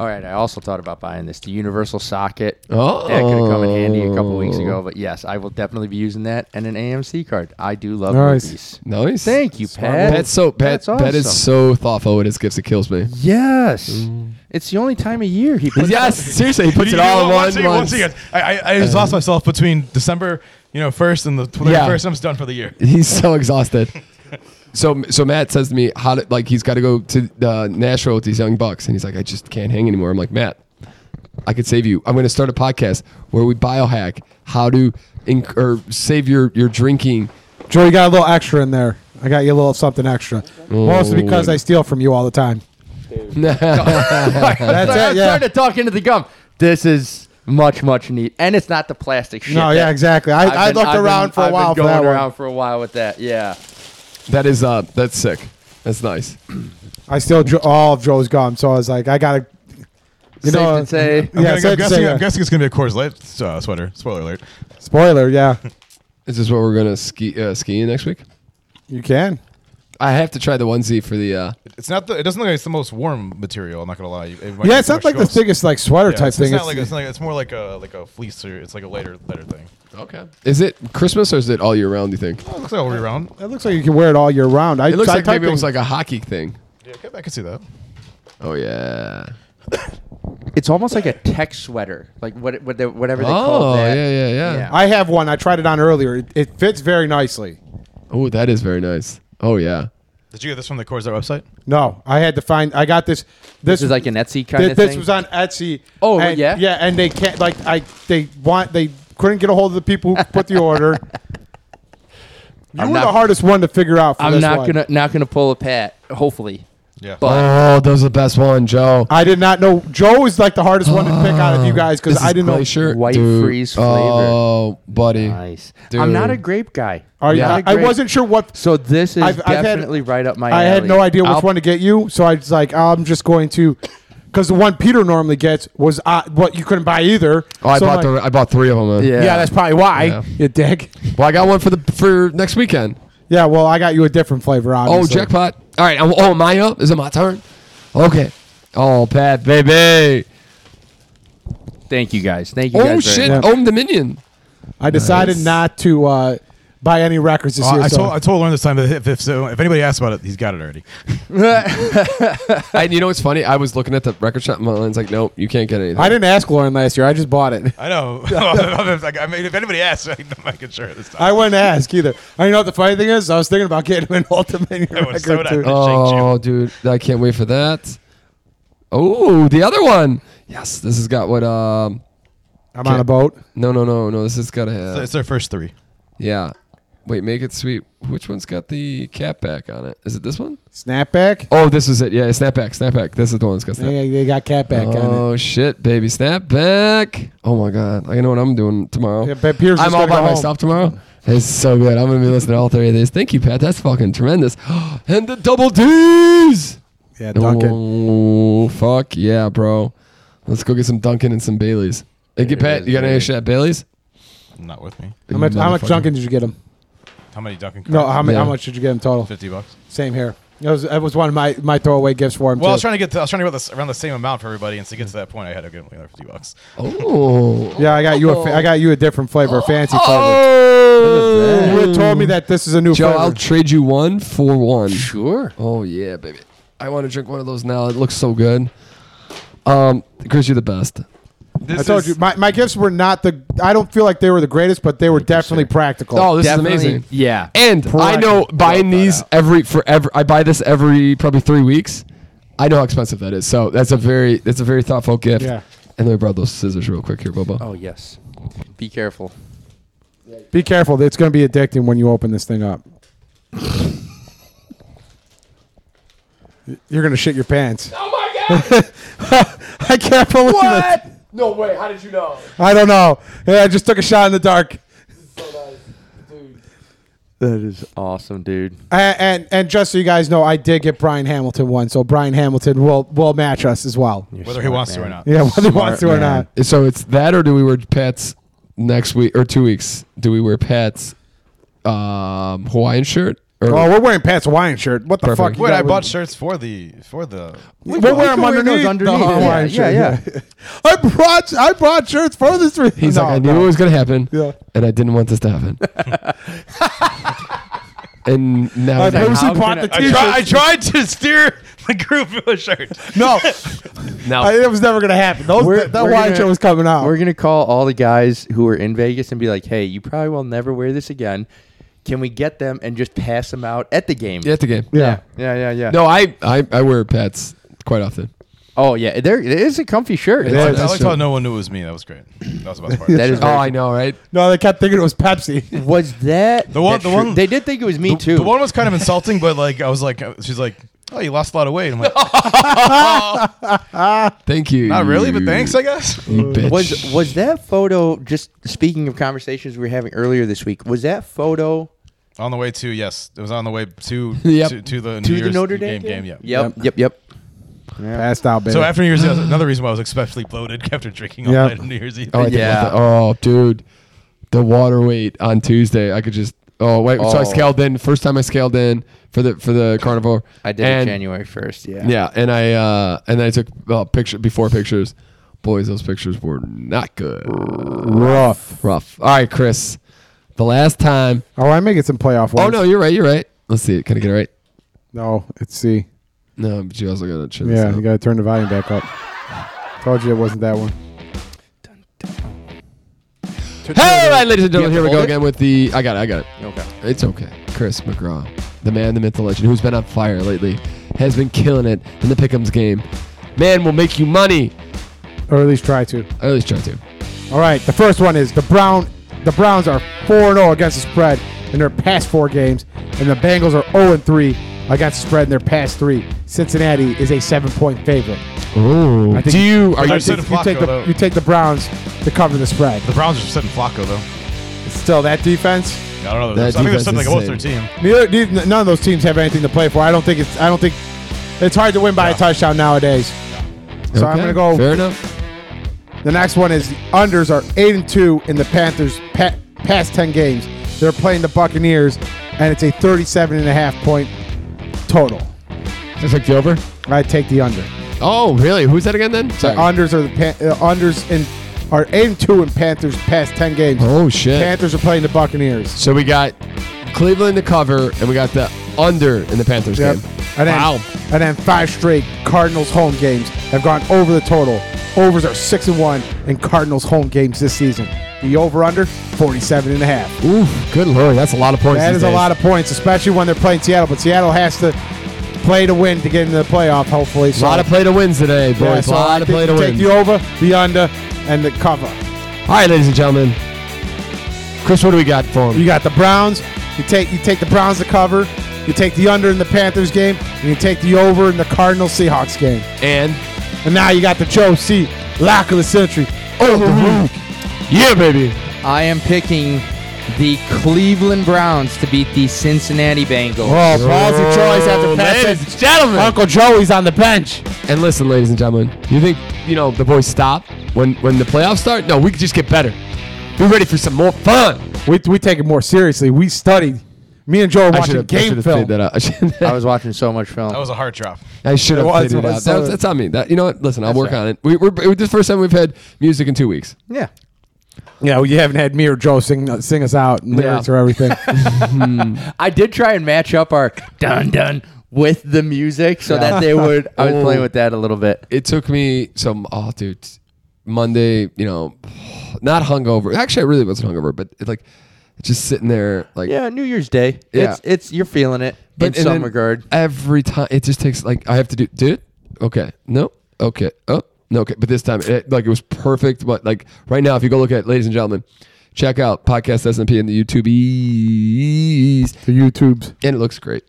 Speaker 4: All right. I also thought about buying this, the universal socket.
Speaker 1: Oh,
Speaker 4: That could have come in handy a couple weeks ago, but yes, I will definitely be using that and an AMC card. I do love
Speaker 2: Nice.
Speaker 4: movies.
Speaker 1: Nice.
Speaker 4: Thank you, Pat.
Speaker 1: Pat's so Pat.
Speaker 4: That's awesome.
Speaker 1: Pat is so thoughtful with his gifts. It kills me.
Speaker 4: Yes, it's the only time of year he puts.
Speaker 1: Yes, seriously, he
Speaker 3: But
Speaker 1: puts it all in one.
Speaker 3: Once,
Speaker 1: once.
Speaker 3: again, I, I, I just lost myself between December, you know, first and the twenty
Speaker 1: Yeah.
Speaker 3: first. I'm just done for the year.
Speaker 1: He's so exhausted. So so Matt says to me, how to, like he's got to go to uh, Nashville with these young bucks, and he's like, I just can't hang anymore. I'm like, Matt, I could save you. I'm going to start a podcast where we biohack how to inc- or save your your drinking.
Speaker 2: Joe, you got a little extra in there. I got you a little something extra. Mostly because I steal from you all the time. That's
Speaker 4: I'm
Speaker 2: it. Yeah.
Speaker 4: starting to talk into the gum. This is much much neat, and it's not the plastic shit.
Speaker 2: No,
Speaker 4: that-
Speaker 2: yeah, exactly.
Speaker 4: I've
Speaker 2: I, I
Speaker 4: been-
Speaker 2: looked
Speaker 4: I've been-
Speaker 2: around for a
Speaker 4: I've been
Speaker 2: while for
Speaker 4: going
Speaker 2: that
Speaker 4: around
Speaker 2: one.
Speaker 4: for a while with that. Yeah,
Speaker 1: That is uh that's sick. That's nice.
Speaker 2: I steal jo- all of Joe's gum, so I was like, I gotta. You
Speaker 4: Safe
Speaker 2: know,
Speaker 4: to say-
Speaker 2: yeah.
Speaker 3: I'm, gonna- I'm
Speaker 2: safe to
Speaker 3: guessing,
Speaker 2: say,
Speaker 3: I'm
Speaker 2: yeah.
Speaker 3: guessing it's gonna be a Coors Light uh, sweater. Spoiler alert.
Speaker 2: Spoiler, yeah,
Speaker 1: Is this where we're going to ski uh, skiing next week?
Speaker 2: you can.
Speaker 1: I have to try the onesie for the. uh
Speaker 3: It's not. The, it doesn't look like it's the most warm material. I'm not gonna lie. It might be
Speaker 2: Yeah, it's
Speaker 3: too
Speaker 2: not
Speaker 3: much
Speaker 2: like the
Speaker 3: ghost.
Speaker 2: biggest like sweater
Speaker 3: Yeah,
Speaker 2: type
Speaker 3: it's,
Speaker 2: thing.
Speaker 3: It's, not like, it's, not like, it's more like a like a fleece or it's like a lighter lighter thing.
Speaker 1: Okay. Is it Christmas or is it all year round? Do you think?
Speaker 3: Oh, it looks like a reround.
Speaker 2: it looks like you can wear it all year round. I,
Speaker 1: It looks
Speaker 2: I
Speaker 1: like maybe it
Speaker 2: typed
Speaker 1: was
Speaker 2: in-
Speaker 1: like a hockey thing.
Speaker 3: Yeah, okay, I can see that.
Speaker 1: Oh yeah.
Speaker 4: it's almost like a tech sweater, like what, what they, whatever they
Speaker 1: Oh
Speaker 4: call
Speaker 1: yeah
Speaker 4: that.
Speaker 1: yeah yeah.
Speaker 4: Yeah.
Speaker 2: I have one. I tried it on earlier. It, it fits very nicely.
Speaker 1: Oh, that is very nice. Oh yeah.
Speaker 3: Did you get this from the Coors Light website?
Speaker 2: No, I had to find. I got this. This,
Speaker 4: This is like an Etsy kind
Speaker 2: Th-
Speaker 4: of
Speaker 2: this
Speaker 4: thing.
Speaker 2: was on Etsy.
Speaker 4: Oh,
Speaker 2: and-
Speaker 4: yeah?
Speaker 2: yeah, and they can't like I they want they couldn't get a hold of the people who put the order. You
Speaker 4: I'm
Speaker 2: were
Speaker 4: not-
Speaker 2: the hardest one to figure out. For
Speaker 4: I'm
Speaker 2: this
Speaker 4: not
Speaker 2: one.
Speaker 4: gonna not gonna pull a pat. Hopefully,
Speaker 3: Yeah.
Speaker 4: but
Speaker 1: Oh, that was the best one, Joe.
Speaker 2: I did not know. Joe is like the hardest one to pick out
Speaker 4: Oh,
Speaker 2: of you guys because
Speaker 1: This
Speaker 2: I
Speaker 1: is
Speaker 2: didn't know.
Speaker 1: glacier,
Speaker 4: White
Speaker 1: dude.
Speaker 4: freeze flavor.
Speaker 1: Oh, buddy.
Speaker 4: nice. I'm not a grape guy.
Speaker 2: Are you-
Speaker 1: Yeah.
Speaker 2: I, I wasn't sure what.
Speaker 4: So this is
Speaker 2: I've- I've had-
Speaker 4: definitely right up my.
Speaker 2: I had
Speaker 4: alley.
Speaker 2: no idea which
Speaker 4: I'll-
Speaker 2: one to get you, so I was like, I'm just going to, because the one Peter normally gets was uh, what you couldn't buy either.
Speaker 1: Oh, I
Speaker 2: So I'm
Speaker 1: bought
Speaker 2: like,
Speaker 1: the, I bought three of them. Man.
Speaker 4: Yeah.
Speaker 2: Yeah, that's probably why
Speaker 1: Yeah.
Speaker 2: you dick.
Speaker 1: Well, I got one for the for next weekend.
Speaker 2: Yeah, well, I got you a different flavor.
Speaker 1: Oh,
Speaker 2: Obviously.
Speaker 1: jackpot! All right. I'm- Oh, am I up? Is it my turn? Okay. Oh, Pat, baby.
Speaker 4: Thank you guys. Thank you.
Speaker 1: Oh
Speaker 4: guys very
Speaker 1: shit!
Speaker 2: much.
Speaker 1: Own Dominion.
Speaker 2: I decided
Speaker 1: Nice.
Speaker 2: not to uh, buy any records this
Speaker 3: Uh,
Speaker 2: year.
Speaker 3: I
Speaker 2: so-
Speaker 3: told I told Lauren this time that if if, so, if anybody asks about it, he's got it already.
Speaker 1: and you know what's funny? I was looking at the record shop. and Milan's like, nope, you can't get anything.
Speaker 2: I didn't ask Lauren last year. I just bought it.
Speaker 3: I know. I mean, if anybody asks, I'm making sure this time.
Speaker 2: I wouldn't ask either. I you know what the funny thing is? I was thinking about getting an Ultimate
Speaker 3: was
Speaker 2: record
Speaker 3: so
Speaker 2: too.
Speaker 3: nice.
Speaker 1: Oh,
Speaker 3: Shake
Speaker 1: dude, I can't wait for that. Oh, the other one. Yes, this has got what? Um,
Speaker 2: I'm on a boat.
Speaker 1: no, no, no, no. This has got to have.
Speaker 3: it's their first three.
Speaker 1: Yeah. Wait, make it sweet. Which one's got the cap back on it? Is it this one?
Speaker 2: Snapback.
Speaker 1: Oh, this is it. Yeah, snapback, snapback. This is the one that's got snap.
Speaker 2: They, they got catback on it.
Speaker 1: Oh shit, baby, snapback. Oh my god, I know what I'm doing tomorrow.
Speaker 2: Yeah, but Pierce
Speaker 1: I'm
Speaker 2: is
Speaker 1: all
Speaker 2: gonna
Speaker 1: by
Speaker 2: go home.
Speaker 1: myself tomorrow. It's so good. I'm gonna be listening to all three of these. Thank you, Pat. That's fucking tremendous. and the double D's.
Speaker 2: Yeah, Duncan.
Speaker 1: Oh fuck yeah, bro. Let's go get some Duncan and some Baileys. Hey, get Pat. You got any shit at Baileys?
Speaker 3: Not with me.
Speaker 2: How much, how much
Speaker 1: Motherfucker.
Speaker 2: Duncan did you get him?
Speaker 3: How many Dunkin'
Speaker 2: No, how, many,
Speaker 1: Yeah.
Speaker 2: how much did you get him total?
Speaker 3: Fifty bucks.
Speaker 2: Same here. That was, that was one of my, my throwaway gifts for him.
Speaker 3: Well, I was
Speaker 2: too.
Speaker 3: trying to get. To, I was trying to get this around the same amount for everybody, and to get to that point, I had to get another fifty bucks.
Speaker 1: Oh.
Speaker 2: yeah, I got you a fa- I got you a different flavor, a fancy flavor.
Speaker 1: Oh,
Speaker 2: You had told me that this is a new
Speaker 1: Joe,
Speaker 2: flavor.
Speaker 1: I'll trade you one for one.
Speaker 4: Sure.
Speaker 1: Oh yeah, baby. I want to drink one of those now. It looks so good. Um, Chris, you're the
Speaker 4: Oh,
Speaker 1: best.
Speaker 2: I told you my, my gifts were not the. I don't feel like they were the greatest, but they were definitely practical.
Speaker 1: Oh, this
Speaker 4: Definitely-
Speaker 1: is amazing.
Speaker 4: Yeah.
Speaker 1: And I know buying these every forever. I buy this every probably three weeks. I know how expensive that is. So that's a very that's a very thoughtful gift.
Speaker 2: Yeah.
Speaker 1: And let me grab those scissors real quick here, Bubba.
Speaker 4: Oh yes. Be careful.
Speaker 2: Be careful. It's going to be addicting when you open this thing up. You're going to shit your pants.
Speaker 1: Oh my god!
Speaker 2: I can't believe it.
Speaker 1: No way. How did you know?
Speaker 2: I don't know. Yeah, I just took a shot in the dark.
Speaker 5: That is awesome, dude.
Speaker 2: And, and and just so you guys know, I did get Brian Hamilton one, so Brian Hamilton will will match us as well.
Speaker 3: Whether he wants to or not.
Speaker 2: Yeah, whether he wants to or not.
Speaker 1: So it's that, or do we wear Pat's next week or two weeks? Do we wear Pat's um, Hawaiian shirt? Or
Speaker 2: Oh, we're wearing Pat's Hawaiian shirt. What the
Speaker 1: Perfect.
Speaker 2: fuck? you
Speaker 3: Wait,
Speaker 2: got
Speaker 3: I
Speaker 2: with-
Speaker 3: bought shirts for the for the.
Speaker 2: We're wearing them
Speaker 5: wear those
Speaker 2: underneath,
Speaker 5: underneath.
Speaker 2: the
Speaker 5: Yeah,
Speaker 2: Hawaiian
Speaker 5: yeah,
Speaker 2: shirt. I brought I brought shirts for this reason.
Speaker 1: He's
Speaker 2: No,
Speaker 1: like, I knew
Speaker 2: no.
Speaker 1: it was gonna happen,
Speaker 2: Yeah.
Speaker 1: and I didn't want this to happen. and now
Speaker 2: I purposely
Speaker 5: how
Speaker 2: bought
Speaker 5: can I-
Speaker 2: the
Speaker 3: I,
Speaker 2: t-shirt.
Speaker 3: try, I tried to steer the group to a shirt.
Speaker 2: no,
Speaker 1: now
Speaker 2: I, it was never gonna happen. Those,
Speaker 5: We're-
Speaker 2: that
Speaker 5: we're
Speaker 2: Hawaiian
Speaker 5: gonna-
Speaker 2: shirt was coming out.
Speaker 5: We're gonna call all the guys who are in Vegas and be like, "Hey, you probably will never wear this again. Can we get them and just pass them out at the game?"
Speaker 1: you have to game.
Speaker 2: yeah.
Speaker 5: yeah, yeah, yeah.
Speaker 1: No, I, I I wear Pat's quite often.
Speaker 5: Oh yeah, there it is a comfy shirt.
Speaker 1: Yeah,
Speaker 3: I, I
Speaker 1: that's
Speaker 3: liked
Speaker 1: true.
Speaker 3: how no one knew it was me. That was great. That was about the part.
Speaker 5: That is.
Speaker 1: Oh,
Speaker 5: very-
Speaker 1: I know, right?
Speaker 2: No, they kept thinking it was Pepsi.
Speaker 5: was that
Speaker 3: The one-
Speaker 5: that
Speaker 3: the
Speaker 5: true?
Speaker 3: one-
Speaker 5: They did think it was me
Speaker 3: the,
Speaker 5: too.
Speaker 3: The one was kind of insulting, but like I was like, she's like, oh, you lost a lot of weight. I'm like,
Speaker 1: Thank you.
Speaker 3: not really, but thanks, I guess.
Speaker 1: you
Speaker 2: Uh,
Speaker 1: bitch.
Speaker 5: was was that photo? Just speaking of conversations we were having earlier this week, was that photo
Speaker 3: On the way to yes, it was on the way to
Speaker 1: Yep.
Speaker 3: to, to the New
Speaker 5: to the
Speaker 3: Year's
Speaker 5: Notre
Speaker 3: game
Speaker 5: Dame
Speaker 3: game. Yeah.
Speaker 5: Yep, yep, yep.
Speaker 2: Passed out, baby.
Speaker 3: So after New Year's, Eve, another reason why I was especially bloated after drinking all
Speaker 2: Yep.
Speaker 3: night on New Year's Eve.
Speaker 1: Oh, I think
Speaker 5: Yeah.
Speaker 1: about that. Oh, dude, the water weight on Tuesday. I could just. Oh wait. So I
Speaker 5: Oh.
Speaker 1: scaled in. First time I scaled in for the for the carnivore.
Speaker 5: I did
Speaker 1: and,
Speaker 5: it January first. Yeah.
Speaker 1: Yeah, and I uh and then I took uh, picture before pictures. Boys, those pictures were not good.
Speaker 2: rough.
Speaker 1: Rough. All right, Chris. The last time.
Speaker 2: Oh, I may get some playoff ones.
Speaker 1: Oh no, you're right. You're right. Let's see. Can I get it right?
Speaker 2: No, it's C.
Speaker 1: No, but you also got to chin this
Speaker 2: Yeah,
Speaker 1: out.
Speaker 2: you gotta turn the volume back up. Told you it wasn't that one.
Speaker 1: Hey, all right, ladies and gentlemen,
Speaker 5: You have to
Speaker 1: here we go
Speaker 5: hold it?
Speaker 1: again with the. I got it. I got it.
Speaker 5: Okay.
Speaker 1: It's okay. Chris McGraw, the man, the myth, the legend, who's been on fire lately, has been killing it in the pickums game. Man will make you money.
Speaker 2: Or at least try to.
Speaker 1: I at least try to.
Speaker 2: All right, the first one is the Brown. The Browns are 4-0 against the spread in their past four games, and the Bengals are 0-3 against the spread in their past three. Cincinnati is a seven-point favorite.
Speaker 1: Ooh.
Speaker 2: I think-
Speaker 1: Do you? Are
Speaker 2: I
Speaker 1: you?
Speaker 3: I've said
Speaker 2: think
Speaker 3: to
Speaker 2: you, take
Speaker 3: Flacco,
Speaker 2: the,
Speaker 3: though.
Speaker 2: you take the Browns to cover the spread.
Speaker 3: The Browns are sitting Flacco though.
Speaker 2: Still, that defense.
Speaker 3: I don't know.
Speaker 1: That
Speaker 3: I think
Speaker 1: defense
Speaker 3: there's something
Speaker 1: is
Speaker 3: about their
Speaker 1: insane.
Speaker 3: team.
Speaker 2: Neither, neither, none of those teams have anything to play for. I don't think it's. I don't think it's hard to win by a touchdown nowadays. So I'm gonna go.
Speaker 1: Fair enough.
Speaker 2: The next one is the unders are eight and two in the Panthers' pa- past ten games. They're playing the Buccaneers, and it's a 37 and a half point total.
Speaker 1: Just like the over.
Speaker 2: I take the under.
Speaker 1: Oh, really? Who's that again then?
Speaker 2: The unders are the pan- uh, unders in are eight and two in Panthers' past ten games.
Speaker 1: Oh shit.
Speaker 2: Panthers are playing the Buccaneers.
Speaker 1: So we got Cleveland to cover, and we got the under in the Panthers
Speaker 2: Yep.
Speaker 1: game.
Speaker 2: And then,
Speaker 1: wow.
Speaker 2: and then five straight Cardinals home games have gone over the total. Overs are six and one in Cardinals home games this season. The over under 47 and a half.
Speaker 1: Oof. Good lord, that's a lot of points.
Speaker 2: That
Speaker 1: these
Speaker 2: is a
Speaker 1: days.
Speaker 2: lot of points, especially when they're playing Seattle. But Seattle has to play to win to get into the playoff, hopefully.
Speaker 1: A
Speaker 2: So,
Speaker 1: lot of play to wins today, boys.
Speaker 2: Yeah, so
Speaker 1: a lot
Speaker 2: I
Speaker 1: of
Speaker 2: think
Speaker 1: play to
Speaker 2: you
Speaker 1: wins.
Speaker 2: Take the over, the under, and the cover.
Speaker 1: All right, ladies and gentlemen. Chris, what do we got for
Speaker 2: You
Speaker 1: him?
Speaker 2: got the Browns. You take you take the Browns to cover. You take the under in the Panthers game, and you take the over in the Cardinals Seahawks game.
Speaker 1: And
Speaker 2: And now you got the Joe C. Lock of the century. Over Rook.
Speaker 1: Oh, yeah, baby.
Speaker 5: I am picking the Cleveland Browns to beat the Cincinnati Bengals.
Speaker 2: Oh, ballsy choice after
Speaker 1: Oh, ladies
Speaker 2: pass.
Speaker 1: and gentlemen.
Speaker 2: Uncle Joey's on the bench.
Speaker 1: And listen, ladies and gentlemen, you think you know the boys stop when when the playoffs start? No, we could just get better. We're ready for some more fun.
Speaker 2: We, we take it more seriously. We studied. Me and Joe were
Speaker 1: I
Speaker 2: watching
Speaker 1: should've- I
Speaker 2: game
Speaker 1: should've
Speaker 2: film.
Speaker 1: fade that out. I should-
Speaker 5: I was watching so much film.
Speaker 3: That was a hard drop.
Speaker 1: I should have
Speaker 2: It was,
Speaker 1: faded
Speaker 2: it
Speaker 1: it
Speaker 2: was
Speaker 1: out. That was-
Speaker 2: so-
Speaker 1: that's on me. That, you know what? Listen, I'll work
Speaker 3: right.
Speaker 1: on it. We, we're, we're this is the first time we've had music in two weeks.
Speaker 5: yeah.
Speaker 2: Yeah, well, you haven't had me or Joe sing sing us out and lyrics
Speaker 1: Yeah.
Speaker 2: or everything.
Speaker 5: I did try and match up our dun dun with the music so that they would. I was playing with that a little bit.
Speaker 1: It took me some. Oh, dude, Monday. You know, not hungover. Actually, I really wasn't hungover, but it, like just sitting there, like
Speaker 5: Yeah, New Year's Day.
Speaker 1: Yeah.
Speaker 5: It's it's you're feeling it
Speaker 1: But-
Speaker 5: in
Speaker 1: and
Speaker 5: some
Speaker 1: then
Speaker 5: regard.
Speaker 1: Every time, it just takes like I have to do. Dude, okay, no, okay, oh, no, okay. But this time, it, like it was perfect. But like right now, if you go look at, ladies and gentlemen, check out podcast S and P and the YouTube's,
Speaker 2: the YouTubes.
Speaker 1: and it looks great.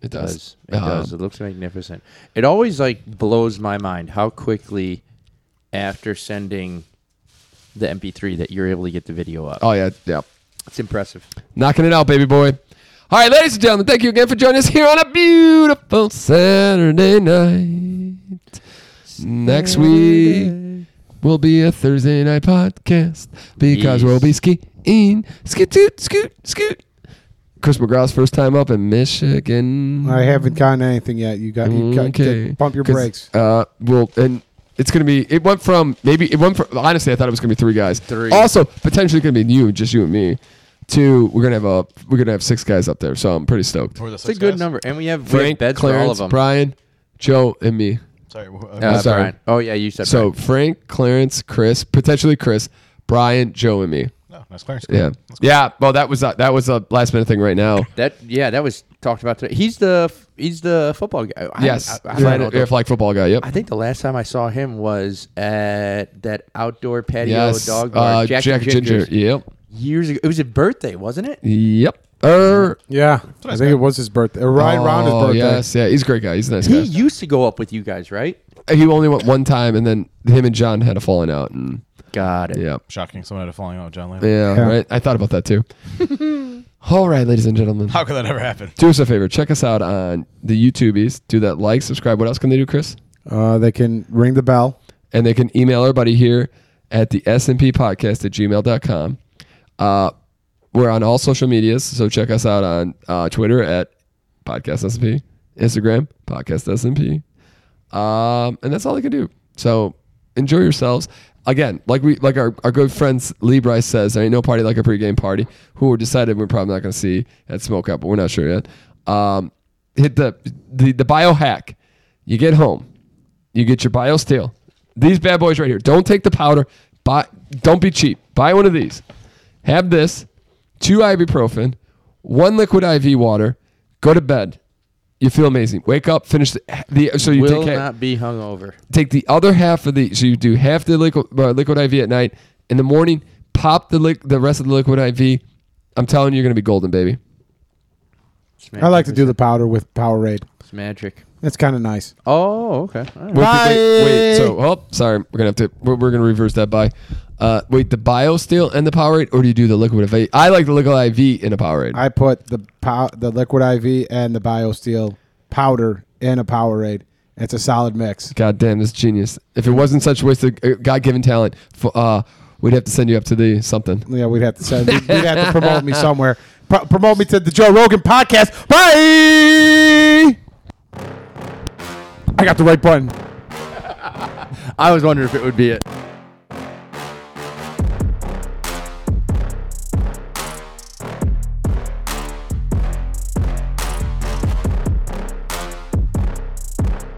Speaker 1: It
Speaker 5: It
Speaker 1: does.
Speaker 5: Um,
Speaker 1: Uh-huh.
Speaker 5: does. It does. It looks magnificent. It always like blows my mind how quickly
Speaker 4: after sending the MP3 that you're able to get the video up.
Speaker 1: Oh yeah, yeah.
Speaker 4: It's impressive.
Speaker 1: Knocking it out, baby boy. All right, ladies and gentlemen, thank you again for joining us here on a beautiful Saturday night. Next week will be a Thursday night podcast because
Speaker 4: Yes.
Speaker 1: we'll be skiing. Skit, toot, scoot, scoot. Chris McGraw's first time up in Michigan.
Speaker 2: I haven't gotten anything yet. You got you got
Speaker 1: Mm, Okay.
Speaker 2: to pump your
Speaker 1: 'Cause,
Speaker 2: brakes.
Speaker 1: Uh, well, and it's gonna be. It went from maybe it went from. Honestly, I thought it was gonna be three guys.
Speaker 4: Three.
Speaker 1: Also, potentially gonna be you, just you and me. Two. We're gonna have a. We're gonna have six guys up there, so I'm pretty stoked.
Speaker 3: Who are the
Speaker 4: It's a
Speaker 3: six
Speaker 4: good
Speaker 3: guys?
Speaker 4: number, and we have, we have
Speaker 1: Frank,
Speaker 4: beds for all of
Speaker 1: Clarence,
Speaker 4: them.
Speaker 1: Brian, Joe, and me.
Speaker 3: Sorry, wh-
Speaker 4: Uh,
Speaker 1: I'm sorry.
Speaker 4: Brian. Oh yeah, you said
Speaker 1: So
Speaker 4: Brian.
Speaker 1: Frank, Clarence, Chris, potentially Chris, Brian, Joe, and me.
Speaker 3: no, nice clearance.
Speaker 1: Yeah.
Speaker 3: That's cool.
Speaker 1: Yeah. Well, that was a, that was a last minute thing right now.
Speaker 4: That yeah, that was talked about today. He's the f- he's the football guy. I-
Speaker 1: Yes.
Speaker 4: I, I, don't know
Speaker 1: Flag,
Speaker 4: the-
Speaker 1: air flag football guy. Yep.
Speaker 4: I think the last time I saw him was at that outdoor patio
Speaker 1: yes.
Speaker 4: dog bar,
Speaker 1: uh,
Speaker 4: Jack, and
Speaker 1: Ginger.
Speaker 4: Ginger's,
Speaker 1: Yep.
Speaker 4: years ago. It was his birthday, wasn't it?
Speaker 1: Yep. Er,
Speaker 2: Yeah, I think it was his birthday. Or Ryan Round his
Speaker 1: Oh,
Speaker 2: birthday.
Speaker 1: Yes, yeah, he's a great guy. He's a nice
Speaker 4: He
Speaker 1: guy.
Speaker 4: used to go up with you guys, right?
Speaker 1: He only went one time, and then him and John had a falling out. And
Speaker 4: Got it.
Speaker 1: yeah,
Speaker 3: Shocking. Someone had a falling out with John Lennon.
Speaker 1: yeah,
Speaker 2: Yeah.
Speaker 1: right. I thought about that too. All right, ladies and gentlemen,
Speaker 3: How could that ever happen?
Speaker 1: do us a favor. Check us out on the YouTubies. Do that like, subscribe. What else can they do, Chris?
Speaker 2: Uh, they can ring the bell.
Speaker 1: And they can email everybody here at the SMP podcast at gmail.com. Uh, we're on all social medias, so check us out on uh, Twitter at podcast SMP, Instagram podcast SMP, um, and that's all they can do. So enjoy yourselves. Again, like we like our, our good friends Lee Bryce says, there ain't no party like a pregame party. Who we're decided we're probably not going to see at Smoke Up, but we're not sure yet. Um, hit the the the biohack. You get home, you get your bio steel. These bad boys right here. Don't take the powder. Buy. Don't be cheap. Buy one of these. Have this, two ibuprofen, one liquid IV water. Go to bed. You feel amazing. Wake up. Finish the. the so you
Speaker 4: Will
Speaker 1: take
Speaker 4: not be hungover.
Speaker 1: take the other half of the so you do half the liquid uh, liquid IV at night in the morning pop the liq the rest of the liquid IV I'm telling you you're going to be golden baby
Speaker 4: It's
Speaker 2: I like to
Speaker 4: magic.
Speaker 2: do the powder with Powerade.
Speaker 4: It's magic.
Speaker 2: That's kind of nice.
Speaker 4: Oh, okay. All
Speaker 1: Wait,
Speaker 4: right.
Speaker 1: wait, wait, wait,
Speaker 2: Bye.
Speaker 1: so oh sorry we're going to have to we're, we're going to reverse that by uh, wait the bio steel and the Powerade or do you do the liquid IV I like the liquid IV in a Powerade
Speaker 2: I put the pow- the liquid IV and the BioSteel powder in a Powerade. It's a solid mix.
Speaker 1: God damn this is genius if it wasn't such wasted uh, God given talent for, uh, we'd have to send you up to the something
Speaker 2: Yeah, we'd have to send. We'd we'd have to promote me somewhere. Pro- promote me to the Joe Rogan podcast. Bye. I got the right button.
Speaker 4: I was wondering if it would be it.